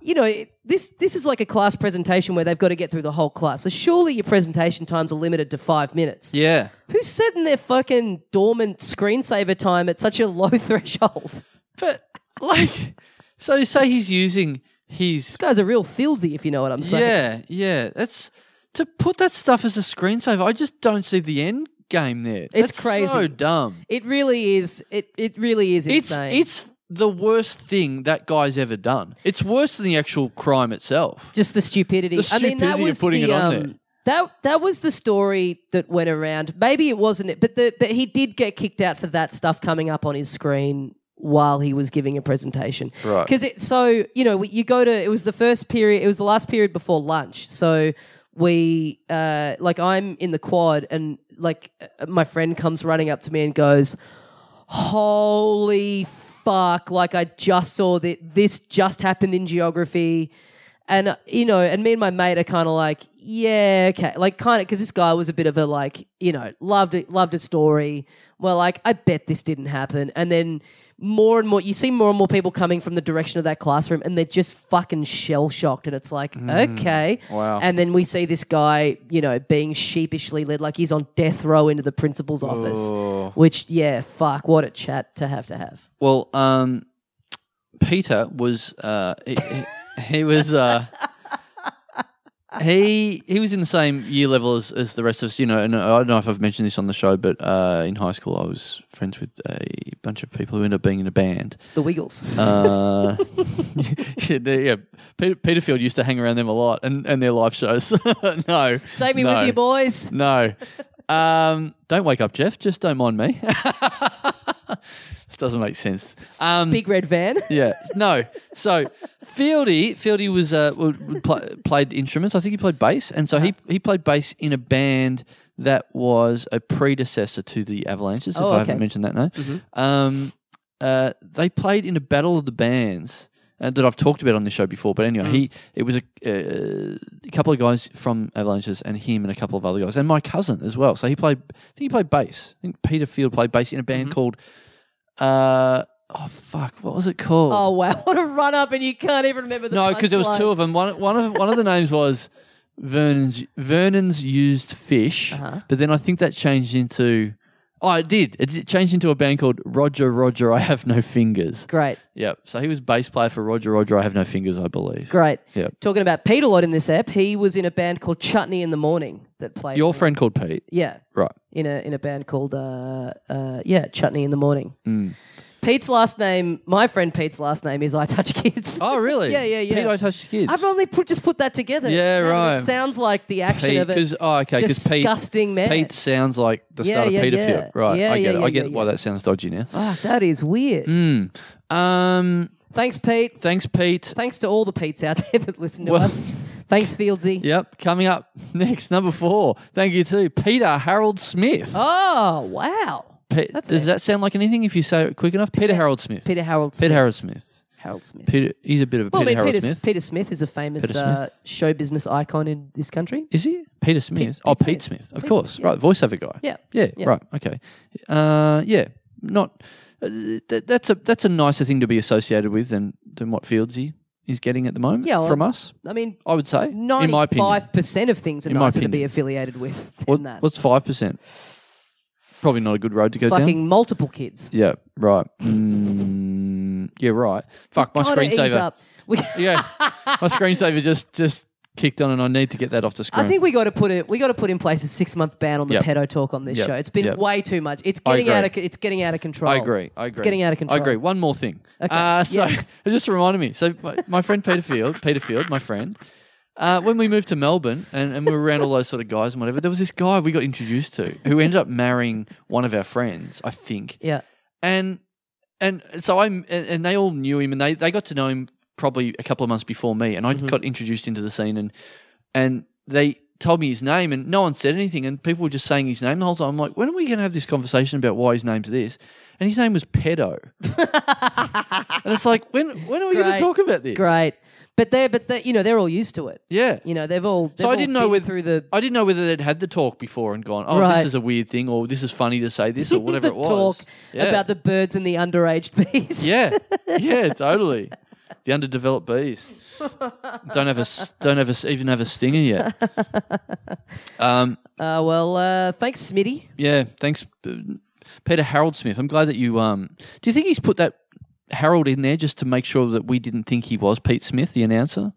C: you know, it- this this is like a class presentation where they've got to get through the whole class. So surely your presentation times are limited to five minutes.
F: Yeah.
C: Who's setting their fucking dormant screensaver time at such a low threshold?
F: But like, so say he's using his.
C: This guy's a real fieldsy, if you know what I'm saying.
F: Yeah, yeah. That's to put that stuff as a screensaver. I just don't see the end game there.
C: It's
F: That's
C: crazy.
F: So dumb.
C: It really is. It it really is
F: It's
C: insane.
F: it's the worst thing that guy's ever done. It's worse than the actual crime itself.
C: just the stupidity.
F: The
C: I mean, that
F: stupidity of
C: was
F: putting
C: the,
F: it on
C: um,
F: there.
C: That that was the story that went around. Maybe it wasn't it, but the but he did get kicked out for that stuff coming up on his screen while he was giving a presentation.
F: Right.
C: Because it so you know we- you go to it was the first period. It was the last period before lunch. So we uh like I'm in the quad and like uh, my friend comes running up to me and goes, "Holy fuck! Like I just saw that this just happened in geography." and uh, you know, and me and my mate are kind of like, yeah, okay, like kind of because this guy was a bit of a like, you know, loved it, loved a story. Well, like, I bet this didn't happen, and then more and more, you see more and more people coming from the direction of that classroom, and they're just fucking shell shocked, and it's like, okay,
F: Mm. wow.
C: And then we see this guy, you know, being sheepishly led, like he's on death row into the principal's office, which, yeah, fuck, what a chat to have to have.
F: Well, um, Peter was uh, he, he- he was uh, he he was in the same year level as, as the rest of us. You know, and I don't know if I've mentioned this on the show, but uh, in high school, I was friends with a bunch of people who ended up being in a band.
C: The Wiggles.
F: Uh, yeah, they- yeah, Peter, Peter Field used to hang around them a lot, and, and their live shows. no,
C: Take me
F: no.
C: with you, boys.
F: No. Um, don't wake up, Jeff. Just don't mind me. Doesn't make sense. Um,
C: Big red van.
F: yeah. No. So Fieldy, Fieldy was uh, would- would pl- played instruments. I think he played bass, and so he he played bass in a band that was a predecessor to the
C: Oh,
F: Avalanches. if I
C: okay. Mm-hmm.
F: haven't mentioned that, no. Um, uh, they played in a battle of the bands. uh, that I've talked about on this show before, but anyway,
C: Mm.
F: he it was a, uh, a couple of guys from Avalanches and him and a couple of other guys and my cousin as well. So he played, I think he played bass. I think Peter Field played bass in a
C: Mm-hmm.
F: band called, uh, oh fuck, what was it called?
C: Oh wow, what a run up, and you can't even remember the
F: No, because there was two of them. One, one of one of the names was Vernon's Vernon's used fish,
C: Uh-huh.
F: but then I think that changed into. Oh, it did. It did- changed into a band called Roger Roger. I have no fingers.
C: Great,
F: Yep. So he was bass player for Roger Roger. I have no fingers. I believe.
C: great.
F: Yep.
C: Talking about Pete a lot in this app. He was in a band called Chutney in the Morning that played.
F: Your friend called Pete,
C: yeah,
F: right? Mm.
C: in a in a band called uh, uh, yeah Chutney in the Morning. Pete's last name, my friend Pete's last name is I Touch Kids.
F: Oh, really?
C: Yeah, yeah, yeah.
F: Pete, I touched kids.
C: I've only put, just put that together.
F: Yeah,
C: And
F: right.
C: It sounds like the action
F: Pete,
C: of it.
F: because oh, okay, because
C: disgusting
F: Pete,
C: man.
F: Pete sounds like the
C: Yeah,
F: start
C: yeah,
F: of Pedophile,
C: yeah.
F: right?
C: Yeah, yeah,
F: I get it.
C: yeah,
F: I get
C: yeah,
F: why
C: yeah.
F: that sounds dodgy now.
C: Ah, that is weird.
F: Mm. Um,
C: Thanks, Pete.
F: thanks, Pete.
C: Thanks to all the Pete's out there that listen to
F: Well-
C: us. Thanks, Fieldsy.
F: Yep, coming up next, number four. Thank you to Peter Harold Smith.
C: Oh, wow.
F: Pe-
C: that's
F: does
C: it.
F: that sound like anything if you say it quick enough? Peter Harold Smith.
C: Peter Harold Smith.
F: Peter Harold Smith.
C: Harold Smith.
F: Peter, he's a bit of a
C: well,
F: Peter
C: I mean,
F: Harold
C: Peter
F: Smith.
C: Smith. Peter Smith is a famous
F: Peter
C: Uh,
F: Smith.
C: show business icon in this country.
F: Is he Peter Smith?
C: Pete
F: oh, Pete
C: Smith.
F: Smith, of
C: Pete
F: course.
C: Smith, yeah.
F: Right, voiceover guy.
C: Yeah.
F: yeah,
C: Yeah.
F: right. Okay, uh, yeah, not uh, th- that's a that's a nicer thing to be associated with than than what Fieldsy is getting at the moment
C: Yeah, well,
F: from us.
C: I mean,
F: I would say, in my opinion,
C: ninety-five percent of things are
F: In my
C: nicer to be
F: opinion.
C: affiliated with than
F: What-
C: that.
F: what's five percent? Probably not a good road to go
C: Fucking
F: down.
C: multiple kids.
F: Yeah, right. Mm, yeah, right. Fuck my
C: Kinda ease
F: screensaver.
C: up. We,
F: Yeah, my screensaver just just kicked on, and I need to get that off the screen.
C: I think we got to put it. We got to put in place a six-month ban on the
F: Yep.
C: pedo talk on this
F: Yep.
C: show. It's been
F: Yep.
C: way too much. It's
F: I
C: getting out
F: agree.
C: of. c- It's getting out of control.
F: I agree. I agree.
C: It's getting out of control.
F: I agree. One more thing.
C: Okay.
F: Uh, so
C: Yes.
F: it just reminded me. So my, my friend Peter Field, Peter Field, my friend, uh, when we moved to Melbourne and, and we were around all those sort of guys and whatever, there was this guy we got introduced to who ended up marrying one of our friends, I think.
C: Yeah.
F: And and so I and, and they all knew him and they, they got to know him probably a couple of months before me and I
C: Mm-hmm.
F: got introduced into the scene and and they told me his name and no one said anything and people were just saying his name the whole time. I'm like, when are we going to have this conversation about why his name's this? And his name was Pedo. and it's like, when when are we going to
C: Great.
F: talk about this?
C: Great. But they're but they you know they're all used to it.
F: Yeah.
C: You know they've all. They've
F: so
C: all
F: I didn't know
C: been
F: whether
C: through the
F: I didn't know whether they'd had the talk before and gone, oh,
C: Right.
F: this is a weird thing, or this is funny to say this, or whatever
C: the
F: it was.
C: talk
F: Yeah.
C: about the birds and the underage bees.
F: Yeah, yeah, totally. The underdeveloped bees don't have a s- don't have a s even have a stinger yet. Um,
C: Uh, well, uh, thanks, Smitty.
F: yeah, thanks, uh, Peter Harold Smith. I'm glad that you. Um, do you think he's put that Harold in there just to make sure that we didn't think he was Pete Smith, the announcer?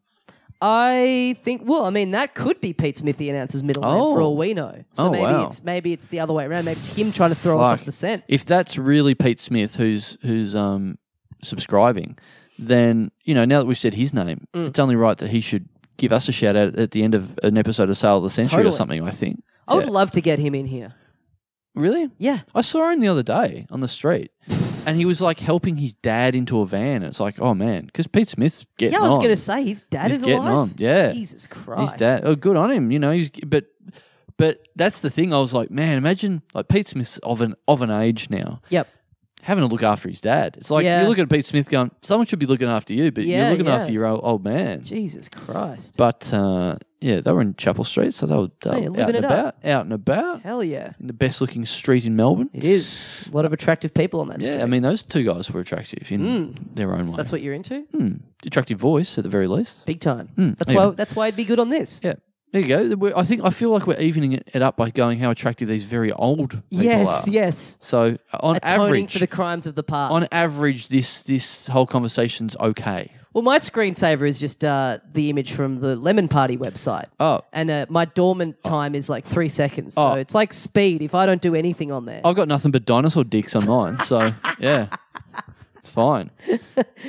C: I think. Well, I mean, that could be Pete Smith, the announcer's middle name, for
F: Oh.
C: all we know. So
F: Oh,
C: maybe
F: wow.
C: it's maybe it's the other way around. Maybe it's him trying to throw us
F: Fuck.
C: off the scent.
F: If that's really Pete Smith who's who's um subscribing, then you know now that we've said his name,
C: Mm.
F: it's only right that he should give us a shout out at the end of an episode of Sale of the Century or
C: Totally.
F: something. I think.
C: I would
F: Yeah.
C: love to get him in here.
F: Really?
C: Yeah.
F: I saw him the other day on the street, and he was like helping his dad into a van. It's like, oh man, because Pete Smith's getting
C: yeah, I was
F: on.
C: going to say his dad
F: He's
C: is
F: getting
C: alive.
F: on, yeah.
C: Jesus Christ.
F: His dad. Oh, good on him. You know, he's but but that's the thing. I was like, man, imagine like Pete Smith's of an of an age now.
C: Yep.
F: Having to look after his dad. It's like
C: Yeah.
F: you look at Pete Smith going, someone should be looking after you, but
C: Yeah,
F: you're looking
C: yeah.
F: after your old, old man.
C: Jesus Christ.
F: But uh, yeah, they were in Chapel Street, so they were, they
C: Hey,
F: were
C: living
F: out and
C: it
F: about,
C: up.
F: out and about,
C: Hell yeah.
F: in the best looking street in Melbourne.
C: It is. A lot of attractive people on that
F: Yeah,
C: street.
F: I mean, those two guys were attractive in their own way.
C: Mm. that's what you're into?
F: attractive voice at the very least.
C: Big time. that's
F: hmm. anyway.
C: why that's why it'd be good on this.
F: Yeah, there you go. We're- I think I feel like we're evening it up by going how attractive these very old people
C: yes,
F: are.
C: yes.
F: So uh, on
C: Atoning
F: average,
C: for the crimes of the past.
F: on average, this this whole conversation's okay.
C: well, my screensaver is just uh, the image from the Lemon Party website.
F: Oh.
C: And uh, my dormant time is like three seconds. So
F: Oh.
C: it's like speed if I don't do anything on there.
F: I've got nothing but dinosaur dicks on mine, so yeah, it's fine.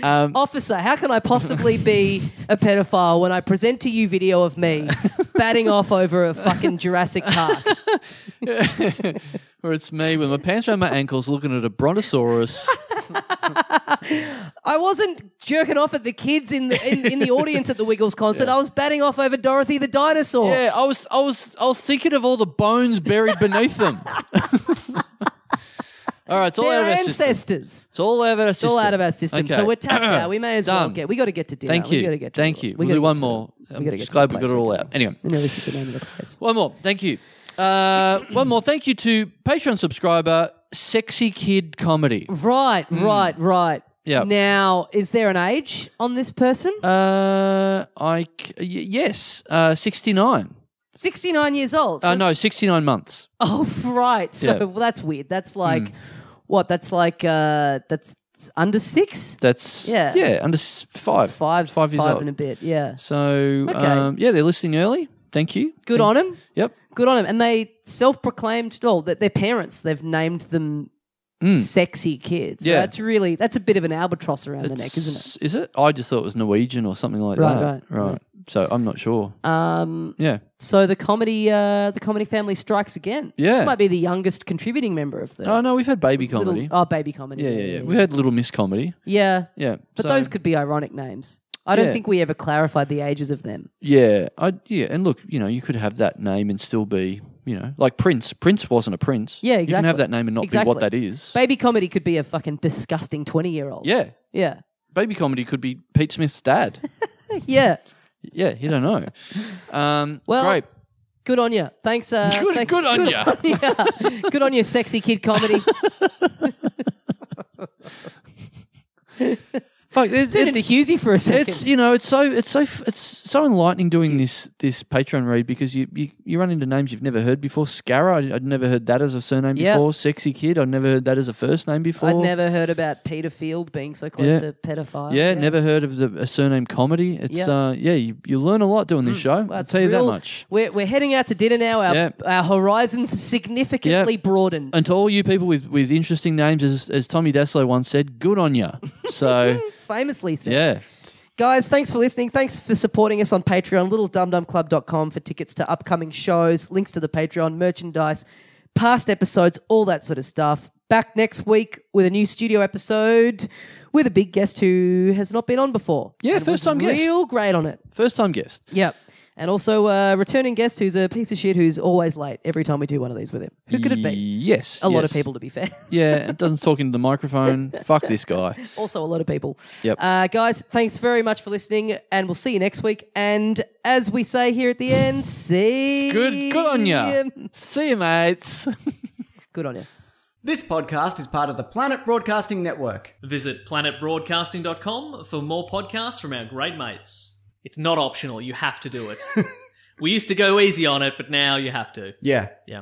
F: Um,
C: Officer, how can I possibly be a pedophile when I present to you video of me batting off over a fucking Jurassic Park?
F: Where it's me with my pants around my ankles, looking at a brontosaurus.
C: I wasn't jerking off at the kids in the in, in the audience at the Wiggles concert. I was batting off over Dorothy the dinosaur.
F: Yeah, I was, I was, I was thinking of all the bones buried beneath them. all right, it's all
C: They're
F: out of our system.
C: ancestors.
F: It's all out of our
C: It's
F: system.
C: all out of our system.
F: Okay.
C: So we're tapped out. We may as well
F: Done.
C: get. We got to get to dinner.
F: Thank
C: We gotta
F: you.
C: get to
F: Thank
C: dinner.
F: you.
C: We
F: We'll do
C: gotta
F: one
C: get to
F: more.
C: dinner.
F: I'm
C: gotta get
F: just
C: to
F: glad
C: the
F: we
C: place
F: got it all
C: we
F: out. Anyway.
C: No, this is the name of the place.
F: One more. Thank you. Uh, one more. Thank you to Patreon subscriber Sexy Kid Comedy.
C: Right, right, right.
F: Yeah.
C: Now, is there an age on this person?
F: Uh, I c- y- yes, uh, sixty nine.
C: Sixty-nine years old. So
F: Uh, no,
C: it's-
F: sixty nine months.
C: Oh, right. So
F: Yeah. Hmm.
C: well, that's weird. That's like what? That's like uh that's under six.
F: That's
C: Yeah.
F: yeah, under s- five.
C: It's five,
F: five years
C: five
F: old.
C: and a bit. Yeah.
F: So
C: Okay.
F: um, yeah, they're listening early. Thank you.
C: Good
F: Thank-
C: on him.
F: Yep.
C: Good on him. And they self-proclaimed. Well, that their parents. They've named them sexy kids. So
F: Hmm. Yeah.
C: that's really that's a bit of an albatross around the neck, isn't it?
F: It's- Is it? I just thought it was Norwegian or something like
C: Right,
F: that.
C: right, right.
F: So I'm not sure. Um. Yeah.
C: So the comedy, uh, the comedy family strikes again.
F: Yeah.
C: this might be the youngest contributing member of the
F: Oh no, we've had baby
C: little-
F: comedy.
C: oh baby comedy.
F: yeah, yeah, yeah. We had Little Miss comedy.
C: Yeah.
F: Yeah.
C: but
F: so-
C: those could be ironic names. I don't
F: Yeah.
C: think we ever clarified the ages of them.
F: Yeah, I yeah, and look, you know, you could have that name and still be, you know, like Prince. Prince wasn't a prince.
C: Yeah,
F: You can have
C: exactly.
F: that name and not be what that
C: Exactly.
F: is.
C: Baby comedy could be a fucking disgusting twenty-year-old.
F: yeah,
C: yeah,
F: baby comedy could be Pete Smith's dad.
C: yeah.
F: yeah, you don't know. Um,
C: Well,
F: great.
C: Good on you. Thanks. Uh,
F: Good-
C: thanks-
F: good on
C: ya. good on you, sexy kid comedy.
F: Fuck, it's,
C: Turn into
F: it,
C: Husey for a second.
F: it's you know, it's so it's so f- it's so enlightening doing this this Patreon read because you, you you run into names you've never heard before. Scara, I'd, I'd never heard that as a surname
C: Yeah.
F: before. Sexy kid, I'd never heard that as a first name before.
C: I'd never heard about Peter Field being so close
F: Yeah.
C: to pedophile.
F: Yeah, never heard of the a surname comedy. It's
C: Yeah. Mm,
F: uh yeah, you, you learn a lot doing this show. I'll
C: That's
F: tell you
C: real-
F: that much.
C: We're, we're heading out to dinner now. Our,
F: Yeah.
C: our horizons significantly
F: Yeah.
C: broadened.
F: And to all you people with, with interesting names, as, as Tommy Daslow once said, good on ya. So
C: Famously said.
F: yeah,
C: Guys, thanks for listening. Thanks for supporting us on Patreon, littledumdumclub.com for tickets to upcoming shows, links to the Patreon, merchandise, past episodes, all that sort of stuff. Back next week with a new studio episode with a big guest who has not been on before.
F: Yeah,
C: And
F: first
C: was
F: time guest.
C: Real great on it.
F: first time guest.
C: Yep. And also a returning guest who's a piece of shit who's always late every time we do one of these with him. Who could it be?
F: Yes,
C: A lot of
F: yes.
C: people, to be fair.
F: Yeah, it doesn't talk into the microphone. Fuck this guy.
C: also a lot of people.
F: Yep.
C: Uh, guys, thanks very much for listening, and we'll see you next week. And as we say here at the end, see.
F: Good, good on ya. See you, mates.
C: Good on you.
A: This podcast is part of the Planet Broadcasting Network.
B: Visit planetbroadcasting.com for more podcasts from our great mates. It's not optional, you have to do it. we used to go easy on it, but now you have to.
A: Yeah.
B: Yeah.